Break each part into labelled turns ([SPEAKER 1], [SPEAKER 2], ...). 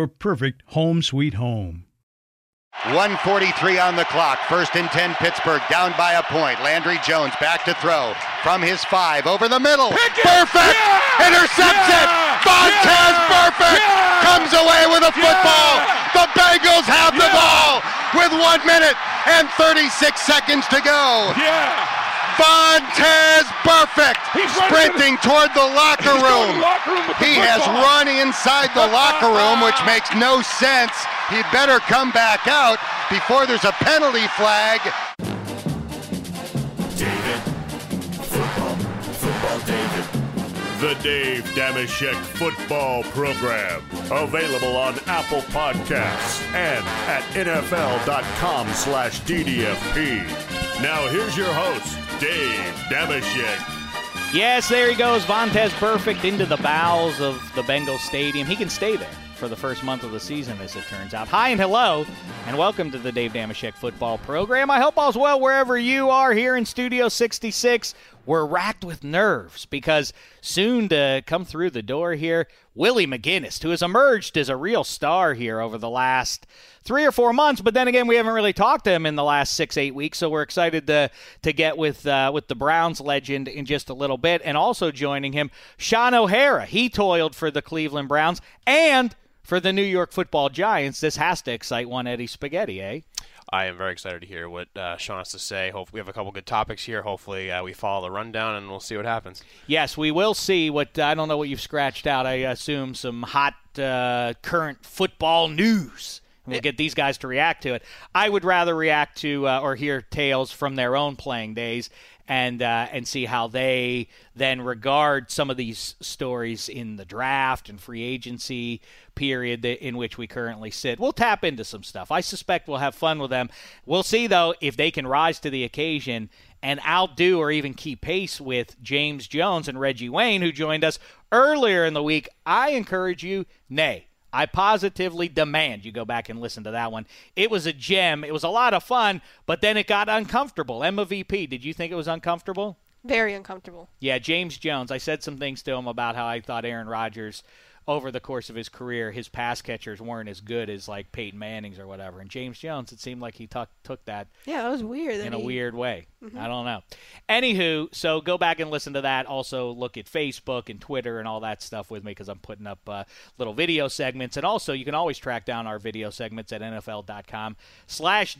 [SPEAKER 1] your perfect home sweet home.
[SPEAKER 2] 143 on the clock. First and 10, Pittsburgh down by a point. Landry Jones back to throw from his five over the middle.
[SPEAKER 3] Pickett!
[SPEAKER 2] Perfect!
[SPEAKER 3] Yeah!
[SPEAKER 2] Intercepts it!
[SPEAKER 3] Yeah!
[SPEAKER 2] Montez
[SPEAKER 3] Yeah!
[SPEAKER 2] Perfect
[SPEAKER 3] Yeah!
[SPEAKER 2] comes away with a football.
[SPEAKER 3] Yeah!
[SPEAKER 2] The Bengals have the
[SPEAKER 3] Yeah!
[SPEAKER 2] ball with one minute and 36 seconds to go.
[SPEAKER 3] Yeah.
[SPEAKER 2] Montez Perfect
[SPEAKER 3] He's running
[SPEAKER 2] sprinting toward the locker
[SPEAKER 3] He's going to
[SPEAKER 2] room.
[SPEAKER 3] the locker room with the
[SPEAKER 2] He has
[SPEAKER 3] football.
[SPEAKER 2] run inside the locker room, which makes no sense. He'd better come back out before there's a penalty flag.
[SPEAKER 4] David. Football. Football David.
[SPEAKER 5] The Dave Damashek Football Program. Available on Apple Podcasts and at NFL.com slash DDFP. Now here's your host, Dave Damashek.
[SPEAKER 6] Yes, there he goes. Vontez Perfect into the bowels of the Bengals Stadium. He can stay there for the first month of the season, as it turns out. Hi and hello, and welcome to the Dave Damashek football program. I hope all's well wherever you are here in Studio 66. We're racked with nerves because soon to come through the door here, Willie McGinnis, who has emerged as a real star here over the last three or four months. But then again, we haven't really talked to him in the last six, eight weeks. So we're excited to to get with uh, with the Browns legend in just a little bit, and also joining him, Sean O'Hara. He toiled for the Cleveland Browns and for the New York Football Giants. This has to excite one Eddie Spaghetti, eh?
[SPEAKER 7] I am very excited to hear what uh, Sean has to say. Hope we have a couple good topics here. Hopefully, uh, we follow the rundown and we'll see what happens.
[SPEAKER 6] Yes, we will see what I don't know what you've scratched out. I assume some hot uh, current football news. And We'll get these guys to react to it. I would rather react to uh, or hear tales from their own playing days and uh, and see how they then regard some of these stories in the draft and free agency period that, in which we currently sit. We'll tap into some stuff. I suspect we'll have fun with them. We'll see though if they can rise to the occasion and outdo or even keep pace with James Jones and Reggie Wayne, who joined us earlier in the week. I encourage you, nay, I positively demand you go back and listen to that one. It was a gem. It was a lot of fun, but then it got uncomfortable. Emma VP, did you think it was uncomfortable?
[SPEAKER 8] Very uncomfortable.
[SPEAKER 6] Yeah, James Jones. I said some things to him about how I thought Aaron Rodgers, over the course of his career, his pass catchers weren't as good as like Peyton Manning's or whatever. And James Jones, it seemed like he tuck took that
[SPEAKER 8] Yeah, that was weird. that
[SPEAKER 6] in a
[SPEAKER 8] he-
[SPEAKER 6] weird way. I don't know. Anywho, so go back and listen to that. Also, look at Facebook and Twitter and all that stuff with me because I'm putting up uh, little video segments. And also, you can always track down our video segments at NFL.com slash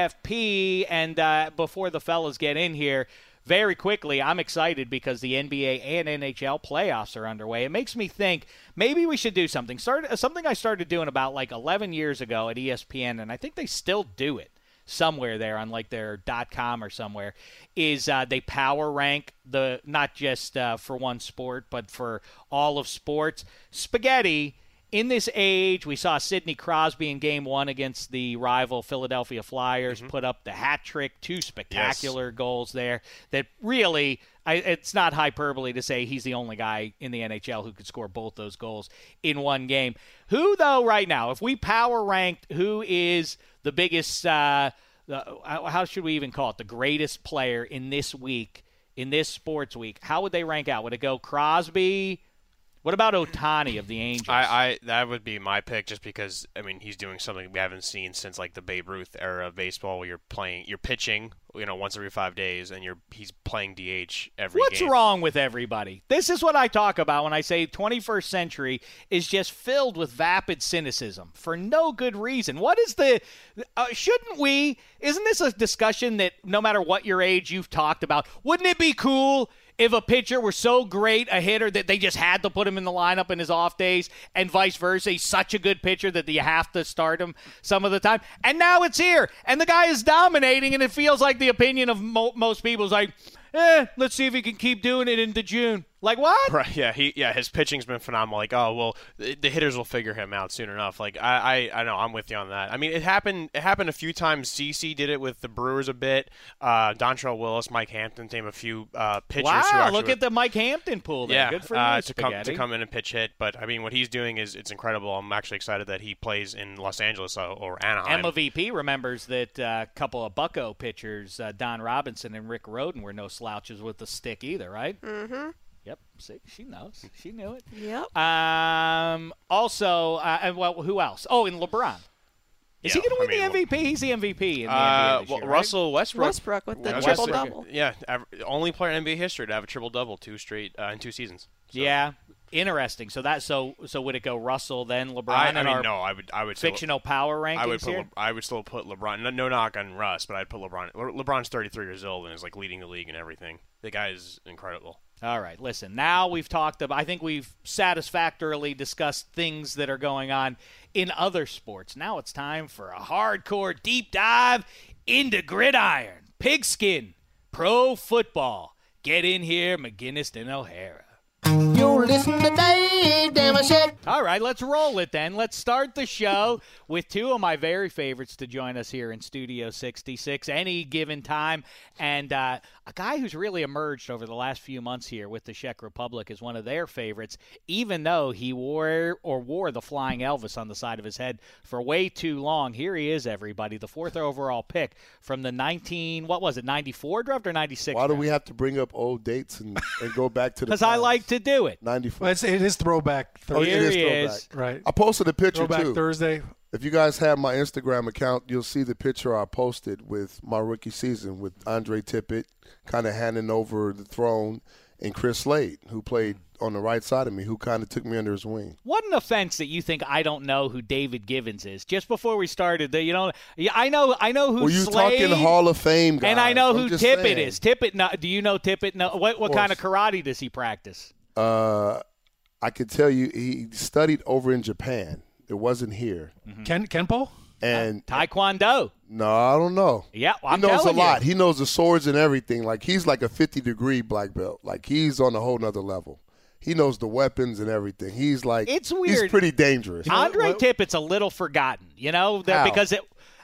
[SPEAKER 6] DDFP. And uh, before the fellas get in here, very quickly, I'm excited because the NBA and NHL playoffs are underway. It makes me think maybe we should do something. Start, something I started doing about like 11 years ago at E ESPN, and I think they still do it somewhere there on like their .com or somewhere is uh, they power rank the not just uh, for one sport but for all of sports. Spaghetti in this age, we saw Sidney Crosby in game one against the rival Philadelphia Flyers put up the hat trick, two spectacular goals there that really. I, it's not hyperbole to say he's the only guy in the NHL who could score both those goals in one game. Who, though, right now, if we power ranked who is the biggest, uh, the, how how should we even call it, the greatest player in this week, in this sports week, how would they rank out? Would it go Crosby? What about Otani of the Angels?
[SPEAKER 7] I, I that would be my pick just because I mean he's doing something we haven't seen since like the Babe Ruth era of baseball where you're playing you're pitching you know once every five days and you're he's playing DH every
[SPEAKER 6] What's
[SPEAKER 7] game.
[SPEAKER 6] wrong with everybody? This is what I talk about when I say 21st century is just filled with vapid cynicism for no good reason. What is the uh, shouldn't we isn't this a discussion that no matter what your age you've talked about, wouldn't it be cool if a pitcher were so great a hitter that they just had to put him in the lineup in his off days and vice versa. He's such a good pitcher that you have to start him some of the time. And now it's here. And the guy is dominating, and it feels like the opinion of mo- most people is like, eh, let's see if he can keep doing it into June. Like, what?
[SPEAKER 7] Right, yeah, he yeah, his pitching's been phenomenal. Like, oh well, the, the hitters will figure him out soon enough. Like, I, I I know I'm with you on that. I mean, it happened it happened a few times. CC did it with the Brewers a bit. Uh, Dontrell Willis, Mike Hampton, named a few uh, pitchers. who
[SPEAKER 6] Wow,
[SPEAKER 7] actually
[SPEAKER 6] look at the Mike Hampton pool there.
[SPEAKER 7] yeah,
[SPEAKER 6] Good for
[SPEAKER 7] uh,
[SPEAKER 6] you,
[SPEAKER 7] to come to
[SPEAKER 6] Spaghetti.
[SPEAKER 7] come in and pitch hit. But I mean, what he's doing is it's incredible. I'm actually excited that he plays in Los Angeles uh, or Anaheim.
[SPEAKER 6] Emma VP remembers that uh, a couple of Bucko pitchers, uh, Don Robinson and Rick Roden, were no slouches with the stick either, right? Mm-hmm. Yep. See, she knows. She knew it.
[SPEAKER 8] Yep.
[SPEAKER 6] Um. Also, uh, and well, who else? Oh, and LeBron. Is
[SPEAKER 7] Yeah,
[SPEAKER 6] he going to
[SPEAKER 7] I
[SPEAKER 6] win
[SPEAKER 7] mean,
[SPEAKER 6] the MVP? He's the MVP in the
[SPEAKER 7] Uh,
[SPEAKER 6] NBA this
[SPEAKER 7] well,
[SPEAKER 6] year, right?
[SPEAKER 7] Russell Westbrook.
[SPEAKER 8] Westbrook with the
[SPEAKER 7] Westbrook-
[SPEAKER 8] triple double.
[SPEAKER 7] Yeah, aver- only player in NBA history to have a triple double two straight uh, in two seasons. So-
[SPEAKER 6] Yeah. Interesting. So that so so would it go Russell then LeBron
[SPEAKER 7] I,
[SPEAKER 6] in
[SPEAKER 7] I
[SPEAKER 6] our
[SPEAKER 7] mean, no, I would, I would say Le-
[SPEAKER 6] fictional power rankings
[SPEAKER 7] I would put,
[SPEAKER 6] here?
[SPEAKER 7] Le- I would still put LeBron. No, no knock on Russ, but I'd put LeBron. Le- LeBron's 33 years old and is like leading the league and everything. The guy is incredible.
[SPEAKER 6] All right, listen. Now we've talked about. I think we've satisfactorily discussed things that are going on in other sports. Now it's time for a hardcore deep dive into gridiron, pigskin, pro football. Get in here, McGinnis and O'Hara. All right, let's roll it then. Let's start the show with two of my very favorites to join us here in Studio 66 any given time. And uh, a guy who's really emerged over the last few months here with the Czech Republic is one of their favorites, even though he wore or wore the flying Elvis on the side of his head for way too long. Here he is, everybody, the fourth overall pick from the 19, what was it, 94 draft or 96?
[SPEAKER 3] Why do we have to bring up old dates and, and go back to the?
[SPEAKER 6] Because I
[SPEAKER 3] past?
[SPEAKER 6] like to do it.
[SPEAKER 3] 94.
[SPEAKER 4] Well, it's, it is throwback
[SPEAKER 3] Oh,
[SPEAKER 4] Thursday.
[SPEAKER 3] it
[SPEAKER 6] Here
[SPEAKER 3] is
[SPEAKER 6] he
[SPEAKER 3] throwback.
[SPEAKER 6] is.
[SPEAKER 4] Right.
[SPEAKER 3] I posted a picture
[SPEAKER 4] Throwback
[SPEAKER 3] too.
[SPEAKER 4] Thursday.
[SPEAKER 3] If you guys have my Instagram account, you'll see the picture I posted with my rookie season with Andre Tippett, kind of handing over the throne, and Chris Slade, who played on the right side of me, who kind of took me under his wing.
[SPEAKER 6] What an offense that you think I don't know who David Givens is. Just before we started, that you don't. yeah, I know. I know who.
[SPEAKER 3] Were you
[SPEAKER 6] Slade,
[SPEAKER 3] talking Hall of Fame guys?
[SPEAKER 6] And I know
[SPEAKER 3] I'm
[SPEAKER 6] who
[SPEAKER 3] just
[SPEAKER 6] Tippett
[SPEAKER 3] saying.
[SPEAKER 6] is. Tippett. No, do you know Tippett? No. What what kind of karate does he practice?
[SPEAKER 3] Uh, I could tell you he studied over in Japan. It wasn't here,
[SPEAKER 4] Ken Kenpo?
[SPEAKER 3] and
[SPEAKER 6] Taekwondo.
[SPEAKER 3] no, I don't know.
[SPEAKER 6] Yeah, well,
[SPEAKER 3] he
[SPEAKER 6] I'm
[SPEAKER 3] knows a
[SPEAKER 6] telling you.
[SPEAKER 3] lot. He knows the swords and everything. Like he's like a fifty degree black belt. Like he's on a whole nother level. He knows the weapons and everything. He's like
[SPEAKER 6] It's
[SPEAKER 3] He's
[SPEAKER 6] weird.
[SPEAKER 3] pretty dangerous.
[SPEAKER 6] Andre Tippett's a little forgotten, you know, that
[SPEAKER 3] How?
[SPEAKER 6] because it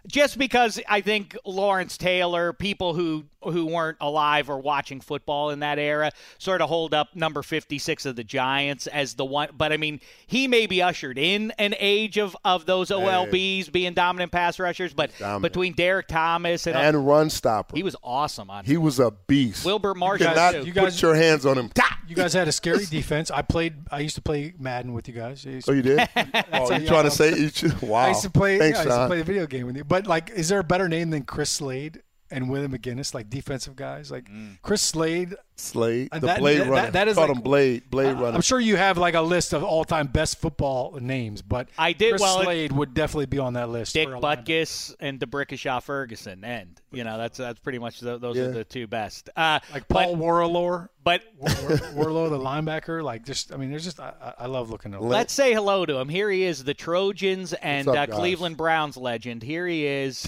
[SPEAKER 6] just because I think Lawrence Taylor, people who who weren't alive or watching football in that era, sort of hold up number fifty six of the Giants as the one. But I mean, he may be ushered in an age of of those OLBs being dominant pass rushers. But
[SPEAKER 3] Dominant.
[SPEAKER 6] between Derek Thomas and,
[SPEAKER 3] and run stopper.
[SPEAKER 6] he was awesome on
[SPEAKER 3] He was a beast.
[SPEAKER 6] Wilbur Marshall.
[SPEAKER 3] you cannot
[SPEAKER 6] too.
[SPEAKER 4] You
[SPEAKER 3] put
[SPEAKER 4] guys-
[SPEAKER 3] your hands on him. Ta!
[SPEAKER 4] You guys had a scary defense. I played. I used to play Madden with you guys. I used
[SPEAKER 3] Oh,
[SPEAKER 4] to,
[SPEAKER 3] you did? oh, you trying to say you should- wow?
[SPEAKER 4] I used to play.
[SPEAKER 3] Thanks,
[SPEAKER 4] yeah, I used to
[SPEAKER 3] Sean.
[SPEAKER 4] play a video game with you. But like, is there a better name than Chris Slade and William McGinnis? Like defensive guys. Like Chris Slade.
[SPEAKER 3] Slade, the
[SPEAKER 4] And that-
[SPEAKER 3] blade
[SPEAKER 4] that-
[SPEAKER 3] runner.
[SPEAKER 4] that is
[SPEAKER 3] called
[SPEAKER 4] like-
[SPEAKER 3] him Blade. Blade runner.
[SPEAKER 4] I'm sure you have like a list of all-time best football names, but
[SPEAKER 6] I did-
[SPEAKER 4] Chris
[SPEAKER 6] well, it-
[SPEAKER 4] Slade would definitely be on that list.
[SPEAKER 6] Dick
[SPEAKER 4] for a linebacker.
[SPEAKER 6] Butkus and DeBrickashaw Ferguson, and you know that's that's pretty much the, those
[SPEAKER 3] Yeah.
[SPEAKER 6] are the two best. Uh,
[SPEAKER 4] like
[SPEAKER 6] but-
[SPEAKER 4] Paul Warlor,
[SPEAKER 6] but
[SPEAKER 4] Warlor, the linebacker. Like just, I mean, there's just, I, I I love looking at.
[SPEAKER 3] Let-
[SPEAKER 6] Let's say hello to him. Here he is, the Trojans and
[SPEAKER 3] What's
[SPEAKER 6] uh,
[SPEAKER 3] up, guys?
[SPEAKER 6] Cleveland Browns legend. Here he is,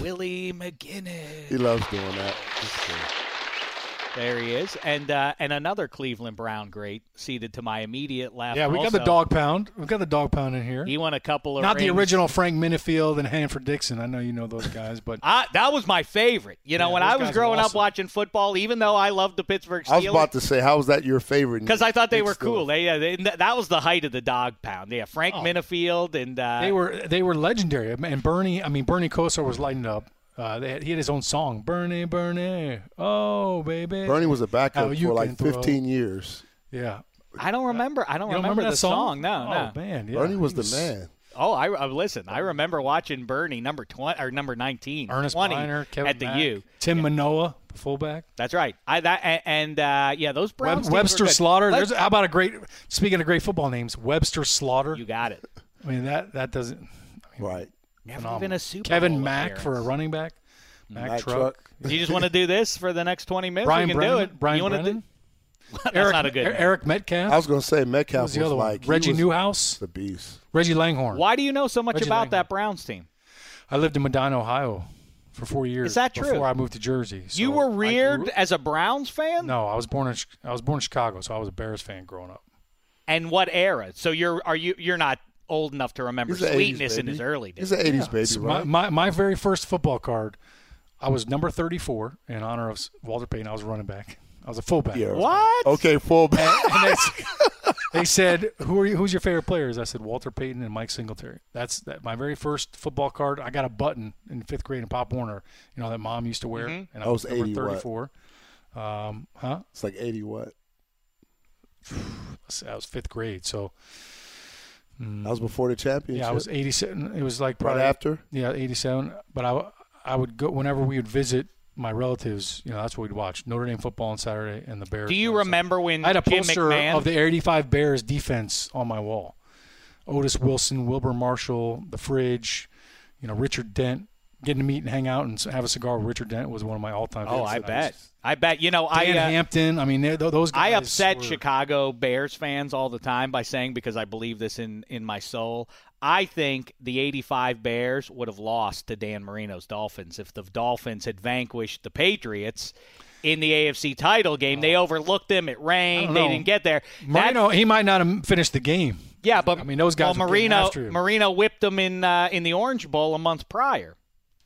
[SPEAKER 6] Willie McGinnis.
[SPEAKER 3] he loves doing that. That's good.
[SPEAKER 6] There he is, and uh, and another Cleveland Brown great seated to my immediate left.
[SPEAKER 3] Yeah, we got the
[SPEAKER 6] also.
[SPEAKER 3] dog pound. We got the dog pound in here.
[SPEAKER 6] He won a couple of
[SPEAKER 3] Not the
[SPEAKER 6] rings.
[SPEAKER 3] original Frank Minifield and Hanford Dixon. I know you know those guys, but
[SPEAKER 6] I, that was my favorite. You know,
[SPEAKER 3] Yeah,
[SPEAKER 6] when
[SPEAKER 3] those
[SPEAKER 6] I was
[SPEAKER 3] guys were
[SPEAKER 6] growing up
[SPEAKER 3] awesome.
[SPEAKER 6] watching football, even though I loved the Pittsburgh
[SPEAKER 9] I was about
[SPEAKER 6] Steelers,
[SPEAKER 9] to say, how is that your favorite?
[SPEAKER 6] because I thought they
[SPEAKER 9] It's
[SPEAKER 6] were
[SPEAKER 9] still-
[SPEAKER 6] cool. They, uh, they that was the height of the dog pound. Yeah, Frank Minifield and uh,
[SPEAKER 3] Oh. they were they were legendary. um, And Bernie, I mean Bernie Kosar was lighting up. Uh, they had, he had his own song, Bernie, Bernie, oh baby.
[SPEAKER 9] Bernie was a backup
[SPEAKER 3] How you
[SPEAKER 9] for like
[SPEAKER 3] can throw.
[SPEAKER 9] 15 years.
[SPEAKER 3] Yeah.
[SPEAKER 6] I don't remember. I don't,
[SPEAKER 3] You don't
[SPEAKER 6] remember,
[SPEAKER 3] that
[SPEAKER 6] the song. No,
[SPEAKER 3] oh,
[SPEAKER 6] no.
[SPEAKER 3] man. Yeah.
[SPEAKER 9] Bernie was
[SPEAKER 3] He
[SPEAKER 9] the man.
[SPEAKER 6] Oh, I, I listen. I remember watching Bernie number twenty or number nineteen,
[SPEAKER 3] Ernest
[SPEAKER 6] 20
[SPEAKER 3] Miner, Kevin
[SPEAKER 6] at the
[SPEAKER 3] Mack,
[SPEAKER 6] U.
[SPEAKER 3] Tim Manoa, fullback.
[SPEAKER 6] That's right. I that a- and uh, yeah, those
[SPEAKER 3] Web-
[SPEAKER 6] Browns. teams were
[SPEAKER 3] Webster
[SPEAKER 6] good.
[SPEAKER 3] Slaughter.
[SPEAKER 6] Let's-
[SPEAKER 3] There's, how about a great? Speaking of great football names, Webster Slaughter.
[SPEAKER 6] you got it.
[SPEAKER 3] I mean that that doesn't.
[SPEAKER 9] Right.
[SPEAKER 6] Never
[SPEAKER 3] phenomenal.
[SPEAKER 6] even a Super
[SPEAKER 3] Kevin
[SPEAKER 6] Bowl
[SPEAKER 3] Mack for a
[SPEAKER 6] appearance.
[SPEAKER 3] running back. Mack,
[SPEAKER 9] Mack
[SPEAKER 3] Truck.
[SPEAKER 9] Truck.
[SPEAKER 6] Do you just want to do this for the next twenty minutes?
[SPEAKER 3] Brian
[SPEAKER 6] we can
[SPEAKER 3] Brennan.
[SPEAKER 6] do it.
[SPEAKER 3] Brian
[SPEAKER 6] you wanna do-
[SPEAKER 3] Brennan.
[SPEAKER 6] That's
[SPEAKER 3] Eric,
[SPEAKER 6] not a good.
[SPEAKER 3] Er-
[SPEAKER 6] name.
[SPEAKER 3] Eric Metcalf.
[SPEAKER 9] I was going to say
[SPEAKER 3] Who
[SPEAKER 9] Metcalf
[SPEAKER 3] was the other
[SPEAKER 9] like
[SPEAKER 3] one?
[SPEAKER 9] he
[SPEAKER 3] Reggie
[SPEAKER 9] was
[SPEAKER 3] Newhouse.
[SPEAKER 9] the beast.
[SPEAKER 3] Reggie Langhorn.
[SPEAKER 6] Why do you know so much
[SPEAKER 3] Reggie
[SPEAKER 6] about
[SPEAKER 3] Langhorn.
[SPEAKER 6] that Browns team?
[SPEAKER 3] I lived in Medina, Ohio, for four years.
[SPEAKER 6] Is that true?
[SPEAKER 3] Before I moved to Jersey. So
[SPEAKER 6] you were
[SPEAKER 3] I grew-
[SPEAKER 6] reared as a Browns fan.
[SPEAKER 3] no, I was born in Ch- I was born in Chicago, so I was a Bears fan growing up.
[SPEAKER 6] And what era? So you're are you you're not old enough to remember
[SPEAKER 9] He's a 80s
[SPEAKER 6] sweetness in
[SPEAKER 9] baby.
[SPEAKER 6] his early days.
[SPEAKER 9] He's an 80s baby,
[SPEAKER 3] So
[SPEAKER 9] right?
[SPEAKER 3] my, my my very first football card, I was number thirty four in honor of S- Walter Payton. I was a running back. I was a fullback.
[SPEAKER 9] Yeah.
[SPEAKER 6] What?
[SPEAKER 9] Okay, fullback.
[SPEAKER 3] And they, s- they said, "Who are you? Who's your favorite players?" I said, "Walter Payton and Mike Singletary." That's that, my very first football card. I got a button in fifth grade in Pop Warner, you know that mom used to wear,
[SPEAKER 6] Mm-hmm.
[SPEAKER 3] and I
[SPEAKER 9] That
[SPEAKER 3] was,
[SPEAKER 9] was
[SPEAKER 3] number
[SPEAKER 9] 80 Oh, what?
[SPEAKER 3] thirty-four. Um, huh?
[SPEAKER 9] It's like 80 what?
[SPEAKER 3] So That was fifth grade, so hmm.
[SPEAKER 9] That was before the championship.
[SPEAKER 3] yeah, I was eighty-seven. It was like
[SPEAKER 9] right
[SPEAKER 3] probably-
[SPEAKER 9] after.
[SPEAKER 3] Yeah, eighty-seven. But I w- I would go whenever we would visit my relatives. You know, that's what we'd watch: Notre Dame football on Saturday and the Bears.
[SPEAKER 6] Do you
[SPEAKER 3] on Sunday.
[SPEAKER 6] remember when
[SPEAKER 3] I had a
[SPEAKER 6] Jim
[SPEAKER 3] poster
[SPEAKER 6] McMahon
[SPEAKER 3] of the 85 Bears defense on my wall. Otis Wilson, Wilbur Marshall, the fridge, you know, Richard Dent. Getting to meet and hang out and have a cigar with Richard Dent was one of my all-time.
[SPEAKER 6] Oh,
[SPEAKER 3] favorites
[SPEAKER 6] I
[SPEAKER 3] that
[SPEAKER 6] bet.
[SPEAKER 3] was-
[SPEAKER 6] I bet. You know,
[SPEAKER 3] Dan
[SPEAKER 6] I uh,
[SPEAKER 3] Hampton. I mean, they- th- those guys.
[SPEAKER 6] I upset
[SPEAKER 3] were-
[SPEAKER 6] Chicago Bears fans all the time by saying because I believe this in in my soul. I think the 85 Bears would have lost to Dan Marino's Dolphins if the Dolphins had vanquished the Patriots in the AFC title game. They overlooked them. It rained. They
[SPEAKER 3] Oh. know.
[SPEAKER 6] didn't get there. That-
[SPEAKER 3] Marino. he might not have finished the game.
[SPEAKER 6] yeah, but
[SPEAKER 3] I mean, those guys
[SPEAKER 6] Well,
[SPEAKER 3] were getting
[SPEAKER 6] Marino
[SPEAKER 3] after him.
[SPEAKER 6] Marino whipped them in uh, in the Orange Bowl a month prior.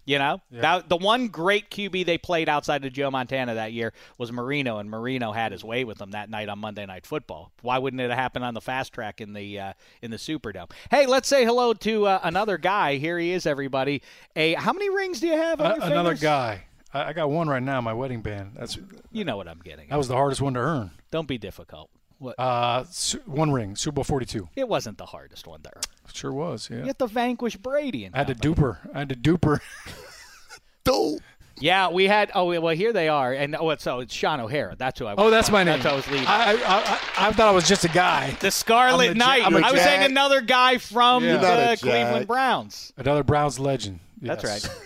[SPEAKER 6] You know, that, the one great QB they played outside of Joe Montana that year was Marino, and Marino had his way with them that night on Monday Night Football. Why wouldn't it happen on the fast track in the uh, in the Superdome? Hey, let's say hello to uh, another guy. Here he is, everybody. A how many rings do you have? On
[SPEAKER 3] A-
[SPEAKER 6] your
[SPEAKER 3] another
[SPEAKER 6] fingers?
[SPEAKER 3] guy. I, I got one right now. My wedding band. That's
[SPEAKER 6] You know what I'm getting.
[SPEAKER 3] that
[SPEAKER 6] At.
[SPEAKER 3] was the hardest one to earn.
[SPEAKER 6] Don't be difficult. What?
[SPEAKER 3] Uh, Su- one ring, Super Bowl 42.
[SPEAKER 6] it wasn't the hardest one to earn.
[SPEAKER 3] Sure was. Yeah.
[SPEAKER 6] You have to vanquish Brady. And
[SPEAKER 3] I had to duper. I had to duper.
[SPEAKER 9] Dope.
[SPEAKER 6] Yeah, we had. Oh, well, here they are. And oh, so it's Sean O'Hara. That's who I. Was
[SPEAKER 3] Oh, that's my name.
[SPEAKER 6] That's who I was leading.
[SPEAKER 3] I, I, I, I thought I was just a guy.
[SPEAKER 6] the Scarlet
[SPEAKER 3] I'm a ja-
[SPEAKER 6] Knight.
[SPEAKER 3] I'm a
[SPEAKER 6] I was saying
[SPEAKER 9] jack.
[SPEAKER 6] another guy from
[SPEAKER 3] Yeah.
[SPEAKER 9] Not
[SPEAKER 6] the
[SPEAKER 9] a
[SPEAKER 6] Cleveland
[SPEAKER 9] jack.
[SPEAKER 6] Browns.
[SPEAKER 3] Another Browns legend.
[SPEAKER 6] That's
[SPEAKER 3] Yes.
[SPEAKER 6] right.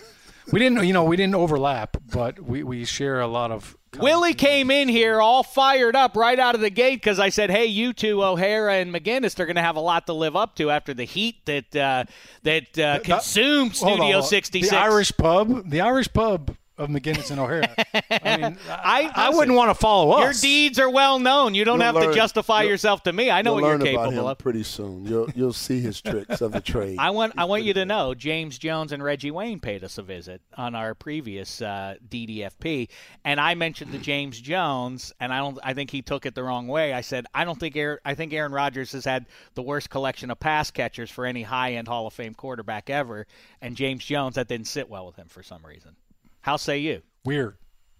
[SPEAKER 3] We didn't, you know, we didn't overlap, but we, we share a lot of. common-
[SPEAKER 6] Willie came in here all fired up right out of the gate because I said, "Hey, you two, O'Hara and McGinnis, they're going to have a lot to live up to after the heat that uh, that uh, consumed
[SPEAKER 3] Hold on,
[SPEAKER 6] Studio
[SPEAKER 3] hold on.
[SPEAKER 6] 66."
[SPEAKER 3] The Irish pub, the Irish pub of McGinnis and O'Hara. I mean, I,
[SPEAKER 6] I-
[SPEAKER 3] I
[SPEAKER 6] listen,
[SPEAKER 3] wouldn't want to follow us.
[SPEAKER 6] Your deeds are well known. You don't
[SPEAKER 9] You'll
[SPEAKER 6] have to
[SPEAKER 9] learn-
[SPEAKER 6] justify
[SPEAKER 9] you'll-
[SPEAKER 6] yourself to me. I know
[SPEAKER 9] You'll
[SPEAKER 6] what you're
[SPEAKER 9] learn about him
[SPEAKER 6] capable of.
[SPEAKER 9] pretty soon. You'll you'll see his tricks of the trade.
[SPEAKER 6] I want I want you to know James Jones and Reggie Wayne paid us a visit on our previous uh, DDFP, and I mentioned the James Jones, and I don't I think he took it the wrong way. I said I don't think Aaron, I think Aaron Rodgers has had the worst collection of pass catchers for any high end Hall of Fame quarterback ever, and James Jones that didn't sit well with him for some reason. How say you?
[SPEAKER 3] Weird.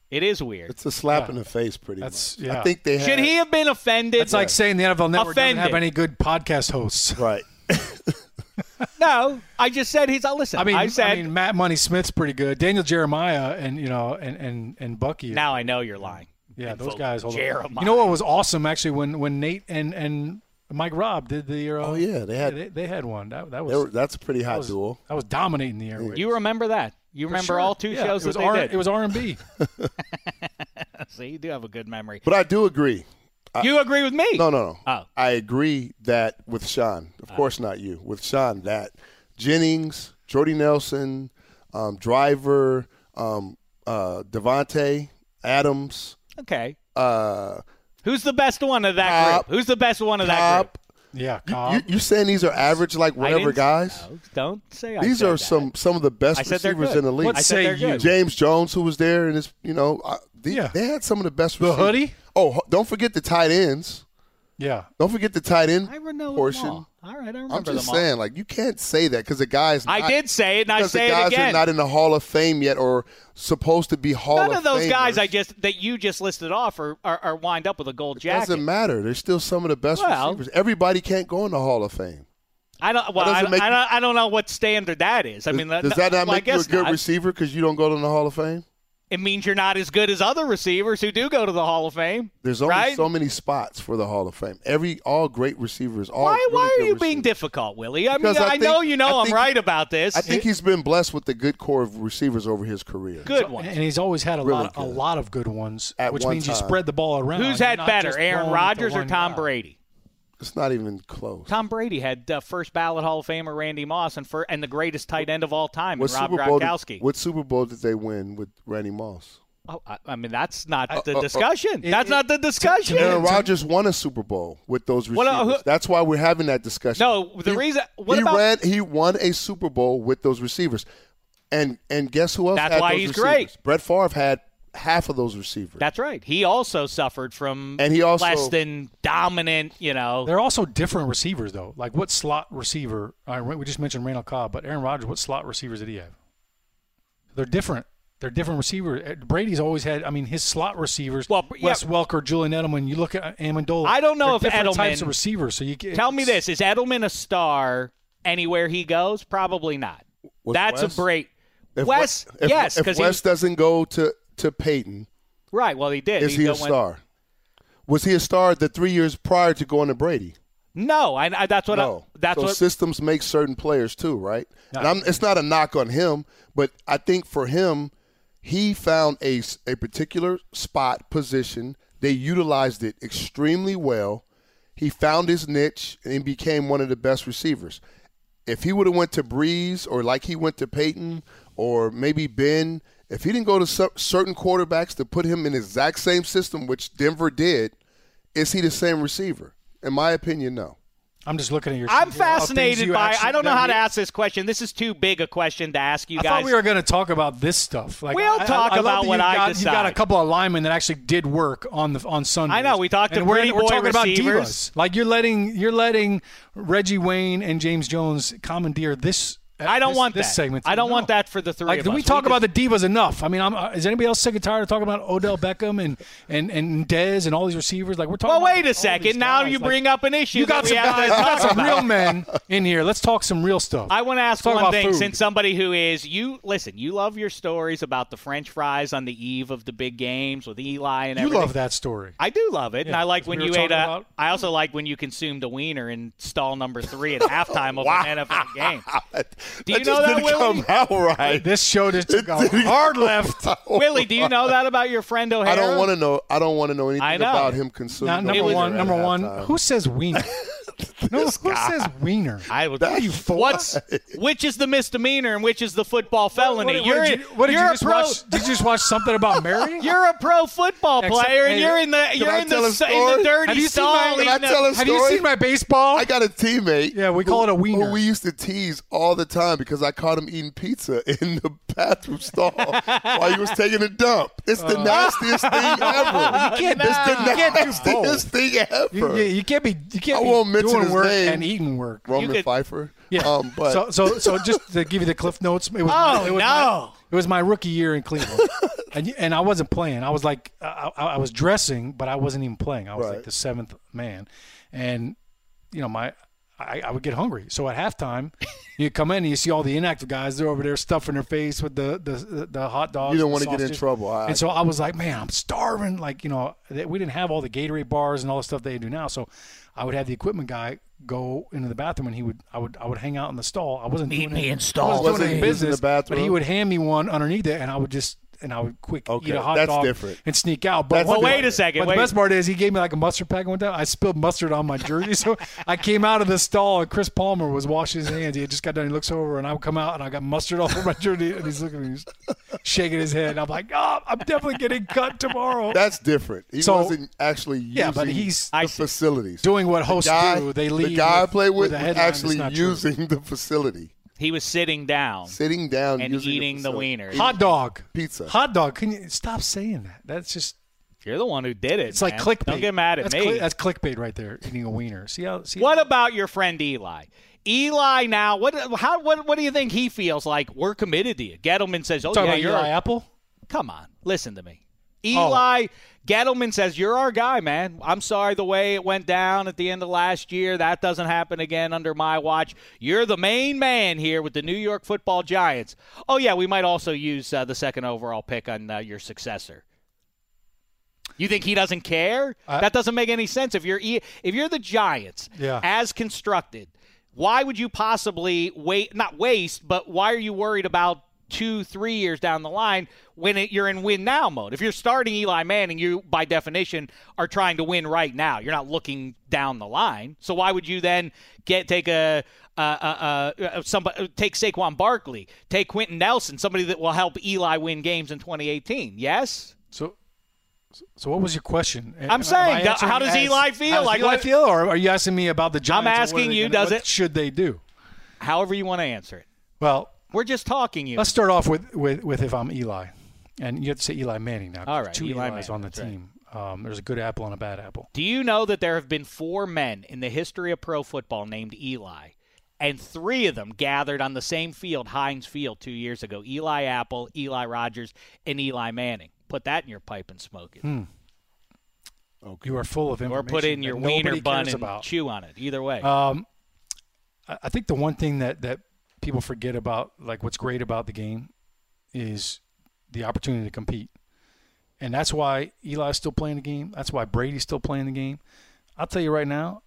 [SPEAKER 6] It is weird.
[SPEAKER 9] It's a slap in the face, pretty
[SPEAKER 3] That's-
[SPEAKER 9] much.
[SPEAKER 3] yeah.
[SPEAKER 9] I think they had,
[SPEAKER 6] Should he have been offended?
[SPEAKER 3] It's like saying the NFL Network doesn't
[SPEAKER 6] Offended.
[SPEAKER 3] have any good podcast hosts.
[SPEAKER 9] right.
[SPEAKER 6] no. I just said he's. I listen.
[SPEAKER 3] I mean,
[SPEAKER 6] I said
[SPEAKER 3] mean, Matt Money Smith's pretty good. Daniel Jeremiah and you know and and and Bucky.
[SPEAKER 6] now I know you're lying.
[SPEAKER 3] Yeah,
[SPEAKER 6] And
[SPEAKER 3] those
[SPEAKER 6] vote
[SPEAKER 3] guys. Hold on.
[SPEAKER 6] Jeremiah.
[SPEAKER 3] You know what was awesome actually when when Nate and and Mike Robb did the. Uh,
[SPEAKER 9] Oh yeah, they had.
[SPEAKER 3] they, they had one. That that was
[SPEAKER 9] They were, that's a pretty
[SPEAKER 3] that
[SPEAKER 9] hot
[SPEAKER 3] was,
[SPEAKER 9] duel.
[SPEAKER 3] that was dominating the airwaves.
[SPEAKER 6] You remember that? You
[SPEAKER 3] For
[SPEAKER 6] remember
[SPEAKER 3] sure.
[SPEAKER 6] all two
[SPEAKER 3] Yeah,
[SPEAKER 6] shows
[SPEAKER 3] it was
[SPEAKER 6] that they
[SPEAKER 3] R-
[SPEAKER 6] did.
[SPEAKER 3] It was R and B.
[SPEAKER 6] So you do have a good memory.
[SPEAKER 9] But I do agree.
[SPEAKER 6] you agree with me?
[SPEAKER 9] No, no, no.
[SPEAKER 6] Oh.
[SPEAKER 9] I agree that with Sean, of course not you. With Sean, that Jennings, Jordy Nelson, um, Driver, um, uh, Devontae, Adams.
[SPEAKER 6] Okay.
[SPEAKER 3] uh,
[SPEAKER 6] Who's the best one of that
[SPEAKER 3] Cobb.
[SPEAKER 6] group? Who's the best one of that group?
[SPEAKER 3] Cobb.
[SPEAKER 4] Yeah,
[SPEAKER 3] You,
[SPEAKER 4] Cobb.
[SPEAKER 3] you, you saying these are average, like
[SPEAKER 6] I
[SPEAKER 3] whatever
[SPEAKER 6] didn't-
[SPEAKER 3] guys?
[SPEAKER 6] No, don't say I
[SPEAKER 3] These
[SPEAKER 6] said
[SPEAKER 3] are
[SPEAKER 6] that.
[SPEAKER 3] some some of the best
[SPEAKER 6] I said they're
[SPEAKER 3] receivers
[SPEAKER 6] good.
[SPEAKER 3] in the league.
[SPEAKER 6] What- I said
[SPEAKER 7] Say
[SPEAKER 6] they're
[SPEAKER 7] you.
[SPEAKER 6] good.
[SPEAKER 3] James Jones, who was there, and his, you know, I, the,
[SPEAKER 4] Yeah.
[SPEAKER 3] they had some of the best.
[SPEAKER 7] The
[SPEAKER 3] receivers.
[SPEAKER 7] hoodie?
[SPEAKER 3] Oh, ho- don't forget the tight ends.
[SPEAKER 4] yeah.
[SPEAKER 3] Don't forget the tight end
[SPEAKER 6] I re- know them
[SPEAKER 3] portion.
[SPEAKER 6] all. All right, I remember
[SPEAKER 3] I'm just
[SPEAKER 6] them all.
[SPEAKER 3] saying, like, you can't say that because the guys.
[SPEAKER 6] I
[SPEAKER 3] not-
[SPEAKER 6] did say it, and I
[SPEAKER 3] because
[SPEAKER 6] say
[SPEAKER 3] the
[SPEAKER 6] it
[SPEAKER 3] guys
[SPEAKER 6] again.
[SPEAKER 3] are not in the Hall of Fame yet, or supposed to be Hall
[SPEAKER 6] None
[SPEAKER 3] of
[SPEAKER 6] of those guys
[SPEAKER 3] Famers.
[SPEAKER 6] I just that you just listed off are, are, are wind up with a gold jacket.
[SPEAKER 3] Doesn't matter. They're still some of the best
[SPEAKER 6] Well-
[SPEAKER 3] receivers. Everybody can't go in the Hall of Fame.
[SPEAKER 6] I don't. Well,
[SPEAKER 3] That
[SPEAKER 6] I,
[SPEAKER 3] doesn't make
[SPEAKER 6] I
[SPEAKER 3] you-
[SPEAKER 6] don't. I don't know what standard that is. I mean,
[SPEAKER 3] does, does that not
[SPEAKER 6] well, I
[SPEAKER 3] make you a
[SPEAKER 6] guess
[SPEAKER 3] good
[SPEAKER 6] not.
[SPEAKER 3] receiver because you don't go in the Hall of Fame?
[SPEAKER 6] It means you're not as good as other receivers who do go to the Hall of Fame.
[SPEAKER 3] There's only
[SPEAKER 6] right?
[SPEAKER 3] so many spots for the Hall of Fame. Every all great receivers. All
[SPEAKER 6] Why,
[SPEAKER 3] really
[SPEAKER 6] why are
[SPEAKER 3] good
[SPEAKER 6] you being
[SPEAKER 3] receivers.
[SPEAKER 6] difficult, Willie? I mean,
[SPEAKER 3] Because I
[SPEAKER 6] I,
[SPEAKER 3] think-
[SPEAKER 6] know you know
[SPEAKER 3] I
[SPEAKER 6] I am
[SPEAKER 3] think-
[SPEAKER 6] right about this.
[SPEAKER 3] I think he's been blessed with a good core of receivers over his career.
[SPEAKER 6] good one.
[SPEAKER 4] And he's always had a
[SPEAKER 3] Really
[SPEAKER 4] lot, a
[SPEAKER 3] good.
[SPEAKER 4] lot of good ones,
[SPEAKER 3] At
[SPEAKER 4] which
[SPEAKER 3] one
[SPEAKER 4] means you
[SPEAKER 3] time.
[SPEAKER 4] spread the ball around.
[SPEAKER 6] Who's
[SPEAKER 4] You're
[SPEAKER 6] had
[SPEAKER 4] not
[SPEAKER 6] better,
[SPEAKER 4] just
[SPEAKER 6] Aaron
[SPEAKER 4] throwing it to
[SPEAKER 6] Rodgers or
[SPEAKER 4] one
[SPEAKER 6] Tom
[SPEAKER 4] guy.
[SPEAKER 6] Brady?
[SPEAKER 3] It's not even close.
[SPEAKER 6] Tom Brady had uh, first ballot Hall of Famer Randy Moss and for, and the greatest tight end of all time,
[SPEAKER 3] what
[SPEAKER 6] in Rob
[SPEAKER 3] Super Bowl?
[SPEAKER 6] Gronkowski.
[SPEAKER 3] Did, what Super Bowl did they win with Randy Moss?
[SPEAKER 6] oh, I, I mean, that's not the
[SPEAKER 3] uh, uh,
[SPEAKER 6] discussion.
[SPEAKER 4] it-
[SPEAKER 6] that's
[SPEAKER 4] it-
[SPEAKER 6] not the discussion.
[SPEAKER 3] Aaron Rodgers won a Super Bowl with those
[SPEAKER 6] What,
[SPEAKER 3] receivers.
[SPEAKER 6] uh, who-
[SPEAKER 3] That's why we're having that discussion.
[SPEAKER 6] No, the reason- what
[SPEAKER 3] he
[SPEAKER 6] about-
[SPEAKER 3] ran, he won a Super Bowl with those receivers, and and guess who else?
[SPEAKER 6] That's
[SPEAKER 3] had
[SPEAKER 6] why
[SPEAKER 3] those
[SPEAKER 6] he's
[SPEAKER 3] receivers?
[SPEAKER 6] great.
[SPEAKER 3] Brett Favre had half of those receivers.
[SPEAKER 6] That's right. He also suffered from
[SPEAKER 3] And he also-
[SPEAKER 6] less than dominant, you know.
[SPEAKER 4] They're also different receivers, though. Like, what slot receiver? I we just mentioned Randall Cobb, but Aaron Rodgers, what slot receivers did he have? They're different. They're different receivers. Brady's always had. I mean, his slot receivers.
[SPEAKER 6] Well,
[SPEAKER 4] Well,
[SPEAKER 6] yeah.
[SPEAKER 4] Wes Welker, Julian Edelman. You look at Amendola.
[SPEAKER 6] I don't know
[SPEAKER 4] they're
[SPEAKER 6] if
[SPEAKER 4] different types
[SPEAKER 6] Edelman-
[SPEAKER 4] of receivers. So you ca-
[SPEAKER 6] Tell me
[SPEAKER 4] it's-
[SPEAKER 6] this: Is Edelman a star anywhere he goes? Probably not.
[SPEAKER 3] Was
[SPEAKER 6] That's
[SPEAKER 3] Wes?
[SPEAKER 6] a break.
[SPEAKER 3] If
[SPEAKER 6] Wes,
[SPEAKER 3] We- if,
[SPEAKER 6] yes,
[SPEAKER 3] If
[SPEAKER 6] because
[SPEAKER 3] Wes doesn't go to to Peyton,
[SPEAKER 6] right. Well, he did.
[SPEAKER 3] is he a
[SPEAKER 6] don't win-
[SPEAKER 3] star? Was he a star the three years prior to going to Brady?
[SPEAKER 6] No, I, I- that's what.
[SPEAKER 3] no.
[SPEAKER 6] I, that's
[SPEAKER 3] so
[SPEAKER 6] what.
[SPEAKER 3] systems make certain players too, right? And I'm, it's not a knock on him, but I think for him, he found a s- a particular spot position. They utilized it extremely well. He found his niche and became one of the best receivers. If he would have went to Breeze or like he went to Peyton or maybe Ben, if he didn't go to cer- certain quarterbacks to put him in the exact same system, which Denver did, is he the same receiver? In my opinion, no.
[SPEAKER 4] I'm just looking at your.
[SPEAKER 6] I'm
[SPEAKER 4] sheet here of things
[SPEAKER 6] fascinated
[SPEAKER 4] you
[SPEAKER 6] by.
[SPEAKER 4] actually-
[SPEAKER 6] I don't know how
[SPEAKER 4] that
[SPEAKER 6] to
[SPEAKER 4] we-
[SPEAKER 6] ask this question. This is too big a question to ask you
[SPEAKER 4] I
[SPEAKER 6] guys.
[SPEAKER 4] thought we were going to talk about this stuff. Like,
[SPEAKER 6] We'll
[SPEAKER 4] I- I-
[SPEAKER 6] talk
[SPEAKER 4] I love
[SPEAKER 6] about
[SPEAKER 4] that
[SPEAKER 6] what
[SPEAKER 4] you've
[SPEAKER 6] I
[SPEAKER 4] got, You've got a
[SPEAKER 6] decide.
[SPEAKER 4] couple of linemen that actually did work on the on Sunday.
[SPEAKER 6] I know, we talked to
[SPEAKER 4] and we're,
[SPEAKER 6] pretty
[SPEAKER 4] we're
[SPEAKER 6] boy
[SPEAKER 4] talking about
[SPEAKER 6] receivers.
[SPEAKER 4] divas. Like you're letting you're letting Reggie Wayne and James Jones commandeer this.
[SPEAKER 6] I don't
[SPEAKER 4] this,
[SPEAKER 6] want
[SPEAKER 4] this
[SPEAKER 6] that.
[SPEAKER 4] segment.
[SPEAKER 6] I don't
[SPEAKER 4] No.
[SPEAKER 6] want that for the three
[SPEAKER 4] Like,
[SPEAKER 6] of
[SPEAKER 4] do
[SPEAKER 6] us.
[SPEAKER 4] we
[SPEAKER 6] We
[SPEAKER 4] talk
[SPEAKER 6] just-
[SPEAKER 4] about the divas enough? I mean, I'm, uh, is anybody else sick and tired of talking about Odell Beckham and and and Dez and all these receivers? Like, we're talking.
[SPEAKER 6] Well,
[SPEAKER 4] about
[SPEAKER 6] wait
[SPEAKER 4] all
[SPEAKER 6] a
[SPEAKER 4] these
[SPEAKER 6] second. Now
[SPEAKER 4] guys.
[SPEAKER 6] you
[SPEAKER 4] Like,
[SPEAKER 6] bring up an issue.
[SPEAKER 4] You got
[SPEAKER 6] that
[SPEAKER 4] some
[SPEAKER 6] we have to
[SPEAKER 4] guys, you got
[SPEAKER 6] talk
[SPEAKER 4] some
[SPEAKER 6] about.
[SPEAKER 4] real men in here. Let's talk some real stuff.
[SPEAKER 6] I want to ask
[SPEAKER 4] Let's talk
[SPEAKER 6] one
[SPEAKER 4] about
[SPEAKER 6] thing
[SPEAKER 4] food.
[SPEAKER 6] since somebody who is you listen, you love your stories about the French fries on the eve of the big games with Eli and
[SPEAKER 4] you
[SPEAKER 6] everything.
[SPEAKER 4] love that story.
[SPEAKER 6] I do love it, and
[SPEAKER 4] Yeah,
[SPEAKER 6] I like
[SPEAKER 4] as
[SPEAKER 6] when
[SPEAKER 4] we were
[SPEAKER 6] you ate
[SPEAKER 4] talking
[SPEAKER 6] a. I
[SPEAKER 4] about-
[SPEAKER 6] also like when you consumed a wiener in stall number three at halftime of an NFL game. Do you
[SPEAKER 3] that
[SPEAKER 6] know
[SPEAKER 3] just
[SPEAKER 6] that,
[SPEAKER 3] didn't
[SPEAKER 6] Willie?
[SPEAKER 3] come out right.
[SPEAKER 4] This show just took a hard left.
[SPEAKER 6] Willie, do you know that about your friend O'Hara?
[SPEAKER 3] I don't want to know. I don't want to know anything
[SPEAKER 6] I know.
[SPEAKER 3] about him consuming.
[SPEAKER 4] Now,
[SPEAKER 3] a
[SPEAKER 4] number
[SPEAKER 3] beer
[SPEAKER 4] one,
[SPEAKER 3] at
[SPEAKER 4] number one.
[SPEAKER 3] halftime.
[SPEAKER 4] Who says wiener? no, who says wiener?
[SPEAKER 6] I would.
[SPEAKER 3] That- you fool.
[SPEAKER 6] What's which is the misdemeanor and which is the football felony?
[SPEAKER 4] What,
[SPEAKER 6] you're
[SPEAKER 4] did you,
[SPEAKER 6] in-
[SPEAKER 4] what did you
[SPEAKER 6] you're a
[SPEAKER 4] just
[SPEAKER 6] pro.
[SPEAKER 4] watch? Did you just watch something about Mary?
[SPEAKER 6] You're a pro football
[SPEAKER 4] Except-
[SPEAKER 6] player, and
[SPEAKER 4] hey,
[SPEAKER 6] you're in the you're
[SPEAKER 3] I
[SPEAKER 6] in
[SPEAKER 3] tell
[SPEAKER 6] the,
[SPEAKER 3] a
[SPEAKER 6] s- in the
[SPEAKER 3] story?
[SPEAKER 6] dirty
[SPEAKER 4] Have you seen my-
[SPEAKER 6] stall.
[SPEAKER 3] Can I
[SPEAKER 6] eating a-
[SPEAKER 3] tell a
[SPEAKER 4] Have you
[SPEAKER 3] story?
[SPEAKER 4] seen my baseball?
[SPEAKER 3] I got a teammate.
[SPEAKER 4] Yeah, we
[SPEAKER 3] who-
[SPEAKER 4] call it a wiener.
[SPEAKER 3] Who we used to tease all the time because I caught him eating pizza in the bathroom stall while he was taking a dump. It's the nastiest thing ever.
[SPEAKER 4] Uh. You can't-
[SPEAKER 3] it's
[SPEAKER 4] no. You can't do
[SPEAKER 3] the nastiest thing ever.
[SPEAKER 4] you, you, you can't be. You can't
[SPEAKER 3] I won't
[SPEAKER 4] be
[SPEAKER 3] mention
[SPEAKER 4] doing
[SPEAKER 3] his
[SPEAKER 4] work
[SPEAKER 3] name.
[SPEAKER 4] and eating work.
[SPEAKER 3] Roman
[SPEAKER 6] You could-
[SPEAKER 3] Pfeiffer.
[SPEAKER 4] Yeah.
[SPEAKER 3] Um, but
[SPEAKER 4] so, so, so just to give you the cliff notes. It was
[SPEAKER 6] Oh,
[SPEAKER 4] my, it
[SPEAKER 6] no.
[SPEAKER 4] was My, it was my rookie year in Cleveland, and you- and I wasn't playing. I was like, I, I, I was dressing, but I wasn't even playing. I was like
[SPEAKER 3] Right.
[SPEAKER 4] the seventh man, and you know my. I, I would get hungry. So at halftime, you come in and you see all the inactive guys. They're over there stuffing their face with the the, the hot dogs.
[SPEAKER 3] You don't
[SPEAKER 4] and
[SPEAKER 3] wanna get in
[SPEAKER 4] sausages.
[SPEAKER 3] trouble. I-
[SPEAKER 4] and so I was like, man, I'm starving. Like, you know, th- we didn't have all the Gatorade bars and all the stuff they do now. So I would have the equipment guy go into the bathroom and he would, I would, I would hang out in the stall. I wasn't
[SPEAKER 6] Meet
[SPEAKER 4] doing
[SPEAKER 6] me
[SPEAKER 4] any-
[SPEAKER 6] in stall.
[SPEAKER 4] I wasn't
[SPEAKER 3] Wasn't
[SPEAKER 4] doing any
[SPEAKER 3] he using the
[SPEAKER 4] business, but he
[SPEAKER 3] bathroom?
[SPEAKER 4] would hand me one underneath it and I would just, and I would quick
[SPEAKER 3] Okay,
[SPEAKER 4] eat a hot
[SPEAKER 3] that's
[SPEAKER 4] dog
[SPEAKER 3] different.
[SPEAKER 4] and sneak out. But
[SPEAKER 3] That's
[SPEAKER 4] one-
[SPEAKER 3] Well, wait a
[SPEAKER 4] but
[SPEAKER 6] second,
[SPEAKER 4] The
[SPEAKER 6] wait.
[SPEAKER 4] best part is he gave me like a mustard pack one time. I spilled mustard on my jersey, so I came out of the stall and Chris Palmer was washing his hands. He had just got done. He looks over and I come out and I got mustard all over my jersey and he's looking at me. shaking his head. And I'm like, oh, I'm definitely getting cut tomorrow.
[SPEAKER 3] That's different. He
[SPEAKER 4] Oh. So-
[SPEAKER 3] wasn't actually using
[SPEAKER 4] Yeah, but he's-
[SPEAKER 3] the
[SPEAKER 6] I see.
[SPEAKER 3] facilities.
[SPEAKER 4] Doing what
[SPEAKER 3] the
[SPEAKER 4] hosts
[SPEAKER 3] guy,
[SPEAKER 4] do, they
[SPEAKER 3] The
[SPEAKER 4] leave
[SPEAKER 3] guy
[SPEAKER 4] with-
[SPEAKER 3] I played
[SPEAKER 4] with
[SPEAKER 3] with
[SPEAKER 4] a
[SPEAKER 3] was
[SPEAKER 4] headline that's
[SPEAKER 3] actually
[SPEAKER 4] not true.
[SPEAKER 3] using the facility,
[SPEAKER 6] He was sitting down
[SPEAKER 3] sitting down
[SPEAKER 6] and
[SPEAKER 3] using
[SPEAKER 6] eating the,
[SPEAKER 3] facility.
[SPEAKER 6] wiener.
[SPEAKER 4] Hot dog.
[SPEAKER 3] Pizza.
[SPEAKER 4] Hot dog. Can you stop saying that? That's just
[SPEAKER 6] You're the one who did it.
[SPEAKER 4] it's like
[SPEAKER 6] man.
[SPEAKER 4] clickbait.
[SPEAKER 6] Don't get mad at
[SPEAKER 4] that's
[SPEAKER 6] me.
[SPEAKER 4] cli- that's clickbait right there. Eating a wiener. See how? See
[SPEAKER 6] What about your friend Eli? Eli now, what how what what do you think he feels like? We're committed to you. Gettleman says, "Oh
[SPEAKER 4] talking
[SPEAKER 6] yeah,
[SPEAKER 4] about
[SPEAKER 6] you're
[SPEAKER 4] Eli
[SPEAKER 6] our,
[SPEAKER 4] Apple? Oh.
[SPEAKER 6] come on, listen to me." Eli Gettleman says, "You're our guy, man. I'm sorry the way it went down at the end of last year. That doesn't happen again under my watch. You're the main man here with the New York Football Giants. Oh yeah, we might also use uh, the second overall pick on uh, your successor." You think he doesn't care?
[SPEAKER 4] I-
[SPEAKER 6] that doesn't make any sense. If you're E- if you're the Giants,
[SPEAKER 4] Yeah.
[SPEAKER 6] as constructed, why would you possibly wait? Not waste, but why are you worried about two, three years down the line when it, you're in win now mode? If you're starting Eli Manning, you by definition are trying to win right now. You're not looking down the line. So why would you then get take a uh, uh, uh, uh, somebody take Saquon Barkley, take Quentin Nelson, somebody that will help Eli win games in 2018? Yes.
[SPEAKER 4] So, so what was your question? Am I
[SPEAKER 6] saying, how
[SPEAKER 4] answering
[SPEAKER 6] does
[SPEAKER 4] as-
[SPEAKER 6] Eli feel?
[SPEAKER 4] How does
[SPEAKER 6] Like,
[SPEAKER 4] Eli
[SPEAKER 6] what-
[SPEAKER 4] feel, or are you asking me about the Giants? and what are
[SPEAKER 6] asking
[SPEAKER 4] they
[SPEAKER 6] you,
[SPEAKER 4] gonna-
[SPEAKER 6] does
[SPEAKER 4] what
[SPEAKER 6] it-
[SPEAKER 4] Should they do?
[SPEAKER 6] However you want to answer it.
[SPEAKER 4] Well,
[SPEAKER 6] We're just talking you.
[SPEAKER 4] let's start off with, with, with if I'm Eli, and you have to say Eli Manning now. 'cause
[SPEAKER 6] All
[SPEAKER 4] there's
[SPEAKER 6] right,
[SPEAKER 4] two
[SPEAKER 6] Eli
[SPEAKER 4] Eli's
[SPEAKER 6] Manning,
[SPEAKER 4] on the
[SPEAKER 6] that's right.
[SPEAKER 4] team. Um, there's a good apple and a bad apple.
[SPEAKER 6] Do you know that there have been four men in the history of pro football named Eli, and three of them gathered on the same field, Heinz Field, two years ago Eli Apple, Eli Rogers, and Eli Manning? Put that in your pipe and smoke it.
[SPEAKER 4] You are full of
[SPEAKER 6] Or
[SPEAKER 4] Hmm. information.
[SPEAKER 6] put it in your
[SPEAKER 4] that nobody
[SPEAKER 6] wiener bun
[SPEAKER 4] cares
[SPEAKER 6] and
[SPEAKER 4] about.
[SPEAKER 6] chew on it. Either way.
[SPEAKER 4] Um, I I think the one thing that that people forget about, like what's great about the game, is the opportunity to compete, and that's why Eli's still playing the game. That's why Brady's still playing the game. I'll tell you right now,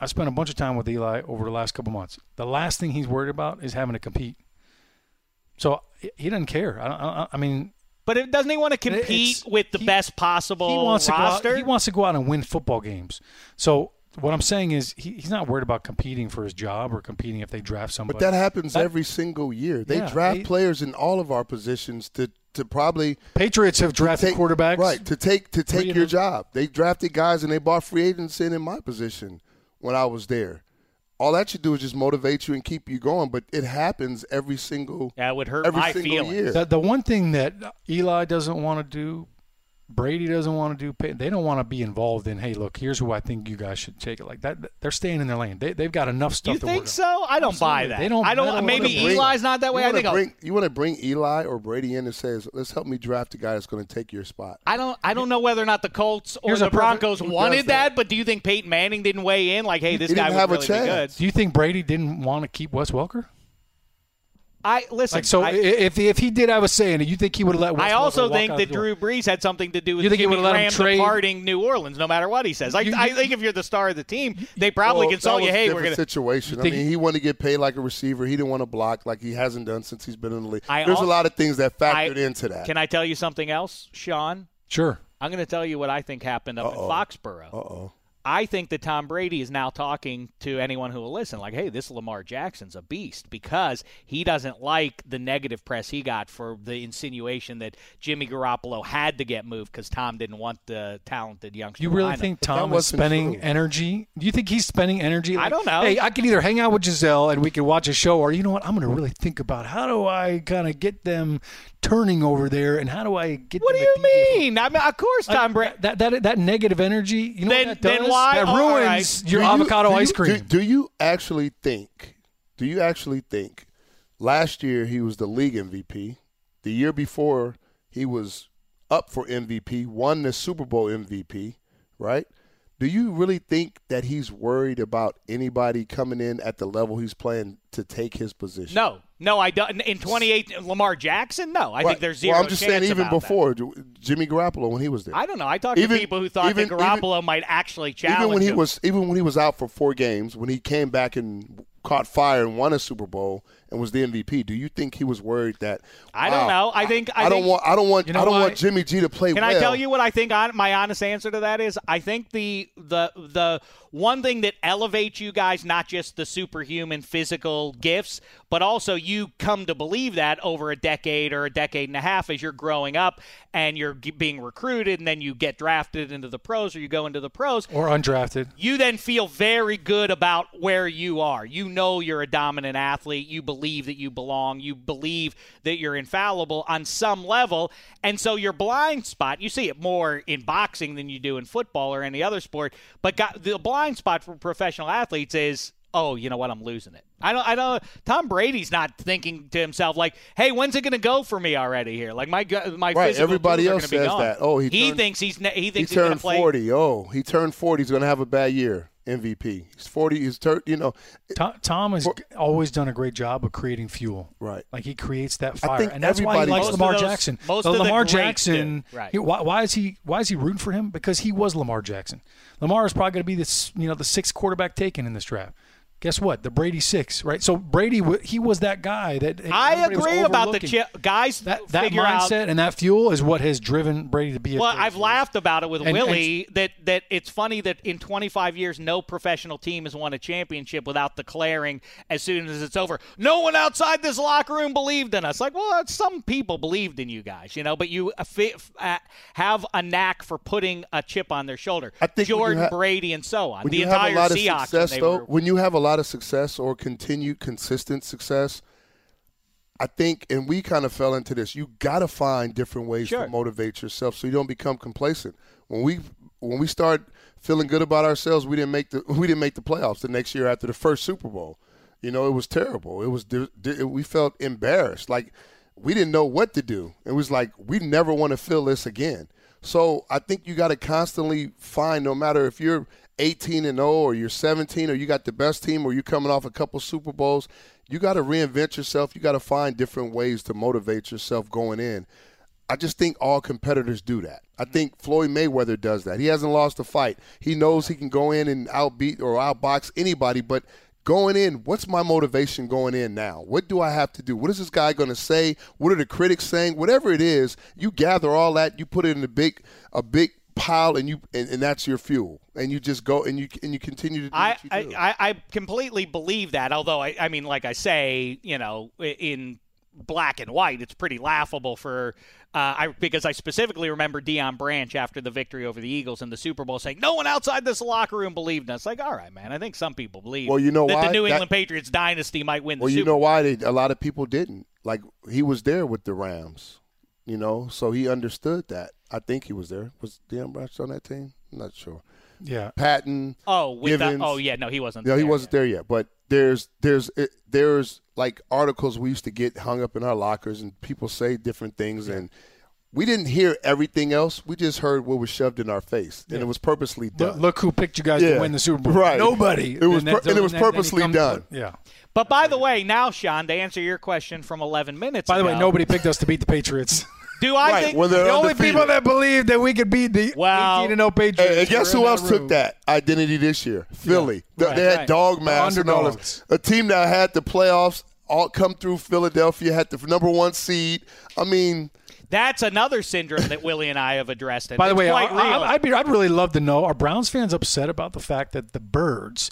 [SPEAKER 4] I spent a bunch of time with Eli over the last couple months. The last thing he's worried about is having to compete. So he- he doesn't care. I, don't- I, don't- I mean,
[SPEAKER 6] but it, doesn't he want to compete
[SPEAKER 4] it's-
[SPEAKER 6] with the
[SPEAKER 4] he-
[SPEAKER 6] best possible
[SPEAKER 4] he wants
[SPEAKER 6] roster?
[SPEAKER 4] to go out, he wants to go out and win football games. So what I'm saying is he, he's not worried about competing for his job or competing if they draft somebody.
[SPEAKER 3] But that happens every single year. They
[SPEAKER 4] Yeah,
[SPEAKER 3] draft
[SPEAKER 4] they-
[SPEAKER 3] players in all of our positions to to probably
[SPEAKER 4] Patriots have drafted
[SPEAKER 3] take
[SPEAKER 4] quarterbacks.
[SPEAKER 3] right to take to
[SPEAKER 4] Three
[SPEAKER 3] take
[SPEAKER 4] of
[SPEAKER 3] your
[SPEAKER 4] them.
[SPEAKER 3] job. They drafted guys and they bought free agents in in my position when I was there. All that should do is just motivate you and keep you going. But it happens every single
[SPEAKER 6] that would hurt
[SPEAKER 3] every
[SPEAKER 6] my
[SPEAKER 3] single
[SPEAKER 6] feelings.
[SPEAKER 3] year.
[SPEAKER 4] The, the one thing that Eli doesn't want to do, Brady doesn't want to do, Pey- they don't want to be involved in, hey, look, here's who I think you guys should take it like that. They're staying in their lane. They, they've got enough stuff
[SPEAKER 6] You
[SPEAKER 4] to
[SPEAKER 6] think
[SPEAKER 4] work
[SPEAKER 6] so? I don't buy
[SPEAKER 4] Absolutely.
[SPEAKER 6] that.
[SPEAKER 4] They don't-
[SPEAKER 6] I don't.
[SPEAKER 4] they don't
[SPEAKER 6] maybe
[SPEAKER 4] wanna bring-
[SPEAKER 6] Eli's not that way.
[SPEAKER 3] You
[SPEAKER 6] I
[SPEAKER 3] wanna
[SPEAKER 6] think. I'll-
[SPEAKER 3] bring, you want to bring Eli or Brady in and says, "Let's help me draft a guy that's going to take your spot."
[SPEAKER 6] I don't. I don't know whether or not the Colts or
[SPEAKER 4] Here's
[SPEAKER 6] the
[SPEAKER 4] a perfect-
[SPEAKER 6] Broncos
[SPEAKER 3] Who does
[SPEAKER 6] wanted that.
[SPEAKER 3] that?
[SPEAKER 6] but do you think Peyton Manning didn't weigh in like, "Hey, this
[SPEAKER 3] He
[SPEAKER 6] guy
[SPEAKER 3] didn't
[SPEAKER 6] would
[SPEAKER 3] have a
[SPEAKER 6] really be good"?
[SPEAKER 3] chance.
[SPEAKER 4] Do you think Brady didn't want to keep Wes Welker?
[SPEAKER 6] I listen.
[SPEAKER 4] Like, so
[SPEAKER 6] I,
[SPEAKER 4] i if, if he did have a say in it, you think he would have let Wes
[SPEAKER 6] I
[SPEAKER 4] Welker
[SPEAKER 6] also
[SPEAKER 4] walk
[SPEAKER 6] think
[SPEAKER 4] out
[SPEAKER 6] that
[SPEAKER 4] the door?
[SPEAKER 6] Drew Brees had something to do with
[SPEAKER 4] You think he
[SPEAKER 6] Jimmy
[SPEAKER 4] would've let him
[SPEAKER 6] Graham
[SPEAKER 4] trade-
[SPEAKER 6] departing New Orleans, no matter what he says. I,
[SPEAKER 4] You-
[SPEAKER 6] I
[SPEAKER 4] you-
[SPEAKER 6] think if you're the star of the team, they probably
[SPEAKER 3] Well, that
[SPEAKER 6] consult
[SPEAKER 3] was
[SPEAKER 6] you.
[SPEAKER 3] a
[SPEAKER 6] Hey, we're
[SPEAKER 3] different
[SPEAKER 6] gonna.
[SPEAKER 3] situation. I
[SPEAKER 4] think-
[SPEAKER 3] mean, he wanted to get paid like a receiver. He didn't want to block like he hasn't done since he's been in the league.
[SPEAKER 6] I
[SPEAKER 3] There's
[SPEAKER 6] al-
[SPEAKER 3] a lot of things that
[SPEAKER 6] I-
[SPEAKER 3] factored into that.
[SPEAKER 6] Can I tell you something else, Sean?
[SPEAKER 4] Sure.
[SPEAKER 6] I'm going to tell you what I think happened up in Foxborough.
[SPEAKER 3] Uh-oh.
[SPEAKER 6] I think that Tom Brady is now talking to anyone who will listen, like, hey, this Lamar Jackson's a beast because he doesn't like the negative press he got for the insinuation that Jimmy Garoppolo had to get moved because Tom didn't want the talented youngster.
[SPEAKER 4] You really
[SPEAKER 6] behind him.
[SPEAKER 4] think Tom is
[SPEAKER 3] wasn't
[SPEAKER 4] spending
[SPEAKER 3] true.
[SPEAKER 4] energy? Do you think he's spending energy?
[SPEAKER 6] I don't know.
[SPEAKER 4] Hey, I can either hang out with Giselle and we can watch a show, or you know what? I'm going to really think about how do I kind of get them turning over there, and how do I get.
[SPEAKER 6] What do
[SPEAKER 4] them
[SPEAKER 6] you
[SPEAKER 4] to be different?
[SPEAKER 6] mean? I mean, of course,
[SPEAKER 4] Like,
[SPEAKER 6] Tom Brady.
[SPEAKER 4] That, that that negative energy. Uh, You know
[SPEAKER 6] Then-
[SPEAKER 4] what that
[SPEAKER 6] then
[SPEAKER 4] does?
[SPEAKER 6] why-
[SPEAKER 4] That
[SPEAKER 6] all
[SPEAKER 4] ruins
[SPEAKER 6] right.
[SPEAKER 4] your
[SPEAKER 3] Do you-
[SPEAKER 4] avocado
[SPEAKER 3] do you-
[SPEAKER 4] ice cream.
[SPEAKER 3] Do, do you actually think? Do you actually think? Last year he was the league MVP. The year before he was up for MVP, won the Super Bowl MVP. Right? Do you really think that he's worried about anybody coming in at the level he's playing to take his position?
[SPEAKER 6] No, no, I don't. In 28, Lamar Jackson? No, I think
[SPEAKER 3] Right.
[SPEAKER 6] there's zero.
[SPEAKER 3] Well, I'm just saying,
[SPEAKER 6] chance
[SPEAKER 3] even
[SPEAKER 6] about that.
[SPEAKER 3] before J- Jimmy Garoppolo when he was there,
[SPEAKER 6] I don't know. I talked
[SPEAKER 3] Even-
[SPEAKER 6] to people who thought
[SPEAKER 3] even-
[SPEAKER 6] that
[SPEAKER 3] even-
[SPEAKER 6] Garoppolo might actually challenge
[SPEAKER 3] even when he
[SPEAKER 6] him.
[SPEAKER 3] was even when he was out for four games, when he came back and caught fire and won a Super Bowl and was the MVP, do you think he was worried that?
[SPEAKER 6] I don't
[SPEAKER 3] wow,
[SPEAKER 6] know. I think- I
[SPEAKER 3] don't
[SPEAKER 6] think-
[SPEAKER 3] want. I don't want.
[SPEAKER 4] You know
[SPEAKER 3] I don't
[SPEAKER 4] why?
[SPEAKER 3] want Jimmy G to play.
[SPEAKER 6] Can
[SPEAKER 3] well.
[SPEAKER 6] I tell you what I think? On, my honest answer to that is, I think the the the one thing that elevates you guys, not just the superhuman physical gifts, but also you come to believe that over a decade or a decade and a half as you're growing up and you're g- being recruited and then you get drafted into the pros or you go into the pros
[SPEAKER 4] or undrafted.
[SPEAKER 6] you then feel very good about where you are. You know you're a dominant athlete. You believe that you belong. You believe that you're infallible on some level. And so your blind spot, you see it more in boxing than you do in football or any other sport, but got, the blind spot for professional athletes is oh, you know what, I'm losing it. I don't, I don't, Tom Brady's not thinking to himself, like, hey, when's it going to go for me already here? Like, my, gu- my,
[SPEAKER 3] Right,
[SPEAKER 6] physical
[SPEAKER 3] everybody
[SPEAKER 6] tools are
[SPEAKER 3] else
[SPEAKER 6] gonna be
[SPEAKER 3] says
[SPEAKER 6] gone.
[SPEAKER 3] that. Oh, he turned-
[SPEAKER 6] thinks he's, ne- he
[SPEAKER 3] He
[SPEAKER 6] thinks he's going to
[SPEAKER 3] turned
[SPEAKER 6] play.
[SPEAKER 3] forty. Oh, he turned forty. He's gonna have a bad year. MVP. He's forty. He's tur You know.
[SPEAKER 4] Tom, Tom has g- always done a great job of creating fuel.
[SPEAKER 3] Right.
[SPEAKER 4] Like he creates that fire,
[SPEAKER 3] think
[SPEAKER 4] and that's why he
[SPEAKER 3] everybody
[SPEAKER 4] likes
[SPEAKER 3] does.
[SPEAKER 4] Lamar
[SPEAKER 6] Most of those-
[SPEAKER 4] Jackson.
[SPEAKER 6] most
[SPEAKER 4] The
[SPEAKER 6] of the
[SPEAKER 4] Lamar
[SPEAKER 6] greats
[SPEAKER 4] Jackson.
[SPEAKER 6] do. Right.
[SPEAKER 4] he- why, why is he? Why is he rooting for him? Because he was Lamar Jackson. Lamar is probably going to be this, you know, the sixth quarterback taken in this draft. Guess what? The Brady six, right? So Brady, wa- he was that guy that
[SPEAKER 6] I
[SPEAKER 4] everybody was
[SPEAKER 6] agree about the
[SPEAKER 4] overlooking.
[SPEAKER 6] chi- guys
[SPEAKER 4] That that
[SPEAKER 6] figure out-
[SPEAKER 4] mindset and that fuel is what has driven Brady to be.
[SPEAKER 6] Well,
[SPEAKER 4] as great as
[SPEAKER 6] I've
[SPEAKER 4] he is.
[SPEAKER 6] laughed about it with
[SPEAKER 4] And-
[SPEAKER 6] Willie that that it's funny that in 25 years no professional team has won a championship without declaring as soon as it's over. No one outside this locker room believed in us. Like, well, some people believed in you guys, you know, but you uh, fi- f- uh, have a knack for putting a chip on their shoulder.
[SPEAKER 3] I think when you
[SPEAKER 6] Jordan
[SPEAKER 3] ha-
[SPEAKER 6] Brady and so on.
[SPEAKER 3] when
[SPEAKER 6] The
[SPEAKER 3] you
[SPEAKER 6] entire
[SPEAKER 3] have a lot of
[SPEAKER 6] Seahawks when
[SPEAKER 3] success,
[SPEAKER 6] they
[SPEAKER 3] though,
[SPEAKER 6] were-
[SPEAKER 3] when you have a lot of success or continued consistent success, I think, and we kind of fell into this. You got to find different ways
[SPEAKER 6] Sure.
[SPEAKER 3] to motivate yourself so you don't become complacent. When we when we start feeling good about ourselves, we didn't make the we didn't make the playoffs the next year after the first Super Bowl. You know, it was terrible. It was di- di- we felt embarrassed, like we didn't know what to do. It was like we never want to feel this again. So I think you got to constantly find, no matter if you're 18 and 0 or you're 17 or you got the best team or you're coming off a couple Super Bowls, you got to reinvent yourself. You got to find different ways to motivate yourself going in. I just think all competitors do that. I think Floyd Mayweather does that. He hasn't lost a fight. He knows he can go in and outbeat or outbox anybody, but going in, what's my motivation going in now? What do I have to do? What is this guy going to say? What are the critics saying? Whatever it is, you gather all that, you put it in a big a big pile and you and, and that's your fuel. And you just go and you and you continue to do
[SPEAKER 6] I,
[SPEAKER 3] what you
[SPEAKER 6] I,
[SPEAKER 3] do.
[SPEAKER 6] I I completely believe that. Although I, I mean, like I say, you know, i- in black and white, it's pretty laughable for uh, I because I specifically remember Dion Branch after the victory over the Eagles in the Super Bowl saying, "No one outside this locker room believed in us." Like, all right, man, I think some people believe.
[SPEAKER 3] Well, you know
[SPEAKER 6] that the
[SPEAKER 3] why?
[SPEAKER 6] New
[SPEAKER 3] That-
[SPEAKER 6] England Patriots dynasty might win.
[SPEAKER 3] Well,
[SPEAKER 6] the
[SPEAKER 3] you
[SPEAKER 6] Super
[SPEAKER 3] know why they, a lot of people didn't. Like he was there with the Rams, you know, so he understood that. I think he was there. Was Deion Branch on that team? I'm not sure.
[SPEAKER 4] Yeah.
[SPEAKER 3] Patton.
[SPEAKER 6] Oh, with the,
[SPEAKER 3] Givens.
[SPEAKER 6] oh yeah, no, he wasn't.
[SPEAKER 3] No,
[SPEAKER 6] there
[SPEAKER 3] he wasn't there yet. But there's there's it, there's like articles we used to get hung up in our lockers, and people say different things, and we didn't hear everything else. We just heard what was shoved in our face, and it was purposely
[SPEAKER 4] Look,
[SPEAKER 3] done.
[SPEAKER 4] look who picked you guys
[SPEAKER 3] Yeah.
[SPEAKER 4] to win the Super Bowl.
[SPEAKER 3] Right.
[SPEAKER 4] Nobody.
[SPEAKER 3] It was
[SPEAKER 4] And that-
[SPEAKER 3] pur- and it was
[SPEAKER 4] then- then he
[SPEAKER 3] purposely
[SPEAKER 4] comes-
[SPEAKER 3] done.
[SPEAKER 4] Yeah.
[SPEAKER 6] But by the way, now Sean, to answer your question from 11 minutes.
[SPEAKER 4] By the way,
[SPEAKER 6] ago,
[SPEAKER 4] nobody picked us to beat the Patriots.
[SPEAKER 6] Do I
[SPEAKER 3] Right,
[SPEAKER 6] think
[SPEAKER 3] when they're
[SPEAKER 4] the only
[SPEAKER 3] undefeated.
[SPEAKER 4] people that believed that we could beat the
[SPEAKER 6] Well-
[SPEAKER 4] 18 and 0 Patriots.
[SPEAKER 3] Hey, E- and guess
[SPEAKER 4] were in
[SPEAKER 3] who else
[SPEAKER 4] room.
[SPEAKER 3] took that identity this year? Philly. They-
[SPEAKER 6] Right,
[SPEAKER 3] they had
[SPEAKER 6] right.
[SPEAKER 3] dog masks and all
[SPEAKER 4] Underdogs.
[SPEAKER 3] this. A team that had the playoffs all come through Philadelphia, had the number one seed. I mean,
[SPEAKER 6] that's another syndrome that Willie and I have addressed. And
[SPEAKER 4] By the
[SPEAKER 6] it's
[SPEAKER 4] way, I,
[SPEAKER 6] quite real.
[SPEAKER 4] I, I'd be I'd really love to know are Browns fans upset about the fact that the Birds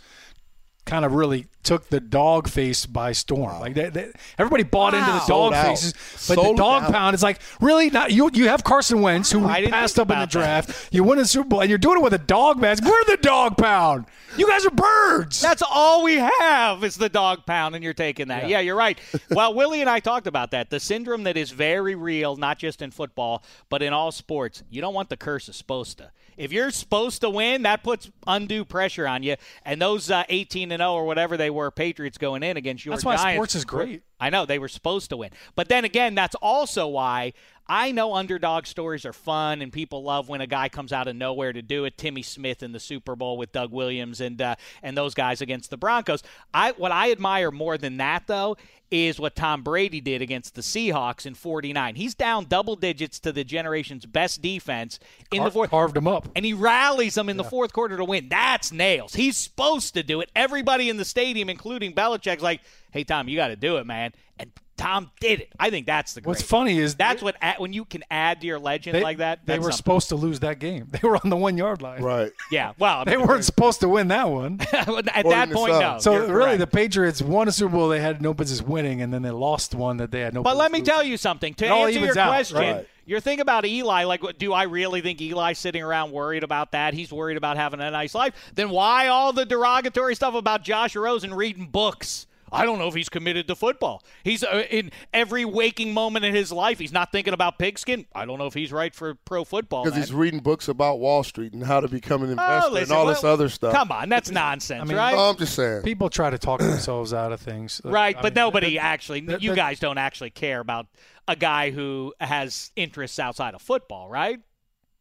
[SPEAKER 4] kind of really took the dog face by storm. Like they, they, everybody bought into the
[SPEAKER 3] Sold
[SPEAKER 4] dog
[SPEAKER 3] out.
[SPEAKER 4] faces, but
[SPEAKER 3] Sold
[SPEAKER 4] the dog
[SPEAKER 3] out.
[SPEAKER 4] pound is like really not. You you have Carson Wentz who
[SPEAKER 6] Wow, I
[SPEAKER 4] we
[SPEAKER 6] didn't
[SPEAKER 4] passed
[SPEAKER 6] think
[SPEAKER 4] up in the
[SPEAKER 6] about that.
[SPEAKER 4] draft. You win a Super Bowl and you're doing it with a dog mask. We're the dog pound. You guys are birds.
[SPEAKER 6] That's all we have is the dog pound, and you're taking that. Yeah, you're right. well, Willie and I talked about that. The syndrome that is very real, not just in football, but in all sports. You don't want the curse of supposed to. If you're supposed to win, that puts undue pressure on you. And those uh, 18 and 0 or whatever they were, Patriots going in against your
[SPEAKER 4] That's why
[SPEAKER 6] Giants.
[SPEAKER 4] sports is great.
[SPEAKER 6] I know they were supposed to win. But then again, that's also why I know underdog stories are fun and people love when a guy comes out of nowhere to do it. Timmy Smith in the Super Bowl with Doug Williams and uh, and those guys against the Broncos. I what I admire more than that though is what Tom Brady did against the Seahawks in 49. He's down double digits to the generation's best defense in the
[SPEAKER 4] Car-
[SPEAKER 6] fourth
[SPEAKER 4] carved them up.
[SPEAKER 6] and he rallies them in the fourth quarter to win. That's nails. He's supposed to do it. Everybody in the stadium, including Belichick's like, hey, Tom, you got to do it, man. And Tom did it. I think that's the. Great.
[SPEAKER 4] What's funny is
[SPEAKER 6] that's
[SPEAKER 4] they-
[SPEAKER 6] what a- when you can add to your legend
[SPEAKER 4] they,
[SPEAKER 6] like that.
[SPEAKER 4] They
[SPEAKER 6] that's
[SPEAKER 4] were
[SPEAKER 6] something.
[SPEAKER 4] supposed to lose that game. They were on the one yard line.
[SPEAKER 3] Right.
[SPEAKER 6] Yeah. Well, I
[SPEAKER 4] They
[SPEAKER 6] mean,
[SPEAKER 4] weren't supposed to win that one.
[SPEAKER 6] at
[SPEAKER 3] Or
[SPEAKER 6] that
[SPEAKER 3] in the
[SPEAKER 6] point,
[SPEAKER 3] sub.
[SPEAKER 6] no.
[SPEAKER 4] So
[SPEAKER 6] You're
[SPEAKER 4] really,
[SPEAKER 6] correct.
[SPEAKER 4] the Patriots won a Super Bowl they had no business winning, and then they lost one that they had no.
[SPEAKER 6] But
[SPEAKER 4] business
[SPEAKER 6] let me
[SPEAKER 4] losing.
[SPEAKER 6] tell you something. To
[SPEAKER 4] It all
[SPEAKER 6] answer your
[SPEAKER 4] evens out,
[SPEAKER 6] question,
[SPEAKER 3] right?
[SPEAKER 6] your thing about Eli, like, what- do I really think Eli's sitting around worried about that? He's worried about having a nice life. Then why all the derogatory stuff about Josh Rosen reading books? I don't know if he's committed to football. He's uh, in every waking moment in his life. He's not thinking about pigskin. I don't know if he's right for pro football.
[SPEAKER 3] Because he's
[SPEAKER 6] man.
[SPEAKER 3] reading books about Wall Street and how to become an
[SPEAKER 6] Oh,
[SPEAKER 3] investor and
[SPEAKER 6] listen,
[SPEAKER 3] all this
[SPEAKER 6] well,
[SPEAKER 3] other stuff.
[SPEAKER 6] Come on, that's nonsense,
[SPEAKER 4] mean,
[SPEAKER 6] right?
[SPEAKER 3] No, I'm just saying.
[SPEAKER 4] People try to talk themselves out of things, Like,
[SPEAKER 6] Right,
[SPEAKER 4] I
[SPEAKER 6] but
[SPEAKER 4] mean,
[SPEAKER 6] nobody
[SPEAKER 4] that-
[SPEAKER 6] actually,
[SPEAKER 4] that-
[SPEAKER 6] you
[SPEAKER 4] that-
[SPEAKER 6] guys don't actually care about a guy who has interests outside of football, right?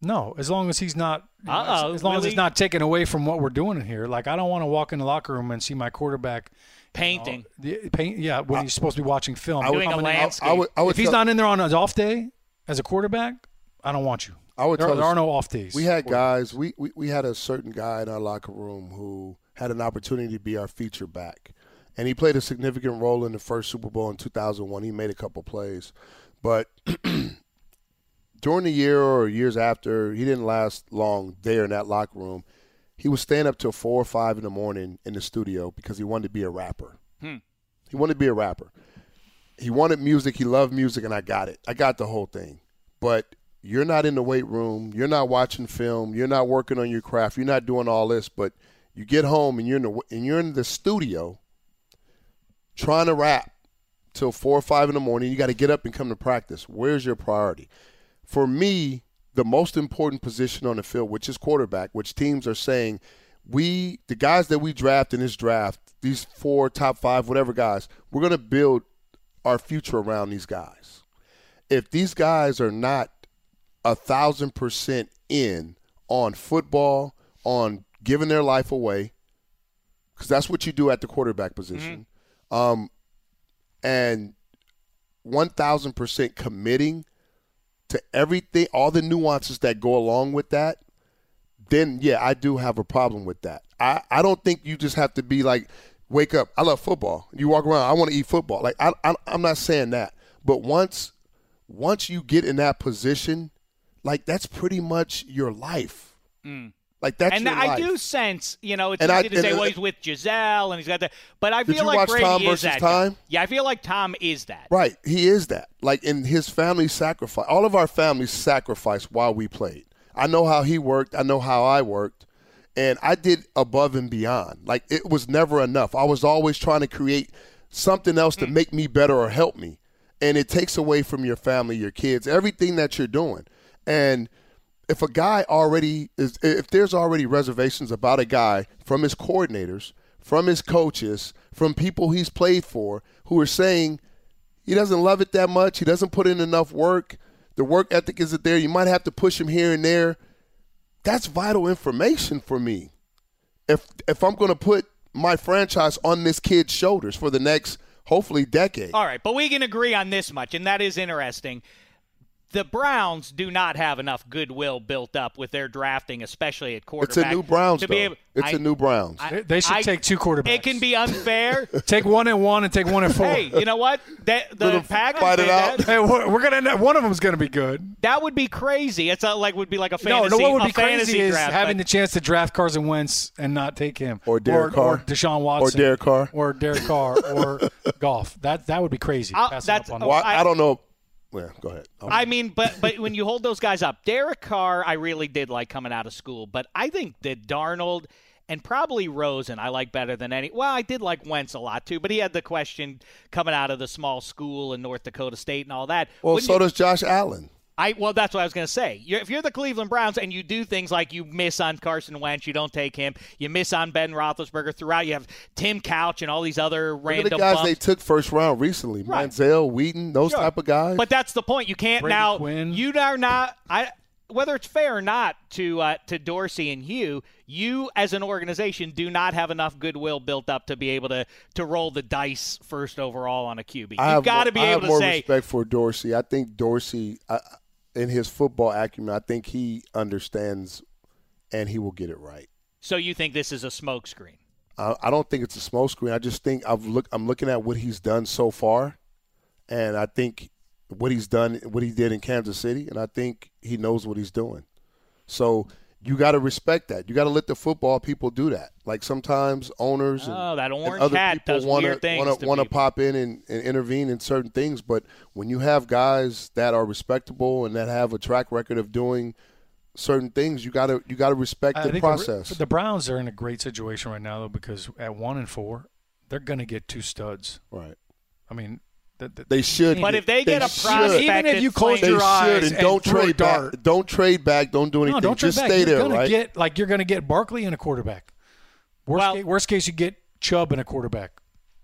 [SPEAKER 4] No, as long as he's not, you know, as,
[SPEAKER 6] Uh-oh,
[SPEAKER 4] as long as
[SPEAKER 6] really?
[SPEAKER 4] it's not taken away from what we're doing in here. Like I don't want to walk in the locker room and see my quarterback
[SPEAKER 6] Painting.
[SPEAKER 4] the, paint. Yeah, when he's supposed to be watching film.
[SPEAKER 3] I would-
[SPEAKER 6] Doing a
[SPEAKER 4] Coming in-
[SPEAKER 6] landscape.
[SPEAKER 3] I would, I would
[SPEAKER 4] if he's
[SPEAKER 3] tell-
[SPEAKER 4] not in there on his off day as a quarterback, I don't want you.
[SPEAKER 3] I would
[SPEAKER 4] There,
[SPEAKER 3] tell
[SPEAKER 4] there
[SPEAKER 3] us-
[SPEAKER 4] are no off days.
[SPEAKER 3] We had guys. We, we we had a certain guy in our locker room who had an opportunity to be our feature back, and he played a significant role in the first Super Bowl in 2001. He made a couple plays, but during the year or years after, he didn't last long there in that locker room. He was staying up till four or five in the morning in the studio because he wanted to be a rapper.
[SPEAKER 6] Hmm.
[SPEAKER 3] He wanted to be a rapper. He wanted music. He loved music, and I got it. I got the whole thing. But you're not in the weight room. You're not watching film. You're not working on your craft. You're not doing all this. But you get home and you're in the and you're in the studio trying to rap till four or five in the morning. You got to get up and come to practice. Where's your priority? For me, the most important position on the field, which is quarterback, which teams are saying, we the guys that we draft in this draft, these four top five, whatever guys, we're going to build our future around these guys. If these guys are not a thousand percent in on football, on giving their life away, because that's what you do at the quarterback position,
[SPEAKER 6] Mm-hmm.
[SPEAKER 3] um, and one thousand percent committing to everything, all the nuances that go along with that, then yeah, I do have a problem with that. I, I don't think you just have to be like, wake up, I love football. You walk around, I want to eat football. Like I, I I'm not saying that, but once once you get in that position, like that's pretty much your life. Like that's
[SPEAKER 6] Mm. and
[SPEAKER 3] your
[SPEAKER 6] I
[SPEAKER 3] life.
[SPEAKER 6] do sense, you know, it's
[SPEAKER 3] And I-
[SPEAKER 6] easy to
[SPEAKER 3] and-
[SPEAKER 6] say, well,
[SPEAKER 3] and-
[SPEAKER 6] he's with Giselle and he's got that. But I
[SPEAKER 3] Did
[SPEAKER 6] feel
[SPEAKER 3] you
[SPEAKER 6] like
[SPEAKER 3] watch
[SPEAKER 6] Brady
[SPEAKER 3] Tom
[SPEAKER 6] is
[SPEAKER 3] versus
[SPEAKER 6] that guy.
[SPEAKER 3] Time?
[SPEAKER 6] Yeah, I feel like Tom is that.
[SPEAKER 3] Right. He is that. Like in his family sacrifice, all of our families sacrificed while we played. I know how he worked. I know how I worked. And I did above and beyond. Like it was never enough. I was always trying to create something else to make me better or help me. And it takes away from your family, your kids, everything that you're doing. And if a guy already is if there's already reservations about a guy from his coordinators, from his coaches, from people he's played for who are saying he doesn't love it that much. He doesn't put in enough work. The work ethic isn't there. You might have to push him here and there. That's vital information for me. If if I'm going to put my franchise on this kid's shoulders for the next hopefully decade.
[SPEAKER 6] All right, but we can agree on this much, and that is interesting. The Browns do not have enough goodwill built up with their drafting, especially at
[SPEAKER 3] it's
[SPEAKER 6] quarterback.
[SPEAKER 3] a new Browns.
[SPEAKER 6] to be
[SPEAKER 3] though.
[SPEAKER 6] able-
[SPEAKER 3] it's
[SPEAKER 6] I-
[SPEAKER 3] a new Browns.
[SPEAKER 6] I-
[SPEAKER 4] They- they should
[SPEAKER 6] I-
[SPEAKER 4] take two quarterbacks.
[SPEAKER 6] It can be unfair.
[SPEAKER 4] take one and one and take one and four.
[SPEAKER 6] hey, you know what? That, the
[SPEAKER 3] Little
[SPEAKER 6] Packers
[SPEAKER 3] fight it
[SPEAKER 6] did
[SPEAKER 3] out.
[SPEAKER 6] that.
[SPEAKER 4] Hey, we're, we're gonna end up. One of them's gonna be good.
[SPEAKER 6] That would be crazy. It's a, like would be like a fantasy.
[SPEAKER 4] no, no. What would
[SPEAKER 6] a
[SPEAKER 4] be crazy
[SPEAKER 6] fantasy
[SPEAKER 4] is
[SPEAKER 6] draft,
[SPEAKER 4] having
[SPEAKER 6] but-
[SPEAKER 4] the chance to draft Carson Wentz and not take him,
[SPEAKER 3] Or Derek Carr.
[SPEAKER 4] or Deshaun Watson,
[SPEAKER 3] Or Derek Carr.
[SPEAKER 4] or Derek Carr, or Golf. That that would be crazy.
[SPEAKER 6] I'll-
[SPEAKER 4] passing
[SPEAKER 6] that's-
[SPEAKER 4] up on
[SPEAKER 6] oh,
[SPEAKER 4] that.
[SPEAKER 3] Well, I,
[SPEAKER 6] I-
[SPEAKER 3] I don't know. Well, go ahead. Oh,
[SPEAKER 6] I mean, but but when you hold those guys up, Derek Carr, I really did like coming out of school, but I think that Darnold and probably Rosen, I like better than any. Well, I did like Wentz a lot too, but he had the question coming out of the small school in North Dakota State and all that.
[SPEAKER 3] well,
[SPEAKER 6] Wouldn't
[SPEAKER 3] so
[SPEAKER 6] you-
[SPEAKER 3] does Josh Allen.
[SPEAKER 6] I well, that's what I was going to say. You're, if you're the Cleveland Browns and you do things like you miss on Carson Wentz, you don't take him, you miss on Ben Roethlisberger throughout. You have Tim Couch and all these other
[SPEAKER 3] Look at
[SPEAKER 6] random
[SPEAKER 3] the guys
[SPEAKER 6] bumps.
[SPEAKER 3] they took first round recently.
[SPEAKER 6] Right.
[SPEAKER 3] Manziel, Wheaton, those
[SPEAKER 6] Sure.
[SPEAKER 3] type of guys.
[SPEAKER 6] But that's the point. You can't
[SPEAKER 4] Brady
[SPEAKER 6] now.
[SPEAKER 4] Quinn.
[SPEAKER 6] You are not. I whether it's fair or not to uh, to Dorsey and you, you as an organization do not have enough goodwill built up to be able to to roll the dice first overall on a QB.
[SPEAKER 3] I
[SPEAKER 6] You've
[SPEAKER 3] have
[SPEAKER 6] got to
[SPEAKER 3] more-
[SPEAKER 6] be
[SPEAKER 3] I have
[SPEAKER 6] able to
[SPEAKER 3] more
[SPEAKER 6] say.
[SPEAKER 3] respect for Dorsey. I think Dorsey, I, in his football acumen, I think he understands, and he will get it right.
[SPEAKER 6] So you think this is a smokescreen?
[SPEAKER 3] I, I don't think it's a smokescreen. I just think I've look. I'm looking at what he's done so far, and I think what he's done, what he did in Kansas City, and I think he knows what he's doing. So you got to respect that. You got to let the football people do that. Like sometimes owners and,
[SPEAKER 6] Oh, that
[SPEAKER 3] and
[SPEAKER 6] orange
[SPEAKER 3] other
[SPEAKER 6] hat
[SPEAKER 3] people
[SPEAKER 6] does
[SPEAKER 3] wanna,
[SPEAKER 6] weird things
[SPEAKER 3] wanna,
[SPEAKER 6] to
[SPEAKER 3] wanna
[SPEAKER 6] people.
[SPEAKER 3] pop in and, and intervene in certain things. But when you have guys that are respectable and that have a track record of doing certain things, you gotta you gotta respect
[SPEAKER 4] I
[SPEAKER 3] the
[SPEAKER 4] think
[SPEAKER 3] process.
[SPEAKER 4] The, the Browns are in a great situation right now, though, because at one and four, they're going to get two studs.
[SPEAKER 3] right.
[SPEAKER 4] I mean, that, that,
[SPEAKER 3] They should.
[SPEAKER 6] But if they get a
[SPEAKER 3] should.
[SPEAKER 6] prospect,
[SPEAKER 4] Even if
[SPEAKER 6] that's
[SPEAKER 4] you close
[SPEAKER 3] they
[SPEAKER 6] playing-
[SPEAKER 4] your eyes
[SPEAKER 3] should and
[SPEAKER 4] and
[SPEAKER 3] don't
[SPEAKER 4] throw a
[SPEAKER 3] trade back.
[SPEAKER 4] dart.
[SPEAKER 3] Don't trade back. Don't do anything.
[SPEAKER 4] no, don't
[SPEAKER 3] Just
[SPEAKER 4] trade back.
[SPEAKER 3] stay there,
[SPEAKER 4] you're gonna
[SPEAKER 3] right?
[SPEAKER 4] Get like you're going to get Barkley and a quarterback. Worst,
[SPEAKER 6] Well-
[SPEAKER 4] case, worst case, you get Chubb and a quarterback.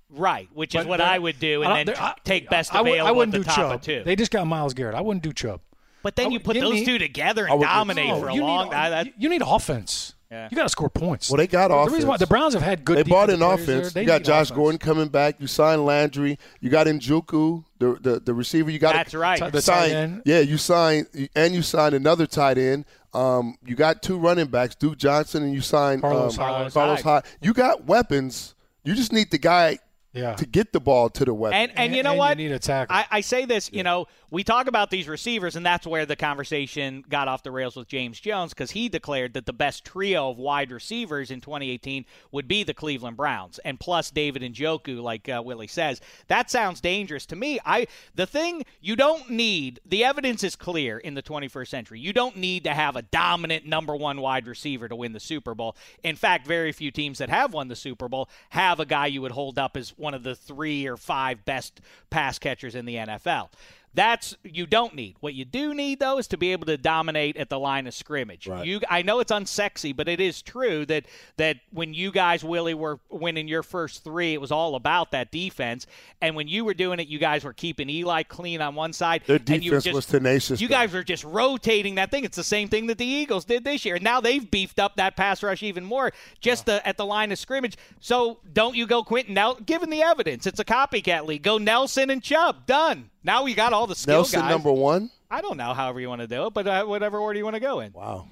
[SPEAKER 6] right, which is
[SPEAKER 4] But
[SPEAKER 6] what
[SPEAKER 4] they're-
[SPEAKER 6] I would do, and
[SPEAKER 4] I
[SPEAKER 6] then
[SPEAKER 4] don't- they're- I-
[SPEAKER 6] take best
[SPEAKER 4] I, would-
[SPEAKER 6] available
[SPEAKER 4] I wouldn't
[SPEAKER 6] at the
[SPEAKER 4] do
[SPEAKER 6] top
[SPEAKER 4] Chubb.
[SPEAKER 6] of two.
[SPEAKER 4] They just got Miles Garrett. I wouldn't do Chubb.
[SPEAKER 6] but then
[SPEAKER 4] I
[SPEAKER 6] you
[SPEAKER 4] would-
[SPEAKER 6] put
[SPEAKER 4] give
[SPEAKER 6] those
[SPEAKER 4] me-
[SPEAKER 6] two together
[SPEAKER 3] I
[SPEAKER 6] and
[SPEAKER 3] would-
[SPEAKER 6] dominate
[SPEAKER 4] No,
[SPEAKER 6] for a
[SPEAKER 4] you
[SPEAKER 6] long
[SPEAKER 4] need,
[SPEAKER 6] time. That-
[SPEAKER 4] you need offense.
[SPEAKER 6] Yeah.
[SPEAKER 4] You got to score points.
[SPEAKER 3] Well, they got
[SPEAKER 4] the
[SPEAKER 3] offense.
[SPEAKER 4] reason why the Browns have had good.
[SPEAKER 3] they bought in
[SPEAKER 4] defensive players there,
[SPEAKER 3] offense.
[SPEAKER 4] they
[SPEAKER 3] you got
[SPEAKER 4] need
[SPEAKER 3] Josh
[SPEAKER 4] offense.
[SPEAKER 3] Gordon coming back. You signed Landry. You got Njoku, the the, the receiver. You got
[SPEAKER 6] That's right.
[SPEAKER 4] The tight
[SPEAKER 3] Signed,
[SPEAKER 4] end.
[SPEAKER 3] yeah, you signed and you signed another tight end. Um, you got two running backs, Duke Johnson, and you signed
[SPEAKER 4] Carlos
[SPEAKER 3] um,
[SPEAKER 4] Hyde.
[SPEAKER 3] Carlos Hyde. You got weapons. You just need the guy
[SPEAKER 4] Yeah.
[SPEAKER 3] to get the ball to the weapon.
[SPEAKER 6] and, and you
[SPEAKER 4] And-
[SPEAKER 6] know
[SPEAKER 4] and you
[SPEAKER 6] what?
[SPEAKER 4] need a tackle.
[SPEAKER 6] I, I say this, you know, we talk about these receivers, and that's where the conversation got off the rails with James Jones because he declared that the best trio of wide receivers in 2018 would be the Cleveland Browns, and plus David and Joku, like uh, Willie says. That sounds dangerous to me. I the thing you don't need. The evidence is clear in the 21st century. You don't need to have a dominant number one wide receiver to win the Super Bowl. In fact, very few teams that have won the Super Bowl have a guy you would hold up as one of the three or five best pass catchers in the NFL. That's you don't need. What you do need though is to be able to dominate at the line of scrimmage. You I know it's unsexy, but it is true that that when you guys Willie were winning your first 3, it was all about that defense and when you were doing it, you guys were keeping Eli clean on one side
[SPEAKER 3] Their
[SPEAKER 6] and you were
[SPEAKER 3] defense
[SPEAKER 6] just
[SPEAKER 3] was tenacious.
[SPEAKER 6] you
[SPEAKER 3] though.
[SPEAKER 6] guys are just rotating that thing. It's the same thing that the Eagles did this year. Now they've beefed up that pass rush even more, just the, at the line of scrimmage. So don't you go Quentin now? Given the evidence, it's a copycat league. Go Nelson and Chubb. Done. Now we got all the skill
[SPEAKER 3] Nelson
[SPEAKER 6] guys.
[SPEAKER 3] number one.
[SPEAKER 6] I don't know however you want to do it, but uh, whatever order you want to go in,
[SPEAKER 3] Wow.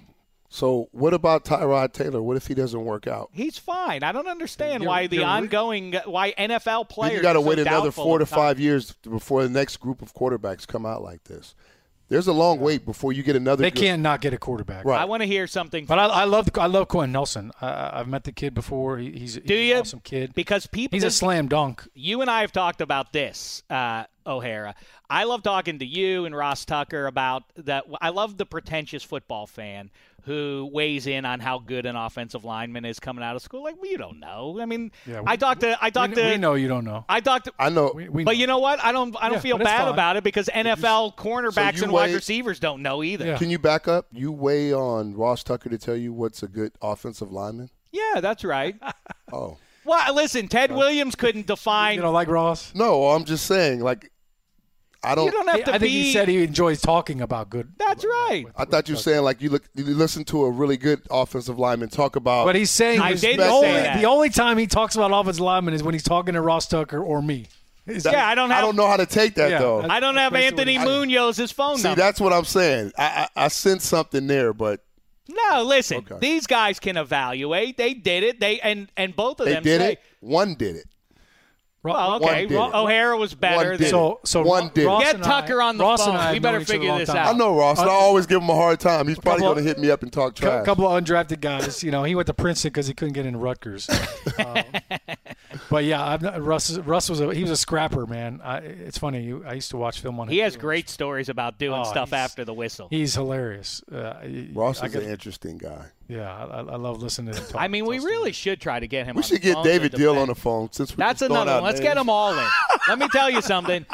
[SPEAKER 3] So what about Tyrod Taylor? What if he doesn't work out?
[SPEAKER 6] he's fine. I don't understand
[SPEAKER 4] You're-
[SPEAKER 6] why the
[SPEAKER 4] you're re-
[SPEAKER 6] ongoing uh, why NFL
[SPEAKER 3] Then
[SPEAKER 6] players
[SPEAKER 3] you got to
[SPEAKER 6] are so
[SPEAKER 3] wait another
[SPEAKER 6] doubtful
[SPEAKER 3] four to
[SPEAKER 6] of time.
[SPEAKER 3] five years before the next group of quarterbacks come out like this. There's a long wait before you get another.
[SPEAKER 4] They
[SPEAKER 3] good-
[SPEAKER 4] can't not get a quarterback.
[SPEAKER 3] Right.
[SPEAKER 6] I want to hear something.
[SPEAKER 4] But I, I love I love Quentin Nelson. I- I, I've met the kid before. He, he's,
[SPEAKER 6] do
[SPEAKER 4] he's
[SPEAKER 6] you?
[SPEAKER 4] an awesome kid.
[SPEAKER 6] because people
[SPEAKER 4] He's a slam dunk.
[SPEAKER 6] you and I have talked about this, uh, O'Hara. I love talking to you and Ross Tucker about that. I love the pretentious football fan who weighs in on how good an offensive lineman is coming out of school. Like, well, you don't know. I mean,
[SPEAKER 4] Yeah, we-
[SPEAKER 6] I talked to, I talked
[SPEAKER 4] we,
[SPEAKER 6] to,
[SPEAKER 4] we know you don't know.
[SPEAKER 6] I talked to.
[SPEAKER 3] I know.
[SPEAKER 4] We, we
[SPEAKER 6] but
[SPEAKER 4] know.
[SPEAKER 6] you know what? I don't. I don't
[SPEAKER 4] Yeah,
[SPEAKER 6] feel
[SPEAKER 4] but it's
[SPEAKER 6] bad
[SPEAKER 4] fine.
[SPEAKER 6] about it because NFL cornerbacks
[SPEAKER 3] you
[SPEAKER 6] and wide
[SPEAKER 3] weigh-
[SPEAKER 6] receivers don't know either.
[SPEAKER 4] Yeah.
[SPEAKER 3] Can you back up? You weigh on Ross Tucker to tell you what's a good offensive lineman?
[SPEAKER 6] Yeah, that's right.
[SPEAKER 3] Oh
[SPEAKER 6] well, listen, Ted Williams couldn't define.
[SPEAKER 4] you don't like Ross.
[SPEAKER 3] no, I'm just saying. Like, I don't.
[SPEAKER 6] you don't have
[SPEAKER 4] I
[SPEAKER 6] to
[SPEAKER 4] I think
[SPEAKER 6] be.
[SPEAKER 4] he said he enjoys talking about good.
[SPEAKER 6] that's right.
[SPEAKER 3] I thought you were saying like you look, you listen to a really good offensive lineman talk about.
[SPEAKER 4] But he's saying
[SPEAKER 6] I
[SPEAKER 4] is
[SPEAKER 6] did
[SPEAKER 4] the,
[SPEAKER 3] say
[SPEAKER 4] only,
[SPEAKER 3] that.
[SPEAKER 4] the only time he talks about offensive linemen is when he's talking to Ross Tucker or me.
[SPEAKER 6] Yeah, I don't have.
[SPEAKER 3] I don't know how to take that
[SPEAKER 4] Yeah,
[SPEAKER 3] though.
[SPEAKER 4] that's-
[SPEAKER 6] I don't have
[SPEAKER 4] Basically what
[SPEAKER 6] Anthony
[SPEAKER 4] he said.
[SPEAKER 6] Munoz's phone
[SPEAKER 3] See,
[SPEAKER 6] number.
[SPEAKER 3] that's what I'm saying. I I, I sense something there, but
[SPEAKER 6] No, listen.
[SPEAKER 3] Okay.
[SPEAKER 6] These guys can evaluate. They did it. They and and both of
[SPEAKER 3] they
[SPEAKER 6] them
[SPEAKER 3] did
[SPEAKER 6] say,
[SPEAKER 3] it. One did it.
[SPEAKER 6] "Well,
[SPEAKER 3] One
[SPEAKER 6] okay,
[SPEAKER 3] did
[SPEAKER 6] Ro-
[SPEAKER 3] it.
[SPEAKER 6] O'Hara was better
[SPEAKER 3] One
[SPEAKER 6] than
[SPEAKER 3] did
[SPEAKER 4] So, so
[SPEAKER 3] One
[SPEAKER 4] Ro-
[SPEAKER 3] did.
[SPEAKER 4] Ross
[SPEAKER 6] Get
[SPEAKER 4] and I-
[SPEAKER 6] Tucker on the
[SPEAKER 4] Ross
[SPEAKER 6] phone.
[SPEAKER 4] And I
[SPEAKER 6] We
[SPEAKER 4] have
[SPEAKER 6] better
[SPEAKER 4] known each other a
[SPEAKER 6] figure
[SPEAKER 4] long
[SPEAKER 6] this
[SPEAKER 4] time.
[SPEAKER 6] out.
[SPEAKER 3] I know Ross, and I always give him a hard time. He's probably
[SPEAKER 4] Couple-
[SPEAKER 3] going to hit me up and talk
[SPEAKER 4] A
[SPEAKER 3] trash.
[SPEAKER 4] couple of undrafted guys. You know, he went to Princeton because he couldn't get into Rutgers. Um, but yeah, I've not, Russ. Russ was a he was a scrapper, man. I, it's funny. you- I used to watch film on him.
[SPEAKER 6] He has
[SPEAKER 4] too.
[SPEAKER 6] great stories about doing
[SPEAKER 4] Oh,
[SPEAKER 6] stuff
[SPEAKER 4] he's-
[SPEAKER 6] after the whistle.
[SPEAKER 4] He's hilarious. Uh, I-
[SPEAKER 3] Ross
[SPEAKER 4] I
[SPEAKER 3] is
[SPEAKER 4] could-
[SPEAKER 3] an interesting guy.
[SPEAKER 4] yeah, I, I love listening to him. Talk,
[SPEAKER 6] I mean, we
[SPEAKER 4] tell
[SPEAKER 6] really should try to get him.
[SPEAKER 3] We
[SPEAKER 6] on
[SPEAKER 3] should
[SPEAKER 6] the
[SPEAKER 3] get
[SPEAKER 6] phone
[SPEAKER 3] David
[SPEAKER 6] to
[SPEAKER 3] Deal
[SPEAKER 6] defend.
[SPEAKER 3] on the phone since we're
[SPEAKER 6] That's
[SPEAKER 3] just throwing
[SPEAKER 6] another
[SPEAKER 3] out
[SPEAKER 6] one. Let's get
[SPEAKER 3] names.
[SPEAKER 6] them all in. Let me tell you something.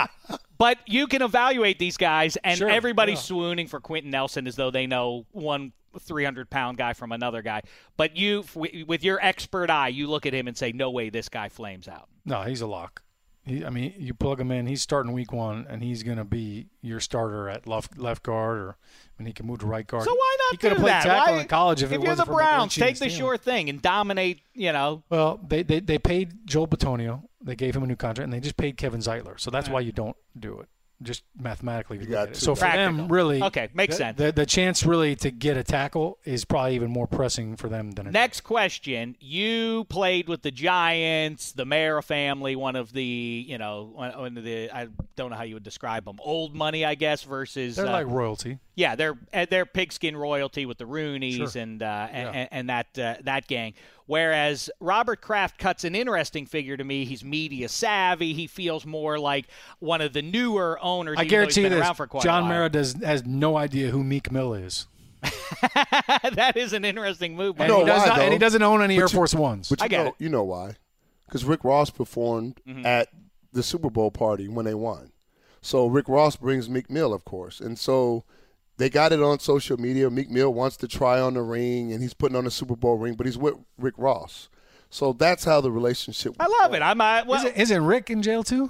[SPEAKER 6] But you can evaluate these guys, and
[SPEAKER 4] Sure,
[SPEAKER 6] everybody's
[SPEAKER 4] yeah.
[SPEAKER 6] swooning for Quentin Nelson as though they know one 300 pound guy from another guy. But you, w- with your expert eye, you look at him and say, no way this guy flames out.
[SPEAKER 4] No, he's a lock. He, I mean, you plug him in. He's starting week one, and he's going to be your starter at left left guard, or when he can move to right guard.
[SPEAKER 6] So why not
[SPEAKER 4] He
[SPEAKER 6] do
[SPEAKER 4] could have played
[SPEAKER 6] that?
[SPEAKER 4] tackle
[SPEAKER 6] Why-
[SPEAKER 4] in college if, it
[SPEAKER 6] you're the
[SPEAKER 4] wasn't for
[SPEAKER 6] Browns,
[SPEAKER 4] McGlinchey and
[SPEAKER 6] take the
[SPEAKER 4] Stanley.
[SPEAKER 6] sure thing and dominate. You know,
[SPEAKER 4] Well, they, they they paid Joel Batonio. They gave him a new contract, and they just paid Kevin Zeitler. So that's why you don't do it. Just mathematically, look
[SPEAKER 3] got
[SPEAKER 4] at it.
[SPEAKER 3] two
[SPEAKER 4] so for
[SPEAKER 6] guys.
[SPEAKER 4] them,
[SPEAKER 6] Practical.
[SPEAKER 4] really,
[SPEAKER 6] Okay, makes
[SPEAKER 4] the,
[SPEAKER 6] sense.
[SPEAKER 4] The, the chance really to get a tackle is probably even more pressing for them than it is.
[SPEAKER 6] next question. You played with the Giants, the Mara family, one of the you know one one of the I don't know how you would describe them. Old money, I guess, versus
[SPEAKER 4] They're
[SPEAKER 6] uh,
[SPEAKER 4] like royalty.
[SPEAKER 6] yeah, they're eh, they're pigskin royalty with the Rooneys
[SPEAKER 4] Sure.
[SPEAKER 6] and, uh, and,
[SPEAKER 4] Yeah.
[SPEAKER 6] and that uh, that gang. Whereas Robert Kraft cuts an interesting figure to me. He's media savvy. He feels more like one of the newer owners.
[SPEAKER 4] I
[SPEAKER 6] even though
[SPEAKER 4] guarantee
[SPEAKER 6] he's
[SPEAKER 4] you
[SPEAKER 6] been
[SPEAKER 4] this.
[SPEAKER 6] around for quite a
[SPEAKER 4] John
[SPEAKER 6] while.
[SPEAKER 4] Mara does has no idea who Meek Mill is.
[SPEAKER 6] that is an interesting move.
[SPEAKER 4] And,
[SPEAKER 3] know
[SPEAKER 4] he, does
[SPEAKER 3] why,
[SPEAKER 4] not, and he
[SPEAKER 3] though?
[SPEAKER 4] doesn't own any
[SPEAKER 3] But
[SPEAKER 4] Air
[SPEAKER 3] you-
[SPEAKER 4] Force Ones.
[SPEAKER 3] But you
[SPEAKER 6] I get
[SPEAKER 3] know,
[SPEAKER 6] it.
[SPEAKER 3] you know why? Because Rick Ross performed
[SPEAKER 4] Mm-hmm.
[SPEAKER 3] at the Super Bowl party when they won. So Rick Ross brings Meek Mill, of course, and so they got it on social media. Meek Mill wants to try on the ring, and he's putting on the Super Bowl ring, but he's with Rick Ross. So that's how the relationship.
[SPEAKER 6] I love it. I'm uh, well,
[SPEAKER 4] isn't, isn't Rick in jail too?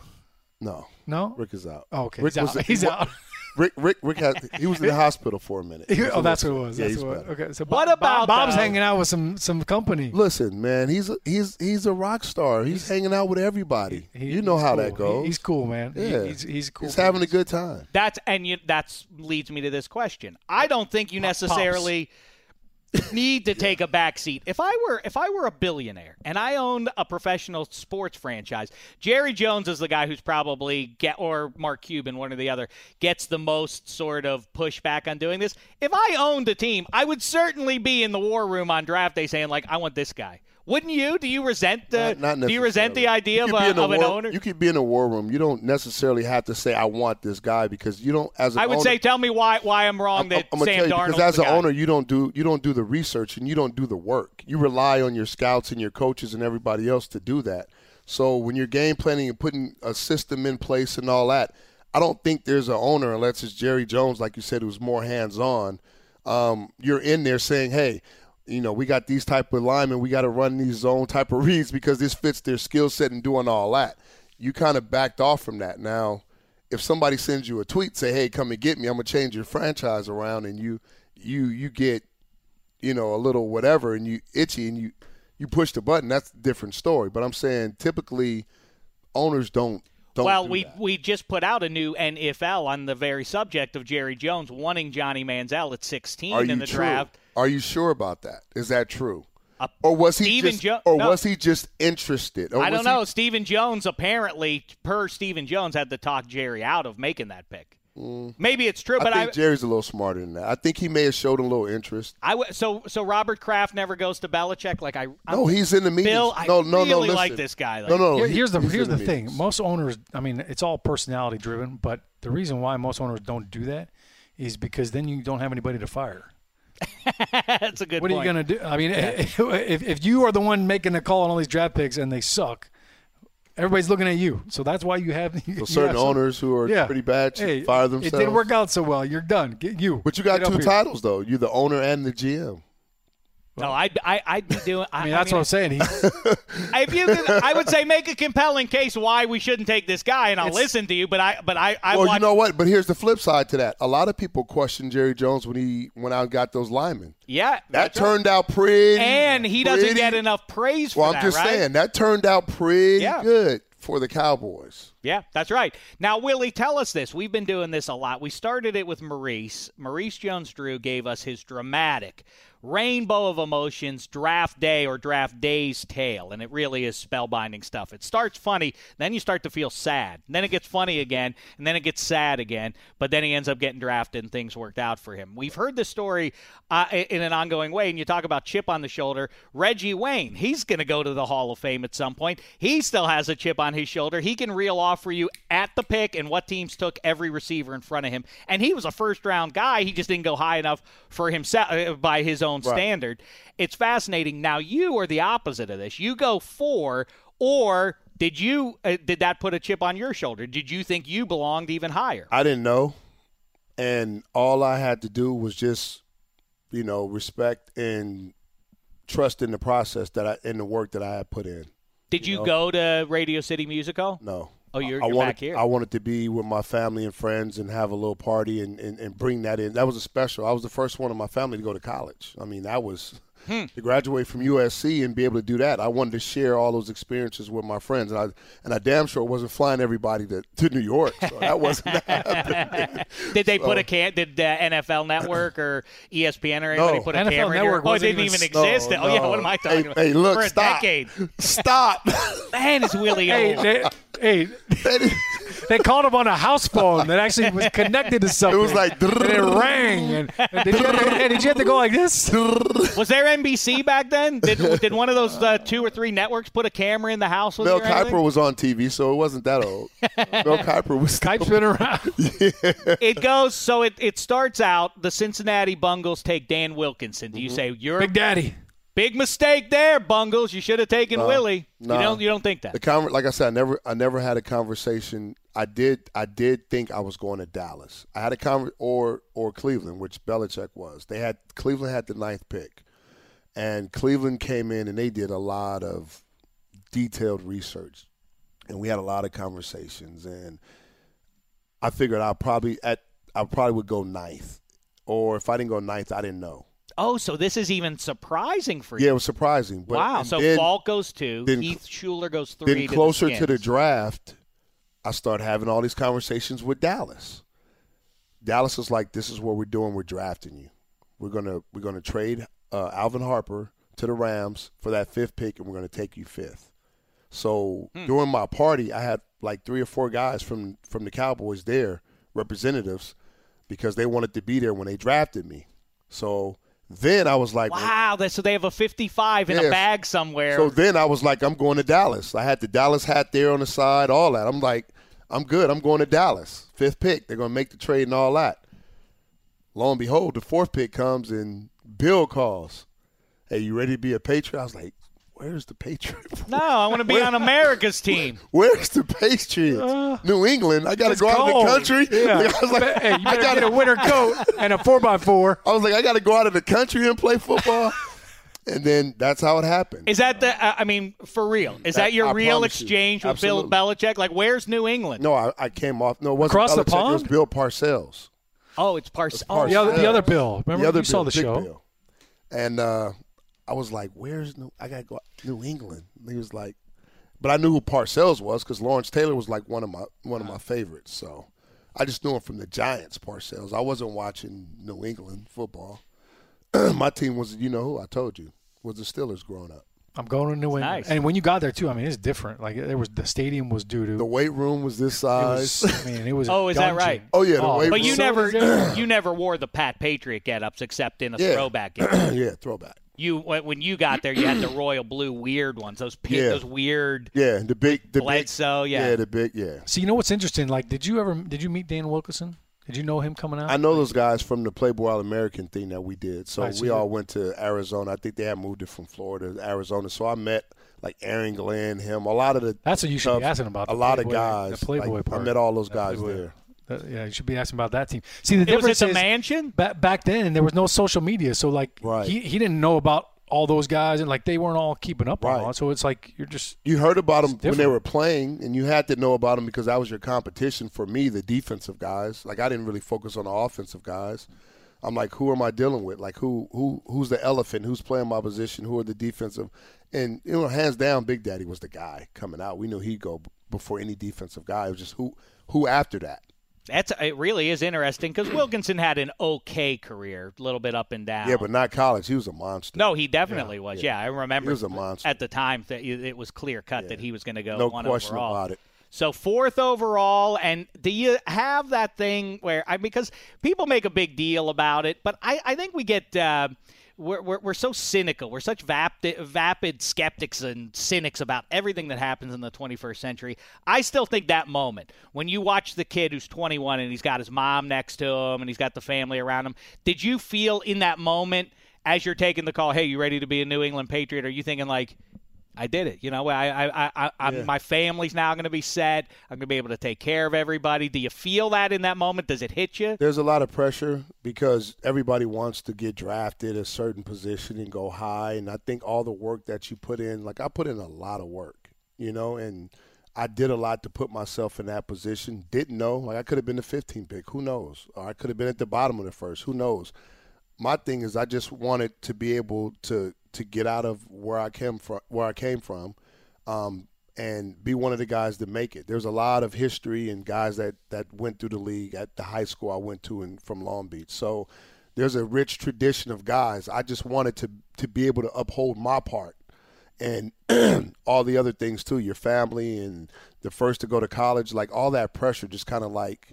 [SPEAKER 3] No,
[SPEAKER 4] No.
[SPEAKER 3] Rick is out.
[SPEAKER 4] Oh, okay.
[SPEAKER 3] Rick
[SPEAKER 4] he's out.
[SPEAKER 3] was-
[SPEAKER 4] he's
[SPEAKER 3] he wa-
[SPEAKER 4] out.
[SPEAKER 3] Rick, Rick, Rick had he was in the hospital for a minute.
[SPEAKER 4] oh, that's what it was.
[SPEAKER 3] Yeah,
[SPEAKER 4] That's
[SPEAKER 3] he's
[SPEAKER 4] what,
[SPEAKER 3] better.
[SPEAKER 4] okay. So
[SPEAKER 6] What
[SPEAKER 4] Bob-
[SPEAKER 6] about,
[SPEAKER 4] Bob's
[SPEAKER 6] uh,
[SPEAKER 4] hanging out with some some company?
[SPEAKER 3] Listen, man, he's a, he's he's a rock star. He's, hanging out with everybody.
[SPEAKER 4] He-
[SPEAKER 3] you know
[SPEAKER 4] he's
[SPEAKER 3] how
[SPEAKER 4] cool.
[SPEAKER 3] that
[SPEAKER 4] He-
[SPEAKER 3] goes.
[SPEAKER 4] he's cool, man. He-
[SPEAKER 3] Yeah.
[SPEAKER 4] he's, he's cool.
[SPEAKER 3] He's having a good time.
[SPEAKER 6] That's and you, that's leads me to this question. I don't think you necessarily need to take a back seat. If I were if I were a billionaire and I owned a professional sports franchise, Jerry Jones is the guy who's probably get or Mark Cuban, one or the other, gets the most sort of pushback on doing this. If I owned a team, I would certainly be in the war room on draft day saying like, I want this guy. Wouldn't you? Do you resent the
[SPEAKER 3] Not- not
[SPEAKER 6] Do you resent the
[SPEAKER 3] necessarily.
[SPEAKER 6] idea
[SPEAKER 3] You could
[SPEAKER 6] of,
[SPEAKER 3] be
[SPEAKER 6] a,
[SPEAKER 3] in the
[SPEAKER 6] of an
[SPEAKER 3] war-
[SPEAKER 6] owner?
[SPEAKER 3] You could be in a war room. You don't necessarily have to say, "I want this guy," because you don't. As an
[SPEAKER 6] I would
[SPEAKER 3] owner,
[SPEAKER 6] say, tell me why why I'm wrong
[SPEAKER 3] I'm,
[SPEAKER 6] that
[SPEAKER 3] I'm gonna
[SPEAKER 6] Sam
[SPEAKER 3] tell you
[SPEAKER 6] Darnold's
[SPEAKER 3] because as
[SPEAKER 6] the
[SPEAKER 3] an
[SPEAKER 6] guy.
[SPEAKER 3] owner, you don't do you don't do the research and you don't do the work. You rely on your scouts and your coaches and everybody else to do that. So when you're game planning and putting a system in place and all that, I don't think there's an owner unless it's Jerry Jones, like you said, who's more hands on. Um, you're in there saying, hey. You know, we got these type of linemen. We got to run these zone type of reads because this fits their skill set and doing all that. You kind of backed off from that. Now, if somebody sends you a tweet say hey come and get me i'm gonna change your franchise around and you you you get you know a little whatever and you itchy and you you push the button that's a different story but i'm saying typically owners don't don't
[SPEAKER 6] well,
[SPEAKER 3] do
[SPEAKER 6] we
[SPEAKER 3] that.
[SPEAKER 6] we just put out a new NFL on the very subject of Jerry Jones wanting Johnny Manziel at 16
[SPEAKER 3] are you
[SPEAKER 6] in the
[SPEAKER 3] true?
[SPEAKER 6] draft.
[SPEAKER 3] are you sure about that is that true or was he
[SPEAKER 6] Steven
[SPEAKER 3] just
[SPEAKER 6] Jo-
[SPEAKER 3] or
[SPEAKER 6] no.
[SPEAKER 3] was he just interested or
[SPEAKER 6] I
[SPEAKER 3] was
[SPEAKER 6] don't know. Stephen Jones apparently, per Stephen Jones, had to talk Jerry out of making that pick. Maybe it's true,
[SPEAKER 3] he,
[SPEAKER 6] but
[SPEAKER 3] Mm. I
[SPEAKER 6] I,
[SPEAKER 3] think Jerry's a little smarter than that. I think he may have showed a little interest.
[SPEAKER 6] I w- so so Robert Kraft never goes to Belichick. Like I, I'm-
[SPEAKER 3] No, he's in the meetings.
[SPEAKER 6] Bill, I
[SPEAKER 3] no, no, no.
[SPEAKER 6] really
[SPEAKER 3] Listen.
[SPEAKER 6] like this guy. Like,
[SPEAKER 3] no, no.
[SPEAKER 4] Here-
[SPEAKER 3] he-
[SPEAKER 4] here's the
[SPEAKER 3] he's in
[SPEAKER 4] here's the thing.
[SPEAKER 3] meetings.
[SPEAKER 4] Most owners, I mean, it's all personality driven, but the reason why most owners don't do that is because then you don't have anybody to fire.
[SPEAKER 6] that's a good
[SPEAKER 4] What are
[SPEAKER 6] point.
[SPEAKER 4] you gonna do? I mean, if, if you are the one making the call on all these draft picks and they suck, everybody's looking at you. So that's why you have you
[SPEAKER 3] So
[SPEAKER 4] have
[SPEAKER 3] certain
[SPEAKER 4] some-
[SPEAKER 3] owners who are
[SPEAKER 4] Yeah.
[SPEAKER 3] pretty bad should
[SPEAKER 4] Hey,
[SPEAKER 3] fire themselves.
[SPEAKER 4] It didn't work out so well. You're done. Get you.
[SPEAKER 3] But you
[SPEAKER 4] Get
[SPEAKER 3] got
[SPEAKER 4] up
[SPEAKER 3] two
[SPEAKER 4] here.
[SPEAKER 3] titles though. You're the owner and the GM.
[SPEAKER 6] no, I'd, I I'd be doing.
[SPEAKER 4] I mean, that's what I'm saying. He's,
[SPEAKER 6] if you could, I would say make a compelling case why we shouldn't take this guy, and I'll listen to you. But I, but I, I
[SPEAKER 3] well,
[SPEAKER 6] watch,
[SPEAKER 3] you know what? But here's the flip side to that. A lot of people questioned Jerry Jones when he went out and got those linemen.
[SPEAKER 6] yeah,
[SPEAKER 3] That
[SPEAKER 6] that's right.
[SPEAKER 3] turned out pretty.
[SPEAKER 6] and he doesn't
[SPEAKER 3] pretty-
[SPEAKER 6] get enough praise for
[SPEAKER 3] Well, I'm
[SPEAKER 6] that,
[SPEAKER 3] just
[SPEAKER 6] right?
[SPEAKER 3] saying that turned out pretty
[SPEAKER 6] Yeah.
[SPEAKER 3] good for the Cowboys.
[SPEAKER 6] Yeah, that's right. Now, Willie, tell us this. We've been doing this a lot. We started it with Maurice. Maurice Jones-Drew gave us his dramatic rainbow of emotions draft day or draft day's tale, and it really is spellbinding stuff. It starts funny, then you start to feel sad, then it gets funny again, and then it gets sad again. But then he ends up getting drafted, and things worked out for him. We've heard this story uh, in an ongoing way, and you talk about chip on the shoulder. Reggie Wayne, he's going to go to the Hall of Fame at some point. He still has a chip on his shoulder. He can reel off for you at the pick and what teams took every receiver in front of him. And he was a first round guy. He just didn't go high enough for himself uh, by his own standard. It's fascinating. Now you are the opposite of this. You go four, or did you? Uh, did that put a chip on your shoulder? Did you think you belonged even higher?
[SPEAKER 3] I didn't know, and all I had to do was just, you know, respect and trust in the process that I in the work that I had put in.
[SPEAKER 6] Did you, go to Radio City Musical?
[SPEAKER 3] No.
[SPEAKER 6] Oh, you're-
[SPEAKER 3] I
[SPEAKER 6] you're
[SPEAKER 3] wanted,
[SPEAKER 6] back here.
[SPEAKER 3] I wanted to be with my family and friends and have a little party and, and, and bring that in. That was a special. I was the first one in my family to go to college. I mean, that was
[SPEAKER 6] Hmm.
[SPEAKER 3] to graduate from USC and be able to do that. I wanted to share all those experiences with my friends, and I and I damn sure wasn't flying everybody to, to New York. So that wasn't happening.
[SPEAKER 6] Did they put a can? Did uh, NFL Network or E ESPN or anybody
[SPEAKER 3] No.
[SPEAKER 6] put a
[SPEAKER 4] NFL
[SPEAKER 6] camera? in your-
[SPEAKER 4] Network
[SPEAKER 6] oh, it
[SPEAKER 4] wasn't
[SPEAKER 6] didn't even
[SPEAKER 4] even-
[SPEAKER 6] exist.
[SPEAKER 3] No,
[SPEAKER 6] Oh yeah,
[SPEAKER 3] no.
[SPEAKER 6] what am I talking
[SPEAKER 3] Hey,
[SPEAKER 6] about?
[SPEAKER 3] hey, look,
[SPEAKER 6] For a
[SPEAKER 3] stop.
[SPEAKER 6] decade,
[SPEAKER 3] Stop.
[SPEAKER 6] man, is Willie
[SPEAKER 4] Hey,
[SPEAKER 6] old.
[SPEAKER 4] they, hey, they called him on a house phone that actually was connected to
[SPEAKER 3] it
[SPEAKER 4] something.
[SPEAKER 3] was like.
[SPEAKER 4] and it rang. And, and did, you have to, hey, did you have to go like this?
[SPEAKER 6] Was there NBC back then? Did, did one of those uh, two or three networks put a camera in the house with
[SPEAKER 3] Mel
[SPEAKER 6] you? or anything?
[SPEAKER 3] Kiper was on TV, so it wasn't that old. Mel Kiper was still-
[SPEAKER 4] Skype's been around.
[SPEAKER 6] It goes so it, it starts out the Cincinnati Bungles take Dan Wilkinson.
[SPEAKER 3] Mm-hmm.
[SPEAKER 6] Do you say you're
[SPEAKER 4] Big Daddy.
[SPEAKER 6] Big mistake there, Bungles. You should have taken Willie.
[SPEAKER 3] no.
[SPEAKER 6] You don't. You don't think that?
[SPEAKER 3] The conver- like I said, I never, I never had a conversation. I did, I did think I was going to Dallas. I had a conver- or or Cleveland, which Belichick was. They had Cleveland had the ninth pick, and Cleveland came in and they did a lot of detailed research, and we had a lot of conversations. And I figured I probably at I probably would go ninth, or if I didn't go ninth, I didn't know.
[SPEAKER 6] Oh, so this is even surprising for you.
[SPEAKER 3] Yeah, it was surprising. But,
[SPEAKER 6] wow.
[SPEAKER 3] and
[SPEAKER 6] So
[SPEAKER 3] then-
[SPEAKER 6] Falk goes two.
[SPEAKER 3] then-
[SPEAKER 6] Heath Schuler goes three.
[SPEAKER 3] then
[SPEAKER 6] to
[SPEAKER 3] closer
[SPEAKER 6] the
[SPEAKER 3] to the
[SPEAKER 6] Skins.
[SPEAKER 3] draft, I start having all these conversations with Dallas. Dallas is like, "This is what we're doing. We're drafting you. We're gonna we're gonna trade uh, Alvin Harper to the Rams for that fifth pick, and we're gonna take you fifth. So
[SPEAKER 6] Hmm.
[SPEAKER 3] during my party, I had like three or four guys from from the Cowboys there, representatives, because they wanted to be there when they drafted me. So then I was like, well,
[SPEAKER 6] Wow. That, so they have a 55 in a
[SPEAKER 3] Yes.
[SPEAKER 6] bag somewhere.
[SPEAKER 3] so then I was like, I'm going to Dallas. I had the Dallas hat there on the side, all that. I'm like, I'm good. I'm going to Dallas. Fifth pick. They're going to make the trade and all that. Lo and behold, the fourth pick comes and Bill calls. Hey, you ready to be a Patriot? I was like, where's the Patriot?
[SPEAKER 6] no, I want to be on America's team.
[SPEAKER 3] Where's the Patriots? New England. I got to
[SPEAKER 4] Uh, It's
[SPEAKER 3] go out
[SPEAKER 4] cold.
[SPEAKER 3] of the country.
[SPEAKER 4] Yeah.
[SPEAKER 3] Like, I was like,
[SPEAKER 4] hey, you
[SPEAKER 3] I
[SPEAKER 4] better
[SPEAKER 3] got
[SPEAKER 4] get a
[SPEAKER 3] to
[SPEAKER 4] winter coat and a four by four.
[SPEAKER 3] I was like, I got to go out of the country and play football. and then that's how it happened.
[SPEAKER 6] Is that the? Uh, I mean, for real? Is that,
[SPEAKER 3] That-
[SPEAKER 6] your
[SPEAKER 3] I
[SPEAKER 6] real
[SPEAKER 3] promise you.
[SPEAKER 6] exchange with
[SPEAKER 3] Absolutely.
[SPEAKER 6] Bill Belichick? Like, where's New England?
[SPEAKER 3] no, I, I came off. No, it wasn't
[SPEAKER 4] Across the
[SPEAKER 3] Belichick, It was
[SPEAKER 4] pond?
[SPEAKER 3] Bill Parcells.
[SPEAKER 6] Oh, it's Parcells.
[SPEAKER 3] Parcells.
[SPEAKER 4] The other, the
[SPEAKER 3] Yeah.
[SPEAKER 4] other bill. Remember
[SPEAKER 3] the other
[SPEAKER 4] you saw
[SPEAKER 3] bill,
[SPEAKER 4] the
[SPEAKER 3] big
[SPEAKER 4] show.
[SPEAKER 3] bill. And uh, I was like, "Where's New? I gotta go New England." And he was like, "But I knew who Parcells was because Lawrence Taylor was like one of my one of my favorites." So I just knew him from the Giants. Parcells. I wasn't watching New England football. my team was, you know, who I told you was the Steelers growing up.
[SPEAKER 4] I'm going to New England.
[SPEAKER 6] nice.
[SPEAKER 4] And when you got there too, I mean, it's different. Like there was the stadium was doo
[SPEAKER 3] The
[SPEAKER 4] doo.
[SPEAKER 3] weight room was this size.
[SPEAKER 4] I mean, it was. a
[SPEAKER 6] Oh, is that
[SPEAKER 4] dungeon.
[SPEAKER 6] right?
[SPEAKER 3] oh yeah, the
[SPEAKER 4] Oh,
[SPEAKER 3] weight
[SPEAKER 6] But
[SPEAKER 3] room.
[SPEAKER 6] you
[SPEAKER 4] So
[SPEAKER 6] never,
[SPEAKER 4] different.
[SPEAKER 6] you never wore the Pat Patriot get-ups except in a
[SPEAKER 3] Yeah.
[SPEAKER 6] throwback. Game.
[SPEAKER 3] yeah, throwback.
[SPEAKER 6] You when when you got there, you had the royal blue weird ones. Those pink,
[SPEAKER 3] Yeah.
[SPEAKER 6] those weird.
[SPEAKER 3] Yeah, the big, the big.
[SPEAKER 6] Bledsoe, yeah.
[SPEAKER 3] yeah, the big, yeah.
[SPEAKER 4] So you know what's interesting? Like, did you ever did you meet Dan Wilkinson? Did you know him coming out?
[SPEAKER 3] I know those guys from the Playboy All American thing that we did. So
[SPEAKER 4] I see
[SPEAKER 3] we
[SPEAKER 4] it.
[SPEAKER 3] all went to Arizona. I think they had moved it from Florida to Arizona. So I met like Aaron Glenn, him, a lot of the.
[SPEAKER 4] That's what you should be
[SPEAKER 3] tough-
[SPEAKER 4] asking about.
[SPEAKER 3] A
[SPEAKER 4] the
[SPEAKER 3] lot
[SPEAKER 4] Playboy-
[SPEAKER 3] of guys.
[SPEAKER 4] The Playboy
[SPEAKER 3] like,
[SPEAKER 4] part.
[SPEAKER 3] I met all those guys
[SPEAKER 4] Playboy.
[SPEAKER 3] there.
[SPEAKER 4] Uh, yeah, you should be asking about that team. See, the
[SPEAKER 6] It was at
[SPEAKER 4] difference
[SPEAKER 6] the
[SPEAKER 4] is
[SPEAKER 6] mansion.
[SPEAKER 4] ba- back then there was no social media, so like
[SPEAKER 3] Right.
[SPEAKER 4] he he didn't know about all those guys, and like they weren't all keeping up on
[SPEAKER 3] Right.
[SPEAKER 4] all. So it's like you're just
[SPEAKER 3] You heard about them when they
[SPEAKER 4] different.
[SPEAKER 3] were playing, and you had to know about them because that was your competition for me, the defensive guys. Like I didn't really focus on the offensive guys. I'm like, who am I dealing with? Like who who who's the elephant? Who's playing my position? Who are the defensive? And you know, hands down, Big Daddy was the guy coming out. We knew he'd go b- before any defensive guy. It was just who who after that.
[SPEAKER 6] That's it. Really is interesting because Wilkinson had an okay career, a little bit up and down.
[SPEAKER 3] Yeah, but not college. He was a monster.
[SPEAKER 6] no, he definitely was. Yeah, I remember.
[SPEAKER 3] He was a monster.
[SPEAKER 6] at the time. That it it was clear cut that he was going to go.
[SPEAKER 3] no
[SPEAKER 6] one
[SPEAKER 3] question
[SPEAKER 6] overall.
[SPEAKER 3] about it.
[SPEAKER 6] So fourth overall, and do you have that thing where I because people make a big deal about it, but I, I think we get uh, we're, we're we're so cynical, we're such vapid, vapid skeptics and cynics about everything that happens in the 21st century. I still think that moment when you watch the kid who's 21 and he's got his mom next to him and he's got the family around him. Did you feel in that moment? As you're taking the call, hey, you ready to be a New England Patriot? Are you thinking like, I did it. You know, I, I, I, I I'm, my family's now going to be set. I'm going to be able to take care of everybody. Do you feel that in that moment? Does it hit you?
[SPEAKER 3] There's a lot of pressure because everybody wants to get drafted a certain position and go high. And I think all the work that you put in, like I put in a lot of work, you know, and I did a lot to put myself in that position. Didn't know, like I could have been the 15 pick, who knows? Or I could have been at the bottom of the first, who knows? my thing is I just wanted to be able to to get out of where I came from where I came from um, and be one of the guys that make it. There's a lot of history and guys that that went through the league at the high school I went to and from Long Beach. So there's a rich tradition of guys. I just wanted to to be able to uphold my part and all the other things too, your family and the first to go to college, like all that pressure just kind of like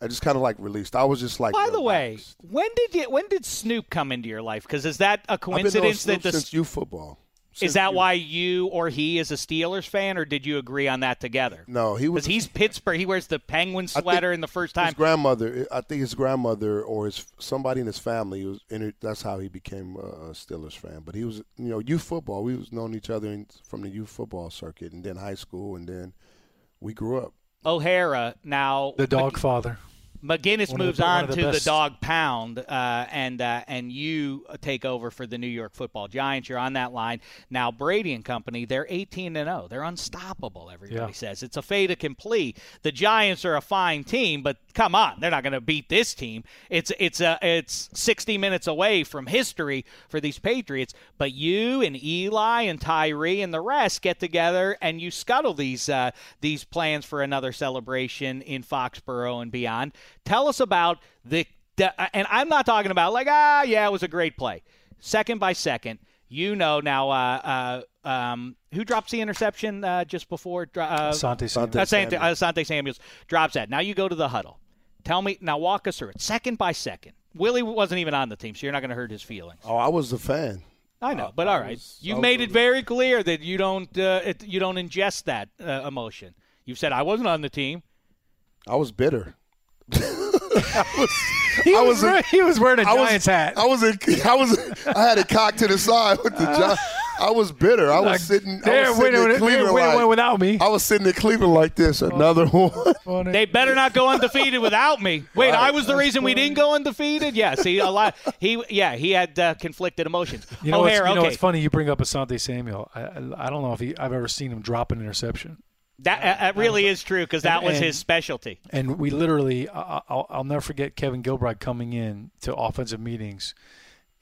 [SPEAKER 3] I just kind of like released. I was just like
[SPEAKER 6] By the way,
[SPEAKER 3] relaxed.
[SPEAKER 6] when did you, when did Snoop come into your life? Because is that a
[SPEAKER 3] I've been knowing
[SPEAKER 6] coincidence that
[SPEAKER 3] Snoop
[SPEAKER 6] the
[SPEAKER 3] since youth football.
[SPEAKER 6] is
[SPEAKER 3] Since
[SPEAKER 6] that
[SPEAKER 3] youth.
[SPEAKER 6] why you or he is a Steelers fan, or did you agree on that together?
[SPEAKER 3] No, he was.
[SPEAKER 6] Because he's Pittsburgh. He wears the
[SPEAKER 3] I
[SPEAKER 6] Penguin
[SPEAKER 3] think
[SPEAKER 6] sweater, and the first time
[SPEAKER 3] His grandmother, eh, I think his grandmother or his somebody in his family was. in it- That's how he became a Steelers fan. But he was, you know, youth football. We was known each other in, from the youth football circuit, and then high school, and then we grew up.
[SPEAKER 6] O'Hara now
[SPEAKER 4] The dog father.
[SPEAKER 6] McGinnis
[SPEAKER 4] One of the-
[SPEAKER 6] moves
[SPEAKER 4] one
[SPEAKER 6] on
[SPEAKER 4] of the
[SPEAKER 6] to the
[SPEAKER 4] best-
[SPEAKER 6] dog pound, uh, and uh, and you take over for the New York Football Giants. You're on that line now. Brady and company, they're 18 and 0. They're unstoppable. Everybody
[SPEAKER 4] Yeah.
[SPEAKER 6] says it's a fait accompli. The Giants are a fine team, but come on, they're not going to beat this team. It's it's uh, it's 60 minutes away from history for these Patriots. But you and Eli and Tyree and the rest get together and you scuttle these uh, these plans for another celebration in Foxborough and beyond. Tell us about the, the uh, and I'm not talking about like ah yeah it was a great play, second by second. You know now. Uh, uh, um, who drops the interception uh, just before? dro- Uh,
[SPEAKER 4] Sante Samuel.
[SPEAKER 6] uh, Sante,
[SPEAKER 3] Samuel.
[SPEAKER 6] uh, Asante Samuels drops that. Now you go to the huddle. Tell me now. Walk us through it, second by second. Willie wasn't even on the team, so you're not going to hurt his feelings.
[SPEAKER 3] Oh, I was a fan.
[SPEAKER 6] I know, but all right,
[SPEAKER 3] was-
[SPEAKER 6] you
[SPEAKER 3] I
[SPEAKER 6] made
[SPEAKER 3] was-
[SPEAKER 6] it very clear that you don't uh, it, you don't ingest that uh, emotion. You've said I wasn't on the team.
[SPEAKER 3] I was bitter.
[SPEAKER 4] He
[SPEAKER 3] I was
[SPEAKER 4] was,
[SPEAKER 3] a-
[SPEAKER 4] re- he was wearing a
[SPEAKER 3] I was-
[SPEAKER 4] Giants hat.
[SPEAKER 3] I was in, I was I had it cocked to the side with the Giants. I was bitter. I was
[SPEAKER 4] Like,
[SPEAKER 3] sitting. I
[SPEAKER 4] They're
[SPEAKER 3] was sitting
[SPEAKER 4] winning,
[SPEAKER 3] in
[SPEAKER 4] they're
[SPEAKER 3] Cleveland
[SPEAKER 4] winning
[SPEAKER 3] like-
[SPEAKER 4] without me.
[SPEAKER 3] I was sitting in Cleveland like this. Another one.
[SPEAKER 6] They better not go undefeated without me. Wait, I was the reason we didn't go undefeated. Yeah, see a lot. He yeah, he had uh, conflicted emotions.
[SPEAKER 4] You know,
[SPEAKER 6] O'Hare,
[SPEAKER 4] what's, you know
[SPEAKER 6] okay,
[SPEAKER 4] what's funny? You bring up Asante Samuel. I, I, I don't know if he, I've ever seen him drop an interception.
[SPEAKER 6] that, uh, that really is true because that was
[SPEAKER 4] and-
[SPEAKER 6] his specialty.
[SPEAKER 4] And we literally, I- I'll, I'll never forget Kevin Gilbride coming in to offensive meetings,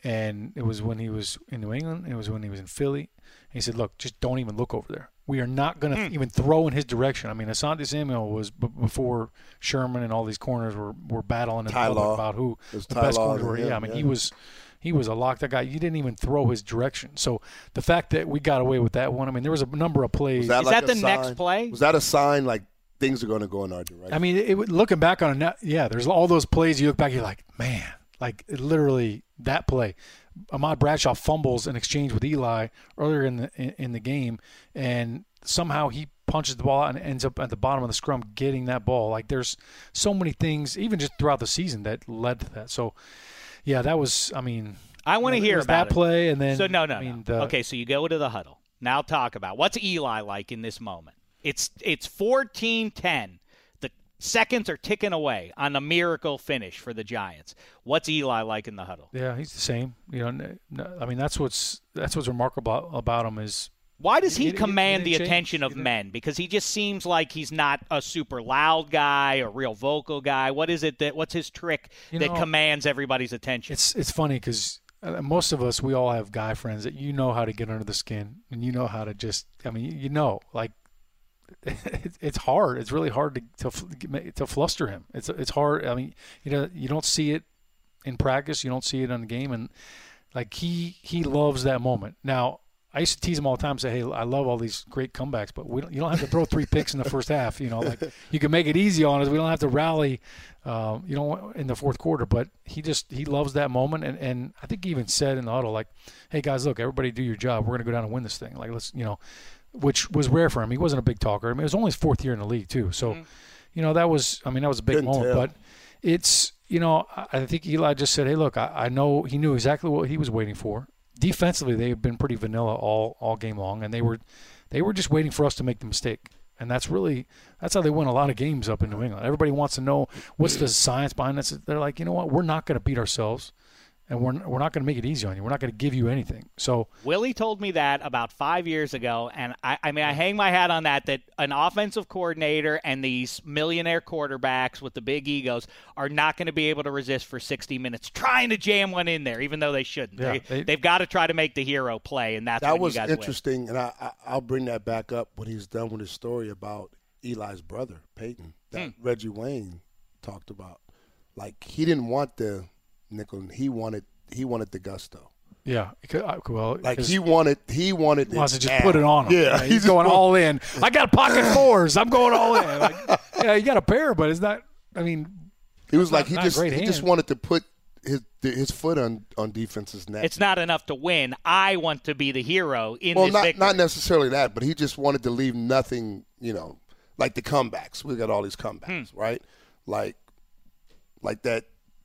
[SPEAKER 4] and it was when he was in New England, and it was when he was in Philly. And he said, "Look, just don't even look over there. We are not going to
[SPEAKER 3] Hmm.
[SPEAKER 4] even throw in his direction." I mean, Asante Samuel was b- before Sherman and all these corners were, were battling in
[SPEAKER 3] Ty
[SPEAKER 4] public
[SPEAKER 3] Law.
[SPEAKER 4] about who
[SPEAKER 3] It was
[SPEAKER 4] the
[SPEAKER 3] Ty
[SPEAKER 4] best
[SPEAKER 3] Law
[SPEAKER 4] corners
[SPEAKER 3] and
[SPEAKER 4] were.
[SPEAKER 3] him,
[SPEAKER 4] Yeah, I mean, he
[SPEAKER 3] yeah.
[SPEAKER 4] was he was a lock. That guy, you didn't even throw his direction. So the fact that we got away with that one, I mean, there was a number of plays.
[SPEAKER 6] Is that
[SPEAKER 3] a
[SPEAKER 6] the next play?
[SPEAKER 3] Was that a sign like things are going to go in our direction?
[SPEAKER 4] I mean, it, it, looking back on it, now, yeah, there's all those plays you look back, you're like, man, like it literally that play. Ahmad Bradshaw fumbles an exchange with Eli earlier in the in, in the game, and somehow he punches the ball out and ends up at the bottom of the scrum getting that ball. Like there's so many things, even just throughout the season, that led to that. So, yeah, that was. I mean,
[SPEAKER 6] I want to
[SPEAKER 4] it
[SPEAKER 6] hear
[SPEAKER 4] was
[SPEAKER 6] about it.
[SPEAKER 4] that play, and then
[SPEAKER 6] so no, no,
[SPEAKER 4] I mean,
[SPEAKER 6] no.
[SPEAKER 4] the-
[SPEAKER 6] okay. So you go to the huddle. Now talk about what's Eli like in this moment. It's it's fourteen ten. The seconds are ticking away on a miracle finish for the Giants. What's Eli like in the huddle?
[SPEAKER 4] Yeah, he's the same. You know, n- n- I mean, that's what's that's what's remarkable about him is
[SPEAKER 6] Why does he
[SPEAKER 4] It- it- it
[SPEAKER 6] command
[SPEAKER 4] didn't
[SPEAKER 6] the
[SPEAKER 4] change.
[SPEAKER 6] attention
[SPEAKER 4] It
[SPEAKER 6] of
[SPEAKER 4] didn't-
[SPEAKER 6] men? Because he just seems like he's not a super loud guy, a real vocal guy. What is it that? What's his trick
[SPEAKER 4] You
[SPEAKER 6] that
[SPEAKER 4] know,
[SPEAKER 6] commands everybody's attention?
[SPEAKER 4] It's it's funny because most of us we all have guy friends that you know how to get under the skin and you know how to just I mean you, you know like it, it's hard it's really hard to to fl- to fluster him it's it's hard I mean you know you don't see it in practice you don't see it on the game and like he he loves that moment now. I used to tease him all the time, say, "Hey, I love all these great comebacks, but we don't, you don't have to throw three picks in the first half. You know, like you can make it easy on us. We don't have to rally um, you know, in the fourth quarter. But he just he loves that moment, and and I think he even said in the auto like, "Hey guys, look, everybody do your job. We're gonna go down and win this thing. Like let's you know," which was rare for him. He wasn't a big talker. I mean, it was only his fourth year in the league too. So, you know, that was I mean that was a big
[SPEAKER 3] Couldn't
[SPEAKER 4] moment,
[SPEAKER 3] tell.
[SPEAKER 4] but it's you know I- I think Eli just said, "Hey, look, I, I know he knew exactly what he was waiting for." Defensively, they have been pretty vanilla all all game long, and they were they were just waiting for us to make the mistake. And that's really that's how they win a lot of games up in New England. Everybody wants to know what's the science behind this. They're like, you know what, we're not going to beat ourselves. and we're we're not going to make it easy on you. We're not going to give you anything. So
[SPEAKER 6] Willie told me that about five years ago, and I, I mean, I hang my hat on that. That an offensive coordinator and these millionaire quarterbacks with the big egos are not going to be able to resist for 60 minutes trying to jam one in there, even though they shouldn't.
[SPEAKER 4] Yeah,
[SPEAKER 6] they,
[SPEAKER 4] they-
[SPEAKER 6] have got to try to make the hero play, and that's
[SPEAKER 3] that
[SPEAKER 6] when
[SPEAKER 3] was
[SPEAKER 6] you guys
[SPEAKER 3] interesting, and I, I I'll bring that back up when he's done with his story about Eli's brother Peyton that
[SPEAKER 6] Hmm.
[SPEAKER 3] Reggie Wayne talked about. Like he didn't want the nickel, he wanted he wanted the gusto.
[SPEAKER 4] yeah, it could- I- well,
[SPEAKER 3] Like
[SPEAKER 4] 'cause
[SPEAKER 3] he wanted he wanted
[SPEAKER 4] wants to
[SPEAKER 3] it
[SPEAKER 4] just
[SPEAKER 3] now.
[SPEAKER 4] put it on him.
[SPEAKER 3] Yeah,
[SPEAKER 4] he's going all in. I got pocket fours. I'm going all in. Like, yeah, you got a pair, but it's not. I mean,
[SPEAKER 3] He was
[SPEAKER 4] Not-
[SPEAKER 3] like he
[SPEAKER 4] not
[SPEAKER 3] just he
[SPEAKER 4] great
[SPEAKER 3] just
[SPEAKER 4] hand.
[SPEAKER 3] wanted to put his his foot on on defense's neck.
[SPEAKER 6] win. It's not enough to win. I want to be the hero in
[SPEAKER 3] well,
[SPEAKER 6] this
[SPEAKER 3] not
[SPEAKER 6] victory.
[SPEAKER 3] not necessarily that, but he just wanted to leave nothing. You know, like the comebacks. We got all these comebacks,
[SPEAKER 6] Hmm.
[SPEAKER 3] right? Like, like that.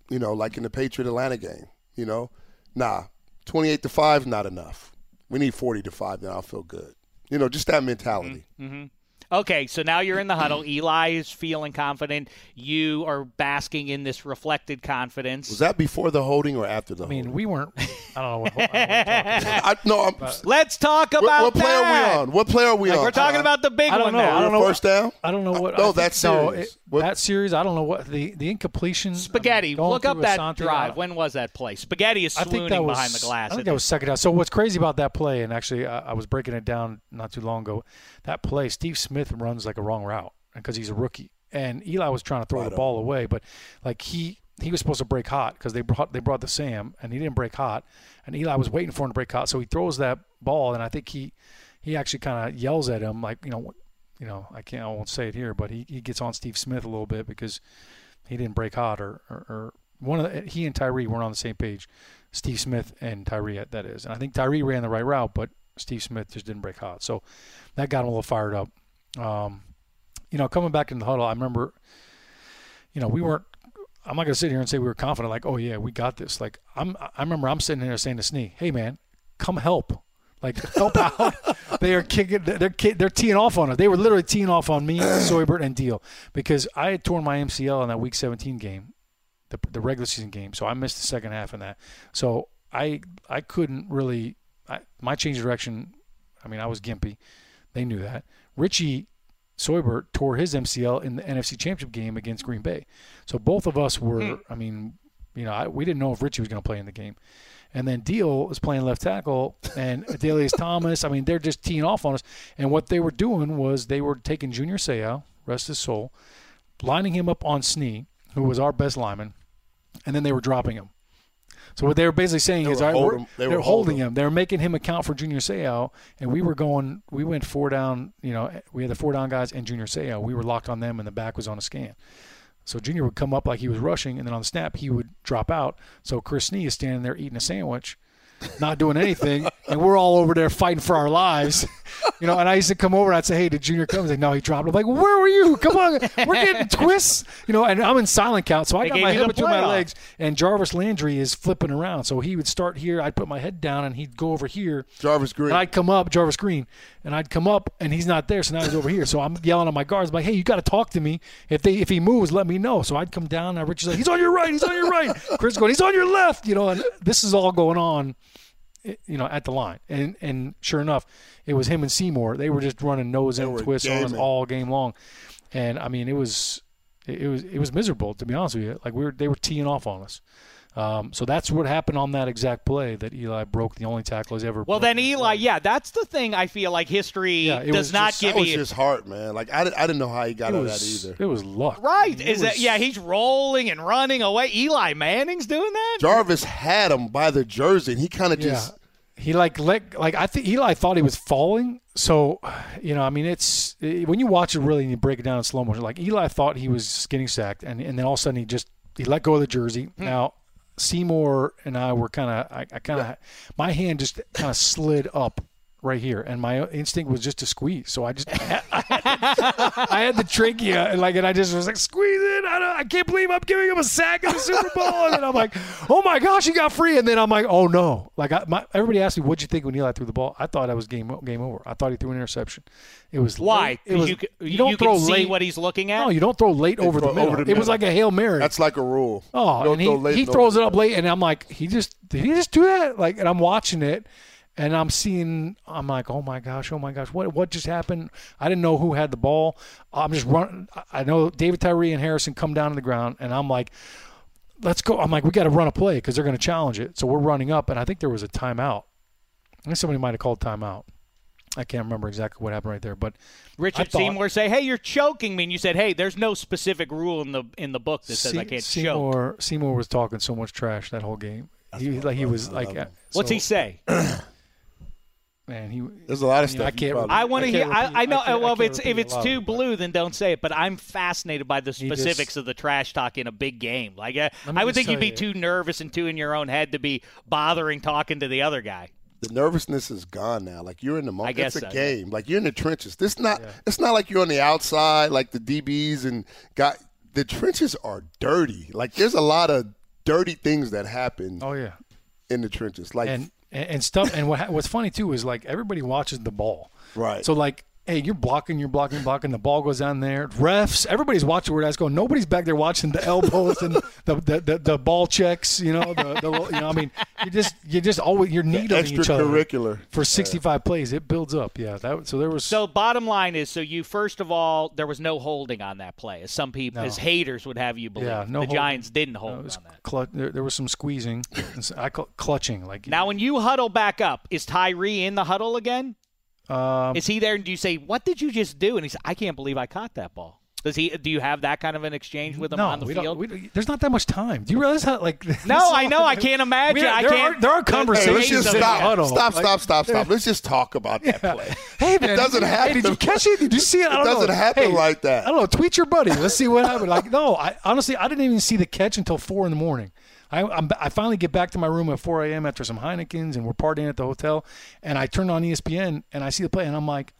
[SPEAKER 3] You know, like in the Patriot Atlanta game. You know, nah, twenty eight to five, not enough. We need forty to five, then I'll feel good. You know, just that mentality.
[SPEAKER 6] Hmm. Okay, so now you're in the huddle. Eli is feeling confident. You are basking in this reflected confidence.
[SPEAKER 3] Was that before the holding or after the
[SPEAKER 4] I mean,
[SPEAKER 3] holding?
[SPEAKER 4] we weren't. I don't know. What, I don't know what you're talking about.
[SPEAKER 3] I, no, I'm,
[SPEAKER 6] Let's talk
[SPEAKER 3] what,
[SPEAKER 6] about
[SPEAKER 3] what player
[SPEAKER 6] that.
[SPEAKER 3] are we on? What player are we on?
[SPEAKER 6] We're talking
[SPEAKER 3] Ty?
[SPEAKER 6] about the big
[SPEAKER 4] I
[SPEAKER 6] one
[SPEAKER 4] don't know.
[SPEAKER 6] now.
[SPEAKER 4] I don't know.
[SPEAKER 3] First down?
[SPEAKER 4] I don't know what.
[SPEAKER 3] Uh, no,
[SPEAKER 4] I think-
[SPEAKER 3] that's serious.
[SPEAKER 4] it-
[SPEAKER 3] What-
[SPEAKER 4] that series, I don't know what the the incompletion. I mean,
[SPEAKER 6] Spaghetti,
[SPEAKER 4] going
[SPEAKER 6] look up
[SPEAKER 4] through
[SPEAKER 6] that
[SPEAKER 4] Asante, I
[SPEAKER 6] drive.
[SPEAKER 4] don't-
[SPEAKER 6] When was that play? Spaghetti is
[SPEAKER 4] I
[SPEAKER 6] swooning
[SPEAKER 4] think that was
[SPEAKER 6] behind the glass.
[SPEAKER 4] I think
[SPEAKER 6] isn't
[SPEAKER 4] that was second down. So what's crazy about that play? And actually, uh, I, I was breaking it down not too long ago. That play, Steve Smith runs like a wrong route because he's a rookie, and Eli was trying to throw the ball away, but like he. He was supposed to break hot because they brought they brought the Sam and he didn't break hot, and Eli was waiting for him to break hot, so he throws that ball and I think he he actually kind of yells at him like you know you know I can't I won't say it here but he, he gets on Steve Smith a little bit because he didn't break hot or, or, or one of the, he and Tyree weren't on the same page. Steve Smith and Tyree that is, and I think Tyree ran the right route, but Steve Smith just didn't break hot, so that got him a little fired up. Um, you know, coming back in the huddle, I remember, you know, we weren't. I'm not gonna sit here and say we were confident, like, oh yeah, we got this. Like, I'm. I remember I'm sitting here saying to Snee, hey man, come help. Like help out. they are kicking. They're ki- they're teeing off on us. They were literally teeing off on me, Soybert, and Deal because I had torn my MCL in that Week 17 game, the, the regular season game. So I missed the second half in that. So I I couldn't really. I, my change of direction. I mean, I was gimpy. They knew that. Richie Soybert tore his MCL in the NFC Championship game against Green Bay. So both of us were. I mean, you know, I, we didn't know if Richie was going to play in the game. And then Deal is playing left tackle, and Adelius Thomas. I mean, they're just teeing off on us. And what they were doing was they were taking Junior Seau, rest his soul, lining him up on Snee, who was our best lineman, and then they were dropping him. So what they were basically saying is,
[SPEAKER 3] were
[SPEAKER 4] all right,
[SPEAKER 3] hold
[SPEAKER 4] we're-
[SPEAKER 3] him- they
[SPEAKER 4] they're
[SPEAKER 3] were hold
[SPEAKER 4] holding
[SPEAKER 3] him.
[SPEAKER 4] him. They were making him account for Junior Seau, and we were going. We went four down. You know, we had the four down guys and Junior Seau. We were locked on them, and the back was on a scan. So Junior would come up like he was rushing, and then on the snap he would drop out. So Chris Snee is standing there eating a sandwich, not doing anything, and we're all over there fighting for our lives. You know, and I used to come over and I'd say, Hey, did Junior come? He's like, No, he dropped. I'm like, Where were you? Come on, we're getting twists. You know, and I'm in silent count, so I
[SPEAKER 6] They
[SPEAKER 4] got
[SPEAKER 6] gave
[SPEAKER 4] my
[SPEAKER 6] you
[SPEAKER 4] head
[SPEAKER 6] the
[SPEAKER 4] between my
[SPEAKER 6] playoff.
[SPEAKER 4] legs, and Jarvis Landry is flipping around. So he would start here, I'd put my head down and he'd go over here.
[SPEAKER 3] Jarvis Green.
[SPEAKER 4] And I'd come up, Jarvis Green, and I'd come up, and he's not there. So now he's over here. So I'm yelling at my guards, like, "Hey, you got to talk to me. If they if he moves, let me know." So I'd come down, and Richie's like, "He's on your right. He's on your right." Chris going, "He's on your left." You know, and this is all going on, eh, you know, at the line. And and sure enough, it was him and Seymour. They were just running nose and
[SPEAKER 3] were
[SPEAKER 4] twists on us
[SPEAKER 3] gaming.
[SPEAKER 4] all game long, and I mean, it was it it was it was miserable to be honest with you. Like we were they were teeing off on us. Um, so that's what happened on that exact play that Eli broke the only tackle he's ever.
[SPEAKER 6] Well,
[SPEAKER 4] broken.
[SPEAKER 6] then Eli, yeah, that's the thing. I feel like history
[SPEAKER 4] Yeah, it
[SPEAKER 6] does
[SPEAKER 4] was
[SPEAKER 6] not
[SPEAKER 4] just-
[SPEAKER 6] give
[SPEAKER 3] that was
[SPEAKER 6] you
[SPEAKER 3] just hard, man. Like I, di- I didn't know how he got
[SPEAKER 4] it
[SPEAKER 3] out
[SPEAKER 4] was,
[SPEAKER 3] of that either.
[SPEAKER 4] It was luck.
[SPEAKER 6] right.
[SPEAKER 4] It
[SPEAKER 6] Is that
[SPEAKER 4] was-
[SPEAKER 6] yeah? He's rolling and running away. Eli Manning's doing that.
[SPEAKER 3] Jarvis had him by the jersey, and he kind of just
[SPEAKER 4] He like let like I think Eli thought he was falling. So, you know, I mean, it's eh, when you watch it really and you break it down in slow motion. Like Eli thought he was getting sacked, and and then all of a sudden he just he let go of the jersey. Now Seymour and I were kind of I, I kind of my hand just kind of slid up right here, and my instinct was just to squeeze. So I just, I had the trachea, and like, and I just was like, squeeze it. I, don't, I can't believe I'm giving him a sack in the Super Bowl, and then I'm like, oh my gosh, he got free, and then I'm like, oh no. Like, I, my, everybody asked me, what'd you think when Eli threw the ball? I thought I was game game over. I thought he threw an interception. It was
[SPEAKER 6] Why?
[SPEAKER 4] late. It was,
[SPEAKER 6] you, c-
[SPEAKER 4] you don't
[SPEAKER 6] you
[SPEAKER 4] throw
[SPEAKER 6] can see
[SPEAKER 4] late.
[SPEAKER 6] what he's looking at.
[SPEAKER 4] no, you don't throw late over
[SPEAKER 3] throw
[SPEAKER 4] the middle.
[SPEAKER 3] over the
[SPEAKER 4] It was
[SPEAKER 3] middle.
[SPEAKER 4] like a hail mary.
[SPEAKER 3] That's like a rule. You
[SPEAKER 4] Oh,
[SPEAKER 3] don't
[SPEAKER 4] and he,
[SPEAKER 3] throw late
[SPEAKER 4] he
[SPEAKER 3] and don't
[SPEAKER 4] throws it
[SPEAKER 3] throw
[SPEAKER 4] up late, and I'm like, he just did he just do that? Like, and I'm watching it, and I'm seeing, I'm like, oh my gosh, oh my gosh, what what just happened? I didn't know who had the ball. I'm just running. I know David Tyree and Harrison come down to the ground, and I'm like, let's go. I'm like, we got to run a play because they're going to challenge it. So we're running up, and I think there was a timeout. I think somebody might have called timeout. I can't remember exactly what happened right there, but I
[SPEAKER 6] Richard
[SPEAKER 4] thought-
[SPEAKER 6] Seymour say, "Hey, you're choking me." And you said, "Hey, there's no specific rule in the in the book that says I
[SPEAKER 4] Se-
[SPEAKER 6] can't choke."
[SPEAKER 4] Seymour, Seymour was talking so much trash that whole game. He like he was like uh,
[SPEAKER 6] What's
[SPEAKER 4] so-
[SPEAKER 6] he say?
[SPEAKER 4] Man, he
[SPEAKER 3] There's a lot of
[SPEAKER 4] I
[SPEAKER 3] stuff. you
[SPEAKER 4] can't-
[SPEAKER 3] probably-
[SPEAKER 6] I want to
[SPEAKER 4] can't
[SPEAKER 6] hear.
[SPEAKER 4] repeat-
[SPEAKER 6] I, I know.
[SPEAKER 4] I can't- I
[SPEAKER 6] well, if
[SPEAKER 4] can't
[SPEAKER 6] it's
[SPEAKER 4] repeat
[SPEAKER 6] if
[SPEAKER 4] a
[SPEAKER 6] it's
[SPEAKER 4] lot
[SPEAKER 6] too
[SPEAKER 4] of it, but-
[SPEAKER 6] blue, then don't say it. But I'm fascinated by the
[SPEAKER 4] He just-
[SPEAKER 6] specifics of the trash talk in a big game. Like I,
[SPEAKER 4] Let me
[SPEAKER 6] I would
[SPEAKER 4] just
[SPEAKER 6] think you'd
[SPEAKER 4] tell
[SPEAKER 6] be
[SPEAKER 4] you-
[SPEAKER 6] too nervous and too in your own head to be bothering talking to the other guy.
[SPEAKER 3] the nervousness is gone now. Like you're in the moment.
[SPEAKER 6] guess
[SPEAKER 3] it's a
[SPEAKER 6] so,
[SPEAKER 3] game. Like you're in the trenches. This not. It's not like you're on the outside, like the DBs and got the trenches are dirty. Like there's a lot of dirty things that happen
[SPEAKER 4] Oh yeah,
[SPEAKER 3] in the trenches. Like
[SPEAKER 4] and and, and stuff. And what ha- what's funny too is like everybody watches the ball.
[SPEAKER 3] Right.
[SPEAKER 4] So like, hey, you're blocking, you're blocking, blocking. The ball goes down there. Refs, everybody's watching where that's going. Nobody's back there watching the elbows and the the, the, the ball checks. You know the, the you know I mean you just you just always you're needling each other
[SPEAKER 3] extracurricular.
[SPEAKER 4] for 65 plays. It builds up. Yeah. That so there was
[SPEAKER 6] So bottom line is, so you first of all, there was no holding on that play, as some people,
[SPEAKER 4] No.
[SPEAKER 6] as haters would have you believe.
[SPEAKER 4] Yeah, no
[SPEAKER 6] the
[SPEAKER 4] hold-
[SPEAKER 6] Giants didn't
[SPEAKER 4] No,
[SPEAKER 6] hold
[SPEAKER 4] it
[SPEAKER 6] on
[SPEAKER 4] was
[SPEAKER 6] that.
[SPEAKER 4] clu- there, there was some squeezing. And so I call, clutching like
[SPEAKER 6] Now, when you huddle back up, is Tyree in the huddle again?
[SPEAKER 4] um,
[SPEAKER 6] Is he there? And do you say, "What did you just do?" And he says, "I can't believe I caught that ball." Does he? Do you have that kind of an exchange with him
[SPEAKER 4] no,
[SPEAKER 6] on the
[SPEAKER 4] we
[SPEAKER 6] field?
[SPEAKER 4] Don't, we don't- there's not that much time. Do you realize how like?
[SPEAKER 6] No, I know. I can't imagine.
[SPEAKER 4] We-
[SPEAKER 6] I
[SPEAKER 4] there
[SPEAKER 6] can't.
[SPEAKER 4] are- there are conversations
[SPEAKER 3] Hey, let's just
[SPEAKER 6] Hey,
[SPEAKER 3] stop.
[SPEAKER 4] huddle.
[SPEAKER 3] Stop,
[SPEAKER 4] Like-
[SPEAKER 3] stop, stop, stop. Let's just talk about that play.
[SPEAKER 4] Hey man,
[SPEAKER 3] doesn't
[SPEAKER 4] Hey, did you
[SPEAKER 3] happen.
[SPEAKER 4] catch it? Did you see it? I
[SPEAKER 3] It
[SPEAKER 4] don't know.
[SPEAKER 3] doesn't happen
[SPEAKER 4] Hey,
[SPEAKER 3] like that.
[SPEAKER 4] I don't know. Tweet your buddy. Let's see what happened. Like, no, I honestly I didn't even see the catch until four in the morning. I I'm, I finally get back to my room at 4 a.m. after some Heinekens and we're partying at the hotel, and I turn on E ESPN and I see the play and I'm like,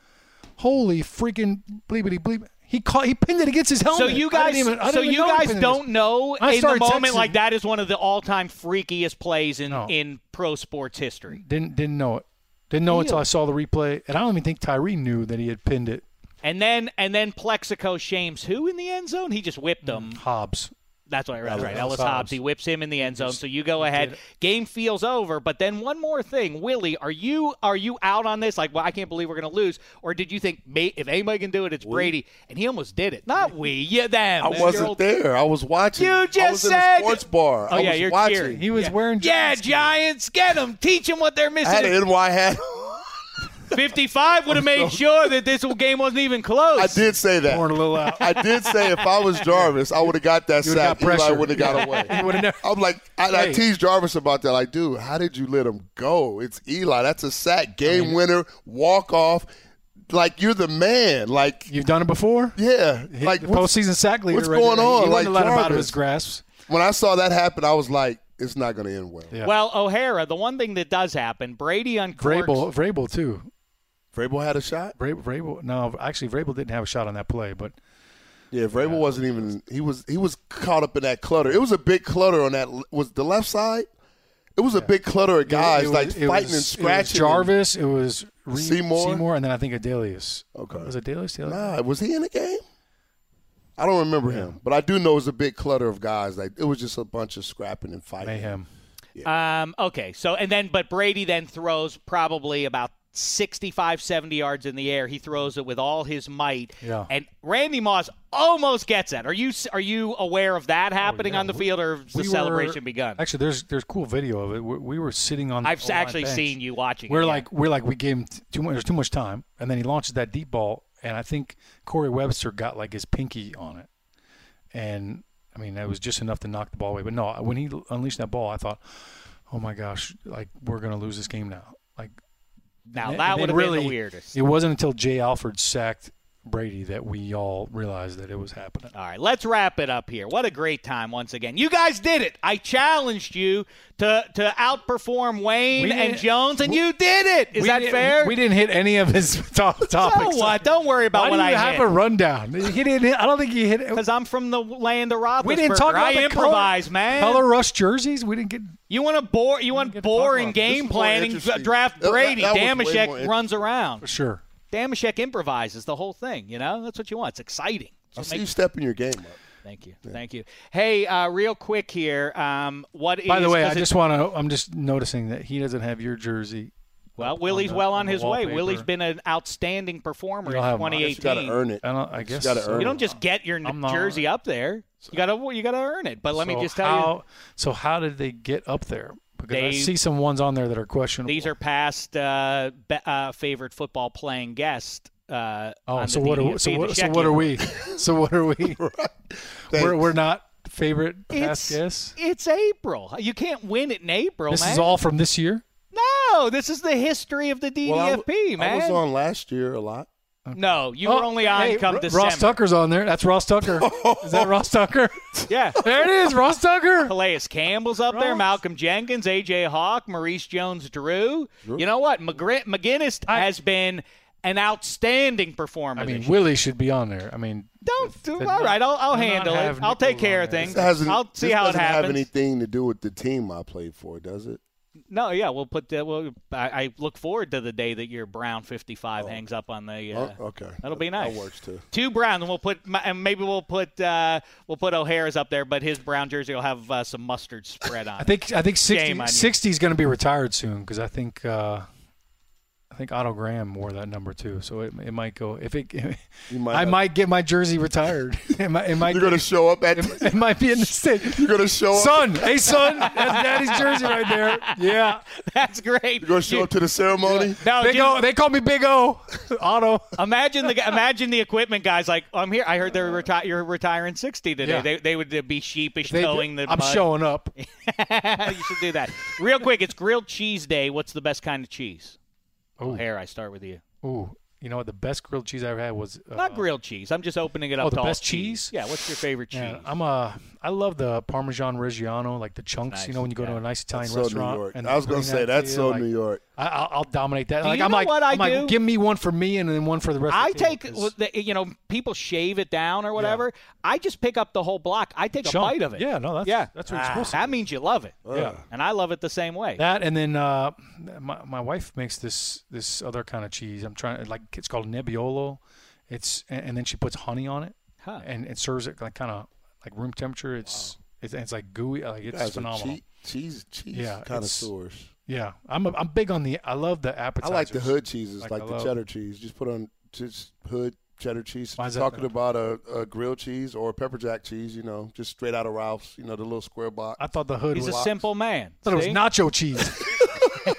[SPEAKER 4] holy freaking bleepity bleep. He caught. He pinned it against his helmet.
[SPEAKER 6] So you
[SPEAKER 4] I
[SPEAKER 6] guys,
[SPEAKER 4] didn't even- I didn't
[SPEAKER 6] so
[SPEAKER 4] even
[SPEAKER 6] you
[SPEAKER 4] know he
[SPEAKER 6] guys
[SPEAKER 4] pinned it against-
[SPEAKER 6] don't know
[SPEAKER 4] I
[SPEAKER 6] in the
[SPEAKER 4] started
[SPEAKER 6] moment
[SPEAKER 4] texting.
[SPEAKER 6] like that is one of the all-time freakiest plays in
[SPEAKER 4] No.
[SPEAKER 6] in pro sports history.
[SPEAKER 4] Didn't didn't know it. Didn't know until I saw the replay, and I don't even think Tyree knew that he had pinned it.
[SPEAKER 6] And then and then Plexico shames who in the end zone? He just whipped them.
[SPEAKER 4] Um, Hobbs.
[SPEAKER 6] That's what I read.
[SPEAKER 4] Ellis
[SPEAKER 6] Right, Ellis
[SPEAKER 4] Hobbs.
[SPEAKER 6] Hobbs. He whips him in the end zone. So you go ahead. Game feels over. But then one more thing, Willie, are you are you out on this? Like, well, I can't believe we're going to lose. Or did you think mate, if anybody can do it, it's Brady? And he almost did it. Not we. Yeah, them.
[SPEAKER 3] I
[SPEAKER 6] Mr.
[SPEAKER 3] wasn't
[SPEAKER 6] Old-
[SPEAKER 3] there. I was watching.
[SPEAKER 6] You
[SPEAKER 3] I
[SPEAKER 6] just
[SPEAKER 3] was
[SPEAKER 6] said-
[SPEAKER 3] in a sports bar.
[SPEAKER 6] Oh
[SPEAKER 3] I
[SPEAKER 6] yeah,
[SPEAKER 3] was
[SPEAKER 6] you're
[SPEAKER 3] watching.
[SPEAKER 6] cheering.
[SPEAKER 4] He was
[SPEAKER 6] yeah.
[SPEAKER 4] wearing
[SPEAKER 6] Yeah,
[SPEAKER 4] Giants gear.
[SPEAKER 6] Giants, get them. Teach them what they're
[SPEAKER 3] I had
[SPEAKER 6] missing.
[SPEAKER 3] an NY hat.
[SPEAKER 6] 55 would have made sure that this game wasn't even close.
[SPEAKER 3] I did say that.
[SPEAKER 4] Pouring a little out.
[SPEAKER 3] I did say if I was Jarvis, I would have got that
[SPEAKER 4] You would've
[SPEAKER 3] sack.
[SPEAKER 4] got
[SPEAKER 3] Eli
[SPEAKER 4] pressure.
[SPEAKER 3] would have got away.
[SPEAKER 4] He would've never-
[SPEAKER 3] I'm like, I,
[SPEAKER 4] Hey.
[SPEAKER 3] I teased Jarvis about that. Like, dude, how did you let him go? It's Eli. That's a sack, game winner, walk off. Like you're the man. Like,
[SPEAKER 4] You've done it before.
[SPEAKER 3] yeah. Like
[SPEAKER 4] the
[SPEAKER 3] what's-
[SPEAKER 4] postseason sack leader.
[SPEAKER 3] what's
[SPEAKER 4] right
[SPEAKER 3] going
[SPEAKER 4] there. He-
[SPEAKER 3] on?
[SPEAKER 4] He wouldn't
[SPEAKER 3] Like,
[SPEAKER 4] have let him out of
[SPEAKER 3] Jarvis.
[SPEAKER 4] his grasp.
[SPEAKER 3] when I saw that happen, I was like, it's not going to end well.
[SPEAKER 4] Yeah.
[SPEAKER 6] Well, O'Hara, the one thing that does happen, Brady uncorks.
[SPEAKER 4] Vrabel, Vrabel too.
[SPEAKER 3] Vrabel had a shot.
[SPEAKER 4] Vrabel, Vrabel. No, actually, Vrabel didn't have a shot on that play, but
[SPEAKER 3] Yeah, Vrabel wasn't even. He was he was caught up in that clutter. It was a big clutter on that. Was the left side? It was a big clutter of guys
[SPEAKER 4] It was-
[SPEAKER 3] like fighting
[SPEAKER 4] it was-
[SPEAKER 3] and scratching.
[SPEAKER 4] It was Jarvis. It was Reed,
[SPEAKER 3] Seymour.
[SPEAKER 4] Seymour, and then I think Adelius.
[SPEAKER 3] Okay.
[SPEAKER 4] Was Adelius? the other guy?
[SPEAKER 3] Nah, was he in the game? I don't remember him, but I do know it was a big clutter of guys. Like it was just a bunch of scrapping and fighting.
[SPEAKER 4] Mayhem.
[SPEAKER 6] Um, okay, so and then but Brady then throws probably about 65, 70 yards in the air. He throws it with all his might,
[SPEAKER 4] Yeah.
[SPEAKER 6] and Randy Moss almost gets that. Are you are you aware of that happening on the field, or has the
[SPEAKER 4] Oh, We were-
[SPEAKER 6] celebration begun?
[SPEAKER 4] Actually, there's there's cool video of it. We, we were sitting on. the
[SPEAKER 6] I've
[SPEAKER 4] O-line
[SPEAKER 6] actually
[SPEAKER 4] bench.
[SPEAKER 6] seen you watching. it,
[SPEAKER 4] We're
[SPEAKER 6] yeah.
[SPEAKER 4] like we're like we gave him t- too much. There's too much time, and then he launches that deep ball, and I think Corey Webster got like his pinky on it, and I mean that was just enough to knock the ball away. But no, when he unleashed that ball, I thought, oh my gosh, like we're gonna lose this game now. Like
[SPEAKER 6] now
[SPEAKER 4] and
[SPEAKER 6] that
[SPEAKER 4] then
[SPEAKER 6] would have
[SPEAKER 4] really,
[SPEAKER 6] been the weirdest.
[SPEAKER 4] It wasn't until Jay Alford sacked Brady that we all realized that it was happening.
[SPEAKER 6] All right, let's wrap it up here. What a great time once again. You guys did it. I challenged you to to outperform Wayne
[SPEAKER 4] We
[SPEAKER 6] and
[SPEAKER 4] didn't-
[SPEAKER 6] Jones, and you did it. Is
[SPEAKER 4] We
[SPEAKER 6] that
[SPEAKER 4] didn't-
[SPEAKER 6] fair?
[SPEAKER 4] We didn't hit any of his top topics.
[SPEAKER 6] So what? Don't worry about
[SPEAKER 4] Why
[SPEAKER 6] what
[SPEAKER 4] do you
[SPEAKER 6] I
[SPEAKER 4] have
[SPEAKER 6] hit.
[SPEAKER 4] a rundown? He didn't. I don't think he hit.
[SPEAKER 6] because I'm from the land of Roethlisberger.
[SPEAKER 4] We didn't talk about
[SPEAKER 6] I
[SPEAKER 4] the
[SPEAKER 6] improvise,
[SPEAKER 4] color,
[SPEAKER 6] man.
[SPEAKER 4] Color rush jerseys. We didn't get.
[SPEAKER 6] You want to bore? You want
[SPEAKER 4] to talk
[SPEAKER 6] boring
[SPEAKER 4] about it.
[SPEAKER 6] game
[SPEAKER 3] This is more
[SPEAKER 6] planning? uh,
[SPEAKER 3] interesting.
[SPEAKER 6] Draft
[SPEAKER 3] That- that-
[SPEAKER 6] Brady.
[SPEAKER 3] that was way more
[SPEAKER 6] Damashek
[SPEAKER 3] interesting.
[SPEAKER 6] runs around.
[SPEAKER 4] Sure.
[SPEAKER 6] Damashek improvises the whole thing. You know, that's what you want. It's exciting.
[SPEAKER 3] I
[SPEAKER 6] That's what
[SPEAKER 3] see
[SPEAKER 6] makes-
[SPEAKER 3] you stepping your game up.
[SPEAKER 6] Thank you. Thank you. Hey, uh, real quick here. Um, what
[SPEAKER 4] By the
[SPEAKER 6] is-
[SPEAKER 4] way, I
[SPEAKER 6] does it-
[SPEAKER 4] just want to. I'm just noticing that he doesn't have your jersey.
[SPEAKER 6] well,
[SPEAKER 4] on
[SPEAKER 6] Willie's
[SPEAKER 4] the-
[SPEAKER 6] well
[SPEAKER 4] on
[SPEAKER 6] on
[SPEAKER 4] the
[SPEAKER 6] his way.
[SPEAKER 4] wallpaper.
[SPEAKER 6] Willie's been an outstanding performer
[SPEAKER 4] You'll
[SPEAKER 6] in
[SPEAKER 4] have mine.
[SPEAKER 3] You got to
[SPEAKER 6] 2018.
[SPEAKER 3] earn it.
[SPEAKER 4] I don't. I guess.
[SPEAKER 3] gotta earn
[SPEAKER 6] You
[SPEAKER 3] it.
[SPEAKER 6] don't just get your
[SPEAKER 4] I'm not-
[SPEAKER 6] jersey up there. You gotta you gotta earn it. But let me
[SPEAKER 4] So
[SPEAKER 6] just tell
[SPEAKER 4] how, So how did they get up there? Because I
[SPEAKER 6] They-
[SPEAKER 4] see some ones on there that are questionable.
[SPEAKER 6] you, these are past uh, be, uh, favorite football playing guest. Uh,
[SPEAKER 4] Oh,
[SPEAKER 6] on
[SPEAKER 4] so
[SPEAKER 6] the
[SPEAKER 4] what, are,
[SPEAKER 6] DFB,
[SPEAKER 4] so,
[SPEAKER 6] the
[SPEAKER 4] what, so
[SPEAKER 6] Czech
[SPEAKER 4] what are
[SPEAKER 6] League.
[SPEAKER 4] we? So what are we? we're, we're not favorite
[SPEAKER 6] It's
[SPEAKER 4] past guess.
[SPEAKER 6] it's April. You can't win it in April,
[SPEAKER 4] This
[SPEAKER 6] man.
[SPEAKER 4] is all from this year.
[SPEAKER 6] no, this is the history of the DDFP,
[SPEAKER 3] Well, I w-
[SPEAKER 6] man.
[SPEAKER 3] I was on last year a lot.
[SPEAKER 6] No, you were
[SPEAKER 4] Oh,
[SPEAKER 6] only on
[SPEAKER 4] hey,
[SPEAKER 6] come
[SPEAKER 4] Ro-
[SPEAKER 6] December.
[SPEAKER 4] Ross Tucker's on there. That's Ross Tucker. is that Ross Tucker?
[SPEAKER 6] Yeah.
[SPEAKER 4] there it is, Ross Tucker.
[SPEAKER 6] Calais Campbell's up there,
[SPEAKER 4] Ross.
[SPEAKER 6] Malcolm Jenkins, AJ Hawk, Maurice Jones Drew. You know what? McGri- McGinnis
[SPEAKER 4] I-
[SPEAKER 6] has been an outstanding performer.
[SPEAKER 4] I mean,
[SPEAKER 6] this year.
[SPEAKER 4] Willie should be on there. I mean,
[SPEAKER 6] don't do
[SPEAKER 4] did
[SPEAKER 6] all
[SPEAKER 4] not-
[SPEAKER 6] right. I'll, I'll
[SPEAKER 4] did not
[SPEAKER 6] handle it.
[SPEAKER 4] have
[SPEAKER 6] I'll take
[SPEAKER 4] Nichols
[SPEAKER 6] care
[SPEAKER 4] on
[SPEAKER 6] of
[SPEAKER 4] there.
[SPEAKER 6] things.
[SPEAKER 3] This hasn't-
[SPEAKER 6] I'll see
[SPEAKER 3] this
[SPEAKER 6] how it
[SPEAKER 3] doesn't have
[SPEAKER 6] happens.
[SPEAKER 3] anything to do with the team I played for, does it?
[SPEAKER 6] No, yeah, we'll put that. Well, I, I look forward to the day that your Brown 55 hangs up on the. Uh,
[SPEAKER 3] Oh, okay.
[SPEAKER 6] That'll be nice.
[SPEAKER 3] That works too.
[SPEAKER 6] Two Browns, and we'll put my- and maybe we'll put uh, we'll put O'Hara's up there, but his Brown jersey will have uh, some mustard spread on.
[SPEAKER 4] I think I think
[SPEAKER 6] Shame on
[SPEAKER 4] 60,
[SPEAKER 6] you.
[SPEAKER 4] 60 is going to be retired soon because I think uh, I think Otto Graham wore that number too. So it, it might go if it.
[SPEAKER 3] You might
[SPEAKER 4] I
[SPEAKER 3] have-
[SPEAKER 4] might get my jersey retired. it might. It might
[SPEAKER 3] You're gonna show up at.
[SPEAKER 4] it might be in the state.
[SPEAKER 3] You're gonna show up.
[SPEAKER 4] Son, hey son, that's daddy's jersey right there. Yeah,
[SPEAKER 6] it. That's great.
[SPEAKER 3] You're gonna show up to the ceremony.
[SPEAKER 6] No,
[SPEAKER 4] Big
[SPEAKER 6] just-
[SPEAKER 4] O. They call me Big O. Otto.
[SPEAKER 6] Imagine the imagine the equipment guys like "Oh, I'm here. I heard they're reti- you're retiring sixty today.
[SPEAKER 4] Uh, Yeah.
[SPEAKER 6] They, they would be sheepish
[SPEAKER 4] They-
[SPEAKER 6] towing the.
[SPEAKER 4] I'm
[SPEAKER 6] mud.
[SPEAKER 4] showing up.
[SPEAKER 6] you should do that real quick. It's grilled cheese day. What's the best kind of cheese?
[SPEAKER 4] Ooh.
[SPEAKER 6] O'Hare, I start with you.
[SPEAKER 4] Ooh, you know what? The best grilled cheese I ever had was uh,
[SPEAKER 6] Not grilled cheese. I'm just opening it up.
[SPEAKER 4] oh, the
[SPEAKER 6] to all
[SPEAKER 4] best cheese?
[SPEAKER 6] Yeah. What's your favorite cheese?
[SPEAKER 4] Man, I'm a. I love the Parmesan Reggiano, like the chunks.
[SPEAKER 6] Nice.
[SPEAKER 4] You know, when you go
[SPEAKER 6] Yeah.
[SPEAKER 4] to a nice Italian
[SPEAKER 3] That's so New
[SPEAKER 4] restaurant.
[SPEAKER 3] York.
[SPEAKER 4] and
[SPEAKER 3] I was
[SPEAKER 4] they bring
[SPEAKER 3] gonna say
[SPEAKER 4] that to
[SPEAKER 3] that's
[SPEAKER 4] you,
[SPEAKER 3] so
[SPEAKER 4] like,
[SPEAKER 3] New York.
[SPEAKER 4] I, I'll, I'll dominate that.
[SPEAKER 6] Do
[SPEAKER 4] like
[SPEAKER 6] you
[SPEAKER 4] I'm
[SPEAKER 6] know
[SPEAKER 4] like,
[SPEAKER 6] what I
[SPEAKER 4] am
[SPEAKER 6] do?
[SPEAKER 4] like, give me one for me and then one for the rest.
[SPEAKER 6] I
[SPEAKER 4] of the table,
[SPEAKER 6] take,
[SPEAKER 4] 'cause-
[SPEAKER 6] well, the- you know, people shave it down or whatever. I just pick up the whole block. I take a
[SPEAKER 4] Chunk.
[SPEAKER 6] bite of it.
[SPEAKER 4] Yeah, no, that's-
[SPEAKER 6] yeah. Ah,
[SPEAKER 4] that's what you're supposed to
[SPEAKER 6] That means you love it.
[SPEAKER 3] Oh.
[SPEAKER 4] Yeah.
[SPEAKER 6] And I love it the same way.
[SPEAKER 4] That and then uh, my my wife makes this this other kind of cheese. I'm trying like it's called Nebbiolo. It's and, and then she puts honey on it
[SPEAKER 6] Huh.
[SPEAKER 4] and it serves it like kind of like room temperature. It's it's, it's like gooey. Like it's
[SPEAKER 3] Guys are
[SPEAKER 4] phenomenal.
[SPEAKER 3] cheat- Cheese, cheese
[SPEAKER 4] Yeah, it's-
[SPEAKER 3] connoisseurs.
[SPEAKER 4] Yeah, I'm a, I'm big on the. I love the
[SPEAKER 3] I
[SPEAKER 4] appetizer.
[SPEAKER 3] like the hood cheeses,
[SPEAKER 4] Like
[SPEAKER 3] like,
[SPEAKER 4] I
[SPEAKER 3] the
[SPEAKER 4] love-
[SPEAKER 3] cheddar cheese. Just put on just hood cheddar cheese.
[SPEAKER 4] Why is that-
[SPEAKER 3] Talking about a, a grilled cheese or a pepper jack cheese, you know, just straight out of Ralph's. You know, the little square box.
[SPEAKER 4] I thought the hood
[SPEAKER 6] He's
[SPEAKER 4] was.
[SPEAKER 6] a simple man.
[SPEAKER 4] I thought it was
[SPEAKER 6] See?
[SPEAKER 4] nacho cheese.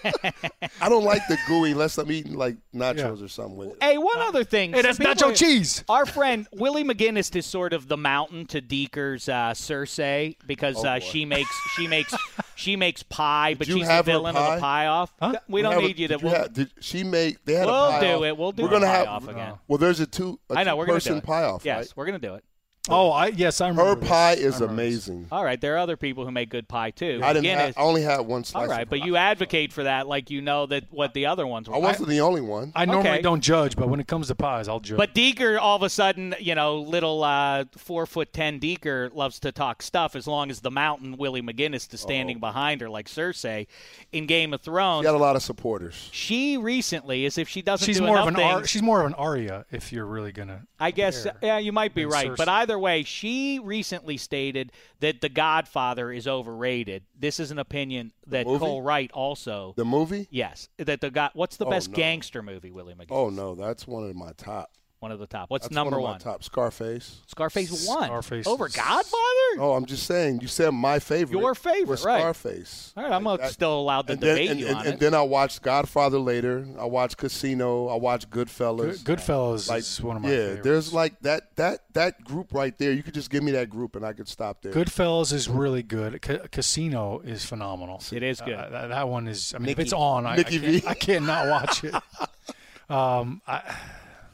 [SPEAKER 3] I don't like the gooey unless I'm eating like nachos or something with it.
[SPEAKER 6] Hey, one other thing.
[SPEAKER 4] hey, that's
[SPEAKER 6] Some people-
[SPEAKER 4] nacho cheese.
[SPEAKER 6] Our friend Willie McGinnis is sort of the mountain to Deeker's uh, Cersei because uh, she makes she makes she makes pie, but
[SPEAKER 3] Oh, you
[SPEAKER 6] she's the
[SPEAKER 3] have her
[SPEAKER 6] villain of
[SPEAKER 3] pie?
[SPEAKER 6] the pie off.
[SPEAKER 4] Huh?
[SPEAKER 6] We don't
[SPEAKER 3] Have a-
[SPEAKER 6] need you to.
[SPEAKER 3] did
[SPEAKER 6] We'll,
[SPEAKER 3] have- did- she made. They had
[SPEAKER 6] we'll
[SPEAKER 3] a pie
[SPEAKER 6] do
[SPEAKER 3] off.
[SPEAKER 6] it. We'll do
[SPEAKER 3] We're
[SPEAKER 6] the
[SPEAKER 3] gonna
[SPEAKER 6] pie
[SPEAKER 3] have,
[SPEAKER 6] off again.
[SPEAKER 3] Well, there's a two. A
[SPEAKER 6] I know we're gonna do
[SPEAKER 3] person
[SPEAKER 6] it.
[SPEAKER 3] pie off.
[SPEAKER 6] Yes,
[SPEAKER 3] right?
[SPEAKER 6] we're gonna do it.
[SPEAKER 4] Oh, I yes, I remember.
[SPEAKER 3] Her
[SPEAKER 4] this.
[SPEAKER 3] pie
[SPEAKER 4] I
[SPEAKER 3] is
[SPEAKER 4] remember this.
[SPEAKER 3] amazing.
[SPEAKER 6] All right, there are other people who make good pie too.
[SPEAKER 3] I didn't.
[SPEAKER 6] McGinnis.
[SPEAKER 3] Have, I only had one slice.
[SPEAKER 6] Oh, all right,
[SPEAKER 3] of
[SPEAKER 6] but
[SPEAKER 3] pie.
[SPEAKER 6] you advocate for that, like you know that what the other ones were.
[SPEAKER 3] I wasn't the only one.
[SPEAKER 4] I normally
[SPEAKER 6] Okay.
[SPEAKER 4] don't judge, but when it comes to pies, I'll judge.
[SPEAKER 6] But Deeker, all of a sudden, you know, little uh, four foot ten Deeker loves to talk stuff as long as the mountain Willie McGinnis is standing behind her, like Cersei in Game of
[SPEAKER 3] She
[SPEAKER 6] Thrones.
[SPEAKER 3] had a lot of supporters.
[SPEAKER 6] She recently, as if she doesn't
[SPEAKER 4] she's
[SPEAKER 6] do
[SPEAKER 4] more of
[SPEAKER 6] enough
[SPEAKER 4] an
[SPEAKER 6] things,
[SPEAKER 4] ar- she's more of an aria if you're really gonna.
[SPEAKER 6] I guess,
[SPEAKER 4] compare.
[SPEAKER 6] yeah, you might be
[SPEAKER 4] than
[SPEAKER 6] right. But
[SPEAKER 4] Cersei.
[SPEAKER 6] either way, she recently stated that The Godfather is overrated. This is an opinion that
[SPEAKER 3] movie?
[SPEAKER 6] Cole Wright also.
[SPEAKER 3] The movie?
[SPEAKER 6] Yes, that the God. What's the
[SPEAKER 3] Oh,
[SPEAKER 6] best
[SPEAKER 3] no.
[SPEAKER 6] gangster movie, Willie McGinnis?
[SPEAKER 3] Oh no, that's one of my top.
[SPEAKER 6] one of the top. What's
[SPEAKER 3] That's one.
[SPEAKER 6] number
[SPEAKER 3] Of my
[SPEAKER 6] one?
[SPEAKER 3] top Scarface.
[SPEAKER 6] Scarface one
[SPEAKER 4] Scarface
[SPEAKER 6] over
[SPEAKER 4] is-
[SPEAKER 6] Godfather.
[SPEAKER 3] Oh, I'm just saying. You said my favorite.
[SPEAKER 6] Your favorite,
[SPEAKER 3] was
[SPEAKER 6] right.
[SPEAKER 3] Scarface.
[SPEAKER 6] All right, I'm
[SPEAKER 3] I-
[SPEAKER 6] still allowed to
[SPEAKER 3] and then,
[SPEAKER 6] debate
[SPEAKER 3] and,
[SPEAKER 6] you
[SPEAKER 3] and-
[SPEAKER 6] on
[SPEAKER 3] and
[SPEAKER 6] it.
[SPEAKER 3] then I watched Godfather later. I watched Casino. I watched
[SPEAKER 4] Good,
[SPEAKER 3] Goodfellas.
[SPEAKER 4] Goodfellas is one of my
[SPEAKER 3] yeah,
[SPEAKER 4] favorites.
[SPEAKER 3] there's like that that that group right there. You could just give me that group and I could stop there.
[SPEAKER 4] Goodfellas is really good. Ca- Casino is phenomenal.
[SPEAKER 6] it is good.
[SPEAKER 4] Uh, that, that one is. I mean,
[SPEAKER 3] Nikki-
[SPEAKER 4] if it's on, I, I
[SPEAKER 3] Nikki
[SPEAKER 4] can't,
[SPEAKER 3] V.
[SPEAKER 4] I can't not watch it. um, I,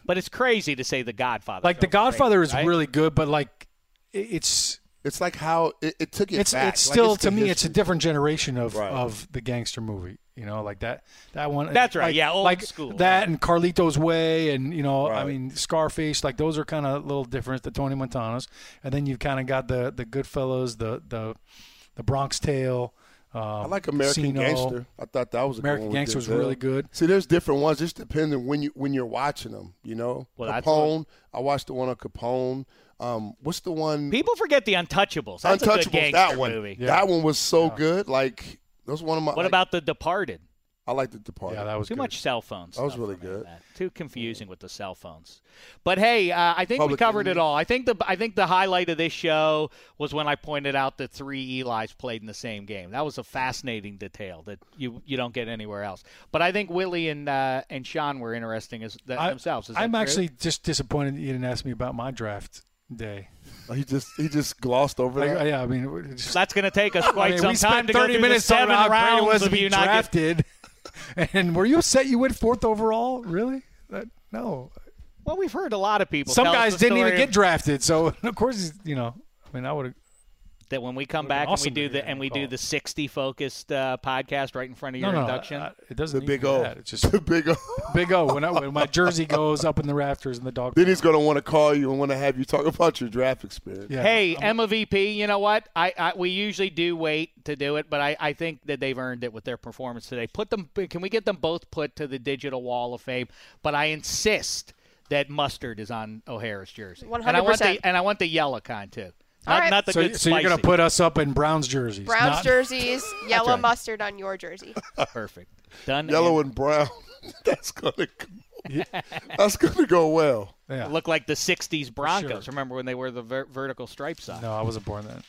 [SPEAKER 6] But it's crazy to say The Godfather.
[SPEAKER 4] Like The
[SPEAKER 6] films are great,
[SPEAKER 4] Godfather is
[SPEAKER 6] right?
[SPEAKER 4] really good, but like it- it's
[SPEAKER 10] It's like how it, it took it
[SPEAKER 4] it's
[SPEAKER 10] back.
[SPEAKER 4] it's
[SPEAKER 10] Like,
[SPEAKER 4] still
[SPEAKER 10] the
[SPEAKER 4] to me it's a
[SPEAKER 10] history.
[SPEAKER 4] different generation of
[SPEAKER 10] Right.
[SPEAKER 4] of the gangster movie. You know, like that that one.
[SPEAKER 6] That's right,
[SPEAKER 4] like-
[SPEAKER 6] yeah, old
[SPEAKER 4] like
[SPEAKER 6] school.
[SPEAKER 4] That and Carlito's Way, and you know, I
[SPEAKER 10] Right.
[SPEAKER 4] mean Scarface. Like those are kind of a little different. The Tony Montana's, and then you've kind of got the the Goodfellas, the the the Bronx Tale. Um,
[SPEAKER 10] I like American
[SPEAKER 4] Casino.
[SPEAKER 10] Gangster. I thought that was a good
[SPEAKER 4] American
[SPEAKER 10] one with
[SPEAKER 4] Gangster was
[SPEAKER 10] Denzel.
[SPEAKER 4] really good.
[SPEAKER 10] See, there's different ones. Just depending when you when you're watching them. You know,
[SPEAKER 6] Well, that's
[SPEAKER 10] Capone. I watched the one on Capone. Um, what's the one?
[SPEAKER 6] People forget The Untouchables. That's a good
[SPEAKER 10] Untouchables.
[SPEAKER 6] gangster
[SPEAKER 10] That one.
[SPEAKER 6] movie.
[SPEAKER 10] That one was so good. Like that was one of my.
[SPEAKER 6] What
[SPEAKER 10] like,
[SPEAKER 6] about The Departed?
[SPEAKER 10] I liked the Departed.
[SPEAKER 4] Yeah, that was
[SPEAKER 6] Too
[SPEAKER 4] good.
[SPEAKER 6] much cell phones.
[SPEAKER 10] That was really good.
[SPEAKER 6] Too confusing with the cell phones. But hey, uh, I think
[SPEAKER 10] Public
[SPEAKER 6] we covered it
[SPEAKER 10] enemy.
[SPEAKER 6] all. I think the I think the highlight of this show was when I pointed out that three Eli's played in the same game. That was a fascinating detail that you you don't get anywhere else. But I think Willie and uh, and Sean were interesting as that
[SPEAKER 4] I-
[SPEAKER 6] themselves. Is that
[SPEAKER 4] I'm
[SPEAKER 6] true?
[SPEAKER 4] actually just disappointed that you didn't ask me about my draft day.
[SPEAKER 10] He just he just glossed over
[SPEAKER 4] Like,
[SPEAKER 10] that.
[SPEAKER 4] yeah, I mean, it just,
[SPEAKER 6] That's going to take us
[SPEAKER 4] I
[SPEAKER 6] quite
[SPEAKER 4] mean,
[SPEAKER 6] some
[SPEAKER 4] we
[SPEAKER 6] time
[SPEAKER 4] spent
[SPEAKER 6] to go
[SPEAKER 4] 30
[SPEAKER 6] through the
[SPEAKER 4] minutes
[SPEAKER 6] seven
[SPEAKER 4] on Brady
[SPEAKER 6] rounds
[SPEAKER 4] was to
[SPEAKER 6] of you
[SPEAKER 4] be
[SPEAKER 6] not getting
[SPEAKER 4] drafted. and were you upset you went fourth overall? Really? That, no.
[SPEAKER 6] Well, we've heard a lot of people.
[SPEAKER 4] Some
[SPEAKER 6] tell us
[SPEAKER 4] guys
[SPEAKER 6] the
[SPEAKER 4] didn't even
[SPEAKER 6] story
[SPEAKER 4] get drafted, so of course, he's- you know. I mean, I would have.
[SPEAKER 6] that when we come
[SPEAKER 4] It would've been
[SPEAKER 6] back
[SPEAKER 4] awesome
[SPEAKER 6] and we do
[SPEAKER 4] to hear
[SPEAKER 6] the and
[SPEAKER 4] him
[SPEAKER 6] we do
[SPEAKER 4] call.
[SPEAKER 6] the sixty focused uh, podcast right in front of
[SPEAKER 4] No,
[SPEAKER 6] your
[SPEAKER 4] no, uh,
[SPEAKER 6] induction.
[SPEAKER 4] I- I- it
[SPEAKER 10] The
[SPEAKER 4] doesn't. need
[SPEAKER 10] big
[SPEAKER 4] to be
[SPEAKER 10] O.
[SPEAKER 4] that. It's just
[SPEAKER 10] The big O.
[SPEAKER 4] big O. When, I, when my jersey goes up in the rafters and the dog.
[SPEAKER 10] Then he's gonna want to call you and want to have you talk about your draft experience.
[SPEAKER 4] Yeah.
[SPEAKER 6] Hey, Emma VP, you know what? I, I we usually do wait to do it, but I, I think that they've earned it with their performance today. Put them can we get them both put to the digital wall of fame? But I insist that mustard is on O'Hara's jersey. And I want the
[SPEAKER 8] 100%.
[SPEAKER 6] and I want the yellow kind too. Not,
[SPEAKER 8] All right.
[SPEAKER 6] not the
[SPEAKER 4] so,
[SPEAKER 6] good
[SPEAKER 4] so you're gonna
[SPEAKER 6] spicy.
[SPEAKER 4] put us up in Browns jerseys.
[SPEAKER 8] Brown's
[SPEAKER 4] not-
[SPEAKER 8] jerseys, yellow
[SPEAKER 4] right.
[SPEAKER 8] mustard on your jersey.
[SPEAKER 6] perfect. Done
[SPEAKER 10] Yellow and brown. that's gonna go, that's gonna go well.
[SPEAKER 4] Yeah.
[SPEAKER 6] look like the '60s Broncos. Remember when they were the ver- vertical stripes on?
[SPEAKER 4] No, I wasn't born then.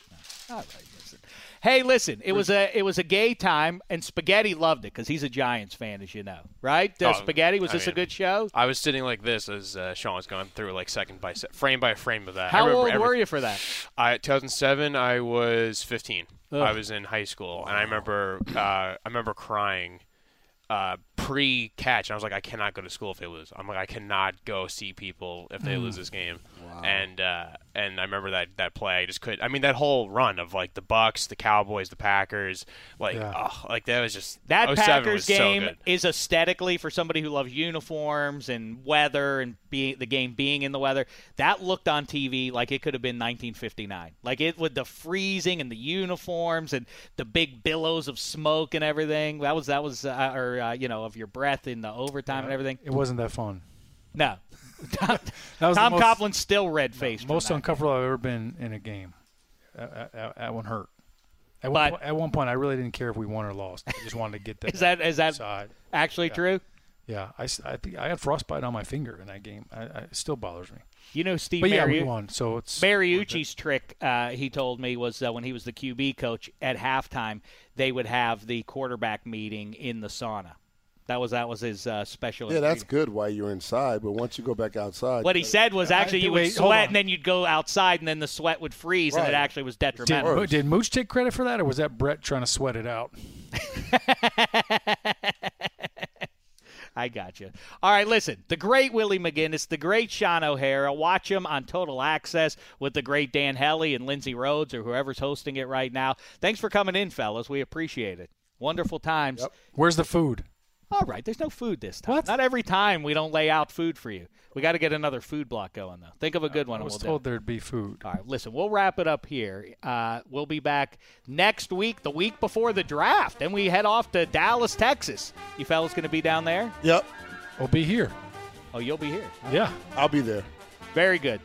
[SPEAKER 6] Hey, listen, it was a it was a gay time, and Spaghetti loved it because he's a Giants fan, as you know, right? Uh,
[SPEAKER 7] Oh,
[SPEAKER 6] Spaghetti, was
[SPEAKER 7] I
[SPEAKER 6] this a
[SPEAKER 7] mean,
[SPEAKER 6] good show?
[SPEAKER 7] I was sitting like this as uh, Sean was going through like second by se- frame by frame of that. I
[SPEAKER 6] How
[SPEAKER 7] remember
[SPEAKER 6] old
[SPEAKER 7] everything.
[SPEAKER 6] were you for that?
[SPEAKER 7] I 2007. I was 15. I
[SPEAKER 6] Ugh.
[SPEAKER 7] was in high school, and I remember uh, I remember crying uh, pre-catch. I was like, I cannot go to school if they lose. I'm like, I cannot go see people if they lose this game. And uh, and I remember that that play. I just could. I mean, that whole run of like the Bucks, the Cowboys, the Packers. Like,
[SPEAKER 4] Yeah.
[SPEAKER 7] oh, like that was just
[SPEAKER 6] That
[SPEAKER 7] 07
[SPEAKER 6] Packers
[SPEAKER 7] was so
[SPEAKER 6] game
[SPEAKER 7] good.
[SPEAKER 6] is aesthetically for somebody who loves uniforms and weather and being the game being in the weather. That looked on TV like it could have been 1959. Like it with the freezing and the uniforms and the big billows of smoke and everything. That was that was uh, or uh, you know of your breath in the overtime and everything.
[SPEAKER 4] It wasn't that fun.
[SPEAKER 6] No. Tom,
[SPEAKER 4] That was the
[SPEAKER 6] Tom
[SPEAKER 4] most-
[SPEAKER 6] Coughlin's still red faced.
[SPEAKER 4] Most uncomfortable I've ever been in a game. That, that, that one hurt.
[SPEAKER 6] But-
[SPEAKER 4] At one, point, at one point, I really didn't care if we won or lost. I just wanted to get that.
[SPEAKER 6] Is that is that
[SPEAKER 4] side.
[SPEAKER 6] actually true?
[SPEAKER 4] Yeah, I, s- I think I had frostbite on my finger in that game. I, I, it still bothers me.
[SPEAKER 6] You know Steve
[SPEAKER 4] But yeah, we
[SPEAKER 6] Mariu-
[SPEAKER 4] won, so it's
[SPEAKER 6] Mariucci's trick, uh, he told me, was uh, when he was the QB coach at halftime, they would have the quarterback meeting in the sauna. That was that was his uh, special.
[SPEAKER 10] Yeah, that's
[SPEAKER 6] ingredient.
[SPEAKER 10] good while you're inside, but once you go back outside,
[SPEAKER 6] What he said was actually you would
[SPEAKER 4] wait, hold
[SPEAKER 6] sweat
[SPEAKER 4] on.
[SPEAKER 6] and then you'd go outside and then the sweat would freeze and
[SPEAKER 10] Right.
[SPEAKER 6] it actually was
[SPEAKER 4] Did,
[SPEAKER 6] detrimental.
[SPEAKER 4] Mo- did Mooch take credit for that, or was that Brett trying to sweat it out?
[SPEAKER 6] I got you. All right, listen. The great Willie McGinnis, the great Sean O'Hara. Watch him on Total Access with the great Dan Helly and Lindsey Rhodes or whoever's hosting it right now. Thanks for coming in, fellas. We appreciate it. Wonderful times.
[SPEAKER 4] Where's the food?
[SPEAKER 6] All right, there's no food this time. Not every time we don't lay out food for you. We got to get another food block going, though. Think of a good one.
[SPEAKER 4] I
[SPEAKER 6] and
[SPEAKER 4] was
[SPEAKER 6] we'll do it.
[SPEAKER 4] told there'd be food.
[SPEAKER 6] All right, listen, we'll wrap it up here. Uh, we'll be back next week, the week before the draft. Then we head off to Dallas, Texas. You fellas going to be down there?
[SPEAKER 10] "Yep,
[SPEAKER 4] We'll be here.
[SPEAKER 6] Oh, you'll be here.
[SPEAKER 4] Yeah,
[SPEAKER 10] I'll be there."
[SPEAKER 6] Very good.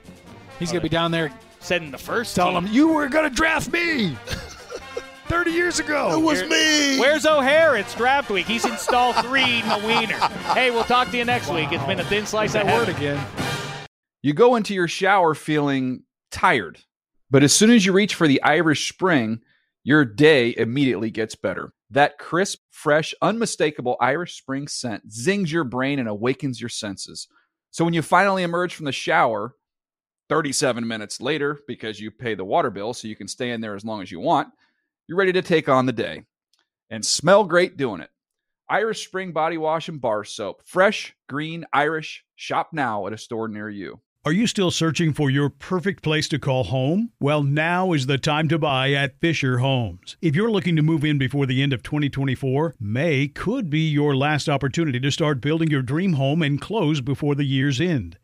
[SPEAKER 4] he's gonna be down there.
[SPEAKER 6] Sending the first
[SPEAKER 4] Tell
[SPEAKER 6] team.
[SPEAKER 4] him you were gonna draft me thirty years ago.
[SPEAKER 10] It was me.
[SPEAKER 6] Where's O'Hare? It's draft week. He's in stall three in the wiener. Hey, we'll talk to you next week. It's been a thin slice
[SPEAKER 4] that
[SPEAKER 6] of heaven.
[SPEAKER 4] word again.
[SPEAKER 11] You go into your shower feeling tired, but as soon as you reach for the Irish Spring, your day immediately gets better. That crisp, fresh, unmistakable Irish Spring scent zings your brain and awakens your senses. So when you finally emerge from the shower, 37 minutes later, because you pay the water bill so you can stay in there as long as you want, you're ready to take on the day and smell great doing it. Irish Spring Body Wash and Bar Soap. Fresh, green, Irish. Shop now at a store near you.
[SPEAKER 1] Are you still searching for your perfect place to call home? Well, now is the time to buy at Fisher Homes. If you're looking to move in before the end of 2024, May could be your last opportunity to start building your dream home and close before the year's end.